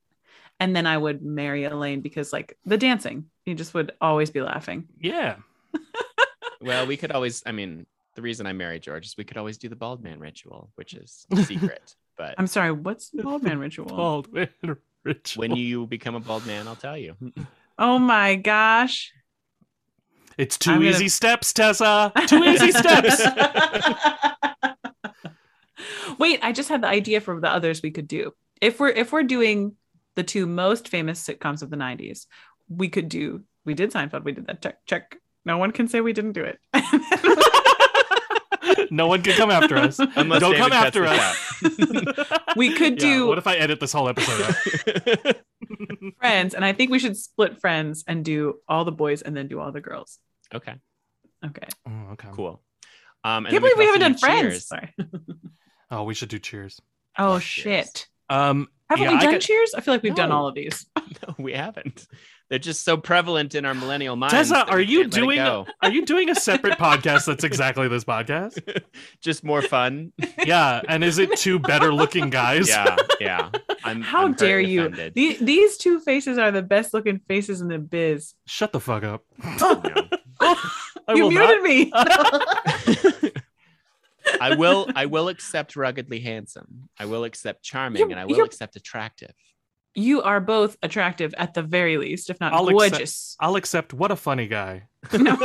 S2: and then i would marry elaine because like the dancing he just would always be laughing
S1: Yeah.
S3: Well, we could always. I mean, the reason I married George is we could always do the bald man ritual, which is secret. But
S2: i'm sorry what's the bald man ritual
S1: Bald man ritual.
S3: when you become a bald man, I'll tell you.
S2: Oh my gosh.
S1: it's 2
S2: I'm gonna-
S1: easy steps, Tessa. Two easy steps.
S2: Wait, I just had the idea for the others we could do. If we're if we're doing the two most famous sitcoms of the 90s, we could do we did Seinfeld, we did that check check. No one can say we didn't do it.
S1: No one can come after us.
S3: Unless
S1: Don't come
S3: David cuts
S1: after
S3: this
S1: us.
S2: We could
S1: Yeah,
S2: do
S1: What if I edit this whole episode out?
S2: friends, and I think we should split friends and do all the boys and then do all the girls.
S3: okay,
S2: Okay.
S1: Mm, okay.
S3: cool. Um, and
S2: Can't
S3: then
S2: believe we
S3: can
S2: haven't done
S3: also do
S2: friends.
S3: Cheers.
S2: Sorry.
S1: Oh, we should do cheers.
S2: Oh
S3: Yes, yes.
S2: shit.
S1: Um,
S2: Haven't
S1: yeah,
S2: we
S1: I
S2: done
S1: got-
S2: cheers? I feel like we've done
S3: No.
S2: all of these.
S3: No, we haven't. They're just so prevalent in our millennial minds.
S1: Tessa,
S3: that we
S1: are you
S3: can't let it
S1: doing-
S3: go.
S1: Are you doing a separate podcast that's exactly this podcast?
S3: just more fun?
S1: Yeah, and is it two better-looking guys?
S3: yeah, yeah. I'm,
S2: How
S3: I'm hurt
S2: dare
S3: and
S2: you?
S3: offended.
S2: The- these two faces are the best looking faces in the biz.
S1: Shut the fuck up.
S3: No.
S1: I
S2: you
S1: will
S2: muted me.
S3: I will. I will accept ruggedly handsome. I will accept charming,
S2: You-
S3: and I will
S2: you-
S3: accept attractive.
S2: you are both attractive at the very least, if not
S1: I'll accept-
S2: gorgeous.
S1: I'll accept. What a funny guy.
S2: No.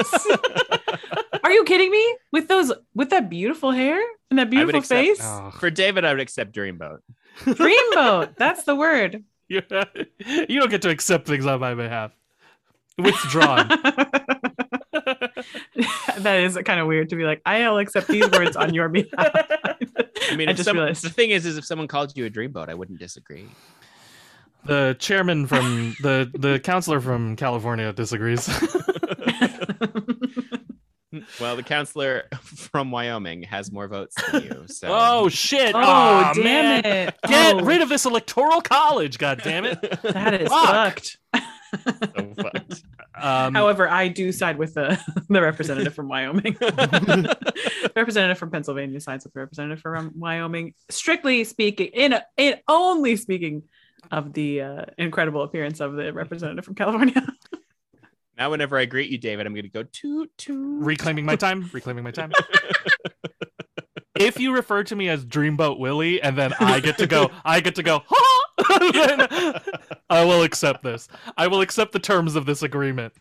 S2: are you kidding me? With those, with that beautiful hair and that beautiful
S3: accept-
S2: face,
S1: Ugh.
S3: For David, I would accept Dreamboat.
S2: dreamboat. That's the word.
S1: you you don't get to accept things on my behalf. Withdrawn.
S2: that is kind of weird to be like, I'll accept these words on your behalf.
S3: I mean,
S2: I
S3: if
S2: just
S3: some-
S2: realized.
S3: the thing is, is if someone called you a Dreamboat, I wouldn't disagree.
S1: the chairman from the the counselor from California disagrees.
S3: Well, the counselor from Wyoming has more votes than you. So.
S1: oh shit!
S2: Oh,
S1: Aw,
S2: damn
S1: man.
S2: it.
S1: Get
S2: Oh,
S1: rid of this electoral college, god damn it.
S2: that is
S1: Fuck.
S2: fucked.
S3: So fucked.
S1: Um,
S2: However, I do side with the, the representative from Wyoming. the representative from Pennsylvania sides with the representative from Wyoming. Strictly speaking, in in only speaking of the uh, incredible appearance of the representative from California.
S3: Now, whenever I greet you, David, I'm going to go toot toot.
S1: reclaiming my time, reclaiming my time. if you refer to me as Dreamboat Willie, and then I get to go, I get to go. "Ha!" then I will accept this. I will accept the terms of this agreement.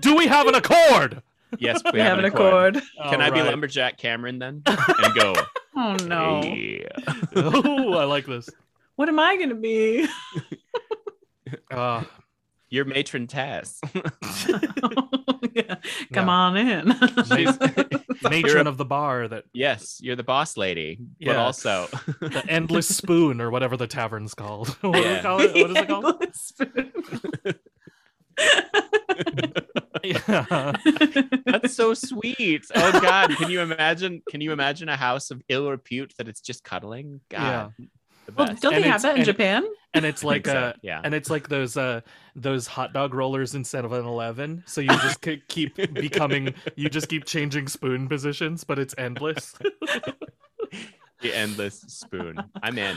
S1: Do we have an accord?
S3: yes, we,
S2: We have an accord.
S3: Can I be lumberjack Cameron then? And go.
S2: Oh no.
S3: "Yeah."
S1: Oh, I like this.
S2: What am I gonna be?
S1: Uh,
S3: You're matron Tess.
S2: Yeah. Come
S1: no.
S2: on in.
S1: She's-
S3: You're
S1: matron
S3: a-
S1: of the bar that
S3: yes, you're the boss lady, but
S1: Yeah.
S3: also
S1: the endless spoon or whatever the tavern's called. what, do we
S3: Yeah.
S1: call it? what is it called? Yeah.
S3: that's so sweet. Oh God, can you imagine? Can you imagine a house of ill repute that it's just cuddling? God, the
S2: well,
S3: best.
S2: don't
S1: And
S2: they
S1: it's-
S2: have that in
S1: and-
S2: Japan?
S1: And it's like
S3: So,
S1: uh
S3: yeah,
S1: and it's like those uh those hot dog rollers instead of an 11 so you just ke- keep becoming you just keep changing spoon positions but it's endless
S3: the endless spoon. I'm in.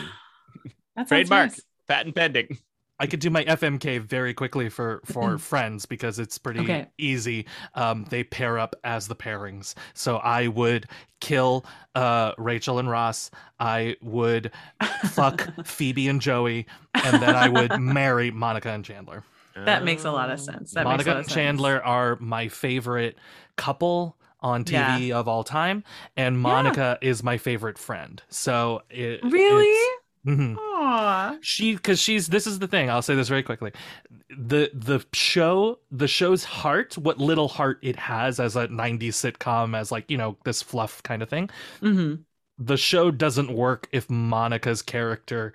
S2: That sounds
S3: Trademark.
S2: nice.
S3: Patent pending.
S1: i could do my fmk very quickly for for friends because it's pretty
S2: Okay.
S1: easy um they pair up as the pairings so i would kill uh rachel and ross i would fuck phoebe and joey and then i would marry monica and chandler
S2: That makes a lot of sense. That makes a
S1: Monica
S2: lot
S1: and
S2: of sense.
S1: Chandler are my favorite couple on TV of all time, and Monica is my favorite friend. So it,
S2: Really?
S1: hmm
S2: Aw.
S1: She because she's this is the thing. I'll say this very quickly. The the show the show's heart, what little heart it has as a '90s sitcom, as like you know this fluff kind of thing.
S2: hmm
S1: The show doesn't work if Monica's character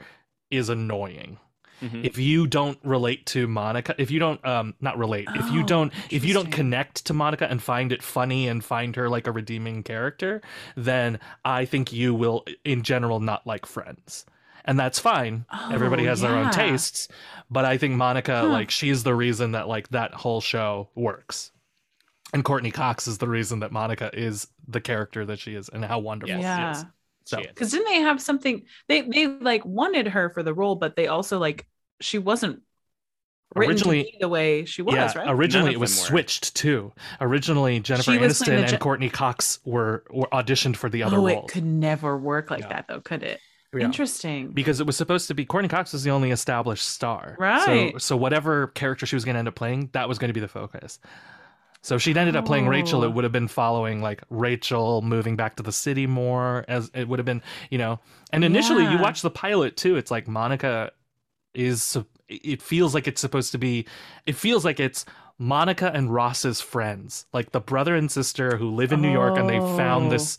S1: is annoying
S3: Mhm.
S1: if you don't relate to monica if you don't um not relate if you
S2: Oh,
S1: don't if you don't
S2: interesting.
S1: connect to monica and find it funny and find her like a redeeming character then i think you will in general not like friends and that's fine everybody
S2: Oh,
S1: has their own
S2: yeah.
S1: tastes but i think monica
S2: Huh.
S1: like she's the reason that like that whole show works and courtney cox is the reason that monica is the character that she is and how wonderful
S3: Yes,
S2: yeah.
S3: yes.
S1: So-
S3: She is.
S2: Cause didn't they have something they they like wanted her for the role, but they also like she wasn't written
S1: Originally-
S2: to be the way she was,
S1: yeah,
S2: right?
S1: originally
S3: None
S1: it
S3: of
S1: was
S3: them were.
S1: switched too. Originally, Jennifer
S2: She was
S1: Aniston
S2: playing the
S1: and
S2: Je-
S1: Courtney Cox were, were auditioned for the other
S2: oh,
S1: roles
S2: it could never work like
S1: Yeah.
S2: that though, could it?
S1: Yeah.
S2: Interesting.
S1: because it was supposed to be Courtney Cox was the only established star. So,
S2: Right.
S1: so whatever character she was going to end up playing, that was going to be the focus. So if she'd ended up playing Rachel,
S2: Oh.
S1: it would have been following like Rachel moving back to the city more, as it would have been, you know. And initially, you
S2: Yeah.
S1: watch the pilot too. It's like Monica is. sup- It feels like it's supposed to be. It feels like it's Monica and Ross's friends, like the brother and sister who live in New York, and they found
S2: Oh.
S1: this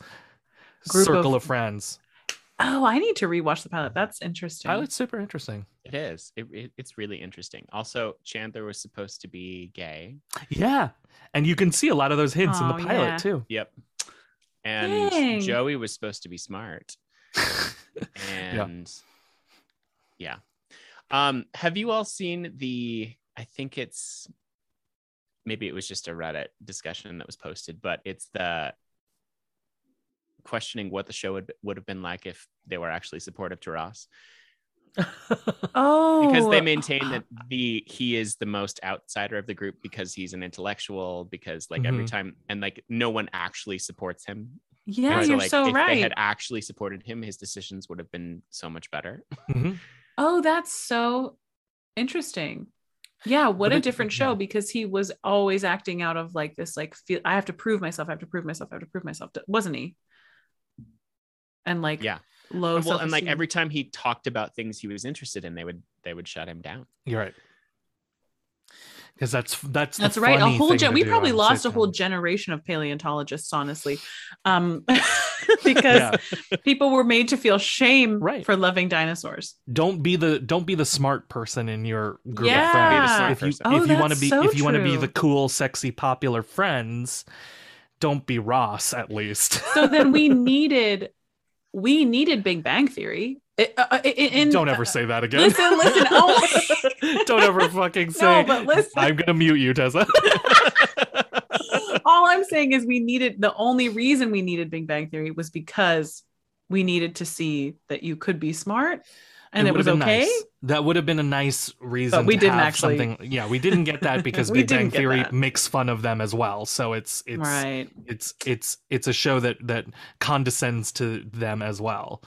S2: Group
S1: circle
S2: of-
S1: of friends.
S2: Oh, I need to rewatch the pilot. That's interesting.
S1: Pilot's super interesting.
S3: It is. It, it, it's really interesting. Also, Chandler was supposed to be gay.
S1: Yeah. And you can see a lot of those hints in
S2: Oh,
S1: the pilot
S2: yeah.
S1: too.
S3: Yep. And
S2: Dang.
S3: Joey was supposed to be smart. and yeah. Um, have you all seen the I think it's maybe it was just a Reddit discussion that was posted, but it's the questioning what the show would would have been like if they were actually supportive to Ross.
S2: Oh,
S3: because they maintain that the he is the most outsider of the group because he's an intellectual because like every
S1: Mhm.
S3: time and like no one actually supports him
S2: Yeah,
S3: And
S2: you're
S3: like,
S2: so
S3: if they
S2: right.
S3: had actually supported him his decisions would have been so much better
S1: Mhm.
S2: Oh, that's so interesting. Yeah, what
S1: But
S2: a
S1: it-
S2: different show
S1: yeah.
S2: because he was always acting out of like this like feel I have to prove myself, I have to prove myself, I have to prove myself, wasn't he? And like
S3: yeah
S2: low
S3: well and like
S2: self-esteem.
S3: every time he talked about things he was interested in they would they would shut him down
S1: You're right. Because that's that's the
S2: That's right. A
S1: funny
S2: whole
S1: thing
S2: gen-
S1: to
S2: we
S1: do
S2: probably
S1: on
S2: lost a whole
S1: sitcoms.
S2: generation of paleontologists, honestly, um, because people were made to feel shame
S1: Right.
S2: for loving dinosaurs.
S1: don't be the don't be the smart person in your group
S2: Yeah.
S1: of
S2: Be the smart
S1: friends. If you
S3: person.
S2: Oh,
S1: if you want to
S2: that's
S1: be
S2: so
S1: if you want to be
S2: true.
S1: the cool, sexy, popular friends, don't be Ross at least.
S2: So then we needed, we needed Big Bang Theory. I- uh, uh, in-
S1: don't ever say that again.
S2: Listen, listen. Oh,
S1: don't ever fucking say.
S2: no, but listen.
S1: I'm gonna mute you, Tessa.
S2: all I'm saying is we needed the only reason we needed Big Bang Theory was because we needed to see that you could be smart and it,
S1: would've
S2: was
S1: been
S2: okay.
S1: nice. That would have been a nice reason.
S2: we
S1: to
S2: didn't
S1: have
S2: actually-
S1: Something. Yeah, we didn't get that because
S2: We
S1: Big Bang
S2: didn't get
S1: Theory
S2: that.
S1: makes fun of them as well. So it's it's
S2: Right.
S1: it's it's it's a show that that condescends to them as well,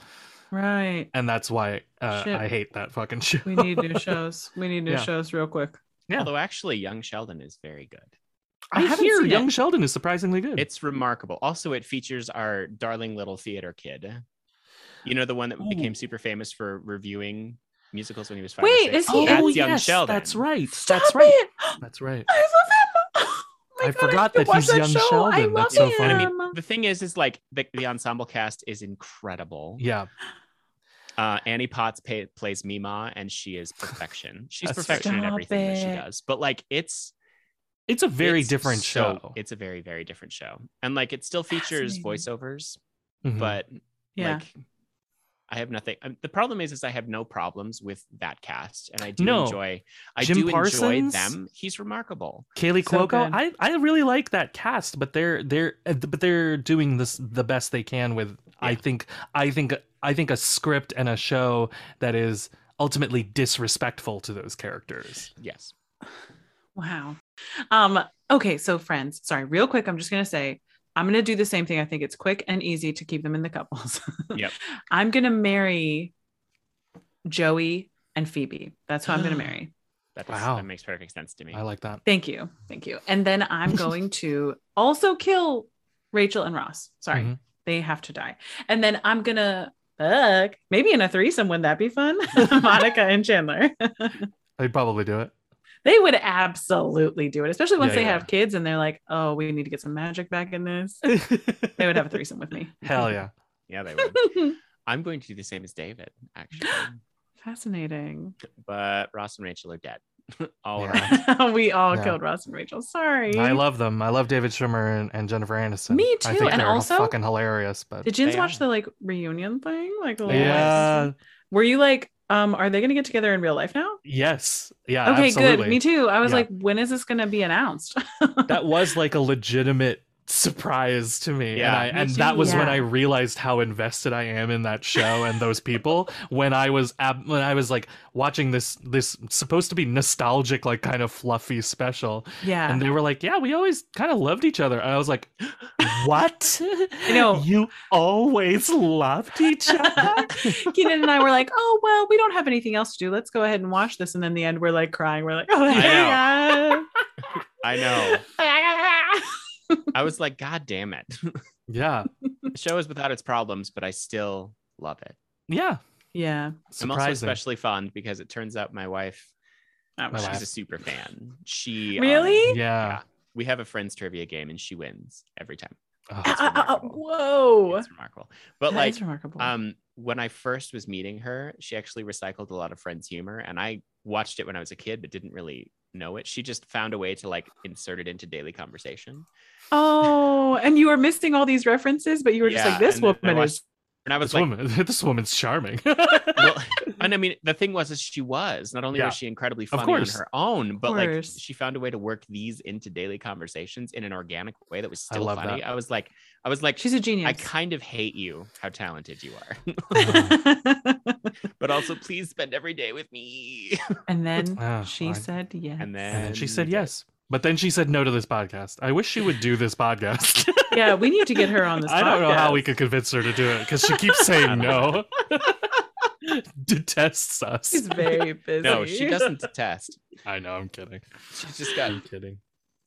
S2: Right.
S1: and that's why uh,
S2: Shit.
S1: I hate that fucking show.
S2: We need new shows. We need new
S1: Yeah.
S2: shows real quick.
S1: Yeah.
S3: although actually young sheldon is very good
S1: I,
S2: I haven't
S1: hear
S2: seen
S1: Young
S2: it.
S1: Sheldon is surprisingly good.
S3: it's remarkable also it features our darling little theater kid you know the one that became super famous for reviewing musicals when he was five or
S2: Wait,
S3: six?
S2: is he-
S3: that's
S2: Oh,
S3: young sheldon
S1: That's right.
S2: Stop
S1: that's right.
S2: it!
S1: That's right.
S2: I love him. Oh
S1: I
S2: my God,
S1: forgot
S2: should
S1: that
S2: watch
S1: he's Young
S2: show. I
S1: Sheldon.
S2: love
S1: That's so funny.
S2: him.
S3: the thing is is like the, the ensemble cast is incredible
S1: Yeah,
S3: uh annie potts pay, plays mima and she is perfection she's
S1: That's
S3: perfection in
S2: right.
S3: everything that she
S2: Stop it.
S3: does but like it's
S1: it's a very
S3: it's
S1: different
S3: so-
S1: show.
S3: it's a very very different show and like it still features
S2: Fascinating.
S3: voiceovers
S1: Mhm.
S3: but
S2: Yeah.
S3: like I have nothing. um, The problem is, is I have no problems with that cast, and I do
S1: No.
S3: enjoy. I
S1: Jim
S3: do enjoy
S1: Parsons?
S3: them. He's remarkable.
S1: Kaylee
S2: So
S1: Cuoco,
S2: good.
S1: I, I really like that cast, but they're they're uh, but they're doing this the best they can with I
S3: Yeah.
S1: think I think I think a script and a show that is ultimately disrespectful to those characters.
S3: Yes.
S2: Wow. Um, okay, so friends, sorry, real quick, I'm just gonna say I'm gonna do the same thing. I think it's quick and easy to keep them in the couples.
S3: Yep.
S2: I'm gonna marry Joey and Phoebe. That's who I'm gonna marry.
S3: That, does-
S1: Wow.
S3: that makes perfect sense to me.
S1: I like that.
S2: Thank you. Thank you. And then I'm going to also kill Rachel and Ross. Sorry,
S1: Mhm.
S2: they have to die. And then I'm going to fuck, maybe in a threesome, wouldn't that be fun? Monica and Chandler.
S1: I'd probably do it.
S2: they would absolutely do it, especially once
S1: Yeah,
S2: they
S1: yeah.
S2: have kids and they're like, oh, we need to get some magic back in this. they would have a threesome with me.
S1: Hell yeah.
S3: Yeah, they would. I'm going to do the same as David, actually.
S2: Fascinating.
S3: But Ross and Rachel are dead. All
S1: Yeah.
S3: around.
S2: we all
S1: Yeah.
S2: killed Ross and Rachel. Sorry.
S1: I love them. I love David Schwimmer and, and Jennifer Aniston.
S2: Me
S1: I
S2: too,
S1: think
S2: and
S1: they're
S2: also-
S1: fucking hilarious, but
S2: Did Jins
S3: They
S2: watch
S3: are.
S2: the like reunion thing? Like the little
S1: yeah,
S2: Were you like, um, are they going to get together in real life now?
S1: yes, yeah,
S2: okay,
S1: absolutely.
S2: good. Me too. I was
S1: Yeah.
S2: like, when is this going to be announced?
S1: that was like a legitimate surprise to me and
S3: Yeah.
S1: i
S2: Me
S1: and
S2: too.
S1: that was when
S2: Yeah.
S1: i realized how invested i am in that show and those people when i was ab- when i was like watching this this supposed to be nostalgic like kind of fluffy special
S2: yeah.
S1: and they were like yeah we always kind of loved each other and i was like what
S2: know.
S1: you always loved each other
S2: Keenan and I were like, oh, well, we don't have anything else to do. Let's go ahead and watch this. And then the end, we're like crying. We're like, oh, yeah.
S3: I know. I was like, God damn it.
S1: e-" yeah
S3: The show is without its problems, but I still love it.
S1: yeah
S2: yeah.
S1: surprising
S3: I'm also especially fond because it turns out my wife,
S2: That
S1: My
S2: was-
S3: she's
S1: wife.
S3: a super fan. She um,
S2: Really?
S1: yeah
S3: we have a friends trivia game and she wins every time.
S1: Oh,
S2: Uh,
S1: that's
S2: uh, uh,
S3: remarkable.
S2: whoa.
S3: It's remarkable. But
S2: That
S3: like
S2: is remarkable.
S3: um when I first was meeting her, she actually recycled a lot of friends' humor and I watched it when I was a kid but didn't really know it. She just found a way to like insert it into daily conversation.
S2: oh, and you were missing all these references, but you were just
S3: Yeah,
S2: like, this
S3: and then I
S2: woman
S3: watched-
S2: is.
S3: And I was
S1: this
S3: like,
S1: woman, this woman's charming.
S3: well, and I mean, the thing was, is she was not only
S1: Yeah.
S3: was she incredibly funny on
S1: course.
S3: her own, but like
S2: course.
S3: she found a way to work these into daily conversations in an organic way that was
S1: I
S3: still
S1: love
S3: funny.
S1: that.
S3: I was like, I was like,
S2: She's a genius.
S3: I kind of hate you, how talented you are, but also please spend every day with me.
S2: and then
S1: Ah,
S2: she
S1: I-
S2: said yes.
S3: Oh, And then,
S1: and then she said
S3: did.
S1: yes. But then she said no to this podcast. I wish she would do this podcast.
S2: yeah, we need to get her on this.
S1: I don't know how
S2: podcast.
S1: we could convince her to do it because she keeps saying no. Detests us.
S2: She's very busy.
S3: No, she doesn't detest.
S1: I know. I'm kidding.
S3: She's just
S1: I'm
S3: got
S1: kidding.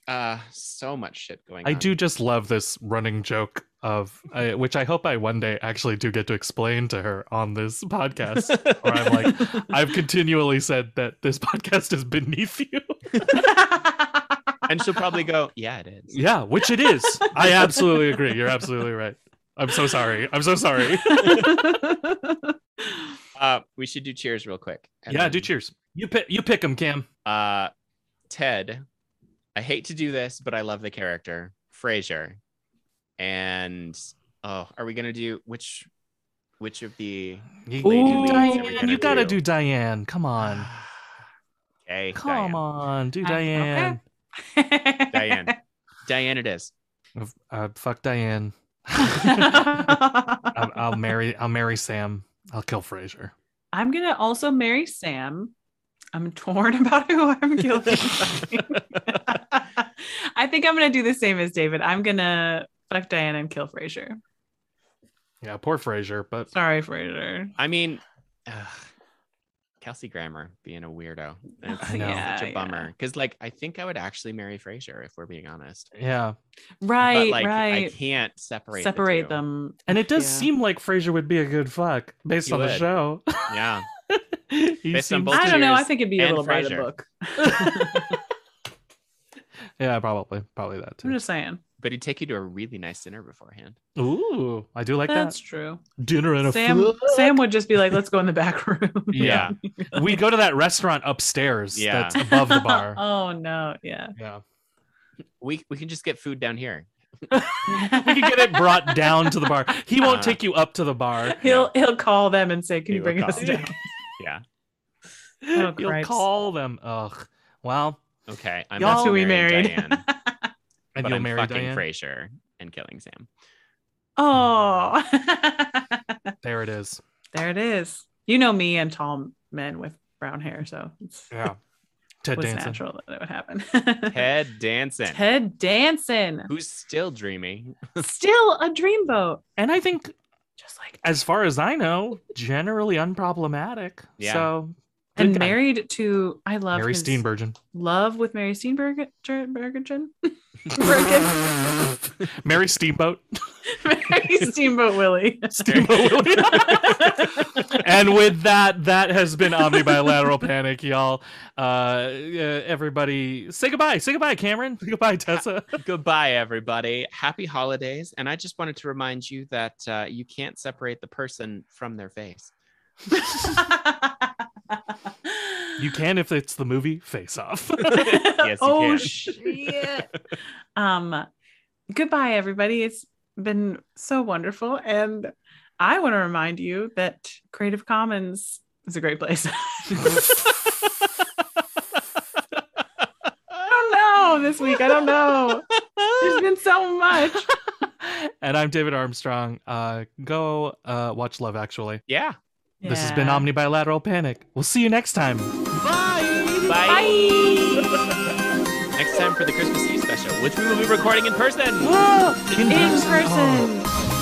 S3: uh, so much shit going
S1: I
S3: on.
S1: do just love this running joke of I, which I hope I one day actually do get to explain to her on this podcast. Where I'm like, I've continually said that this podcast is beneath you.
S3: and she'll probably go, yeah, it is.
S1: Yeah, which it is. I absolutely agree. You're absolutely right. I'm so sorry. I'm so sorry.
S3: Uh, we should do cheers real quick. and
S1: yeah,
S3: then-
S1: do cheers. You pick. You pick him, Cam.
S3: uh ted i hate to do this but i love the character frasier and oh are we gonna do which which of the
S1: You,
S3: Lady
S1: Ooh,
S3: Leeds,
S1: Diane,
S3: are we gonna
S1: you gotta
S3: do?
S1: do Diane. Come on.
S3: okay
S1: Come
S3: diane.
S1: on, do
S2: I-
S1: Diane.
S3: diane diane it is
S1: Uh, fuck Diane. I'll,
S2: I'm
S1: I'll marry. I'll marry Sam. I'll kill Fraser.
S2: gonna also marry Sam. I'm torn about who I'm killing. I think I'm gonna do the same as David. I'm gonna fuck Diane and kill Fraser.
S1: Yeah, poor Fraser. But
S2: Sorry, Fraser.
S3: i mean ugh, kelsey grammer being a weirdo it's
S1: I know.
S3: such
S2: Yeah,
S3: a
S2: yeah.
S3: bummer because like i think i would actually marry frasier if we're being honest
S1: yeah,
S2: Right,
S3: but like i
S2: right.
S3: can't separate the
S2: Separate
S3: two.
S2: them.
S1: and it does
S2: Yeah.
S1: seem like Fraser would be a good fuck based
S3: He
S1: on the
S3: would.
S1: show.
S3: yeah
S1: He
S3: Based on
S1: seems-
S3: both
S2: I don't know. I
S3: Cheers
S2: think it'd be a
S3: and
S2: little by the
S3: Frasier.
S2: book.
S1: yeah, probably, probably that
S2: I'm
S1: too.
S2: just saying.
S3: but he'd take you to a really nice dinner beforehand
S1: Ooh, I do like
S2: That's true.
S1: that dinner and a
S2: Sam
S1: fuck.
S2: Sam would just be like, let's go in the back room.
S1: Yeah, we go to that restaurant upstairs.
S3: Yeah.
S1: that's above the bar.
S2: oh no, yeah.
S1: yeah,
S3: we we can just get food down here.
S1: we can get it brought down to the bar. He won't
S3: Uh,
S1: take you up to the bar.
S2: He'll he'll call them and say, Can
S3: He
S2: you
S3: will
S2: bring us
S3: call.
S2: down?
S3: Yeah.
S2: Oh,
S1: You'll
S2: cripes.
S1: call them. Ugh. Well,
S3: Okay. I'm
S1: Y'all-
S3: also
S2: Who we
S3: marrying
S2: married.
S3: Diane,
S1: and
S3: but
S1: you'll
S3: I'm
S1: marry
S3: fucking
S1: Diane.
S3: Frasier and killing Sam.
S2: Oh
S1: There it is.
S2: there it is. You know me and tall men with brown hair, so it's
S1: Yeah. Ted
S2: was
S1: Danson.
S2: natural that it would happen.
S3: Ted Danson,
S2: Ted Danson.
S3: who's still dreaming.
S2: Still a dreamboat.
S1: And I think,
S2: Just like
S1: as far as I know, generally unproblematic.
S3: Yeah.
S1: So, good
S2: and
S1: guy.
S2: married to I love
S1: Mary
S2: his
S1: Steenburgen.
S2: Love with Mary Steenburgen. Bergen-
S1: Mary Steamboat.
S2: Mary Steamboat Willie.
S1: Steamboat Willie. and with that, that has been Omnibilateral Panic, y'all. Uh, uh, everybody, say goodbye. Say goodbye, Cameron. Uh, Say goodbye, Tessa.
S3: Goodbye, everybody. Happy holidays. And I just wanted to remind you that uh, you can't separate the person from their face.
S1: You can if it's the movie Face Off.
S3: Yes, you
S2: oh
S3: can.
S2: shit. um, goodbye, everybody. It's been so wonderful, and I want to remind you that Creative Commons is a great place. I don't know this week. I don't know. There's been so much.
S1: and I'm David Armstrong. Uh, go uh, watch Love Actually.
S3: Yeah.
S1: This has been
S2: Yeah.
S1: Omnibilateral Panic. We'll see you next time.
S3: Bye. Next time for the Christmas Eve special, which we will be recording in person.
S1: Whoa! In
S2: in
S1: person.
S2: person.
S1: Oh.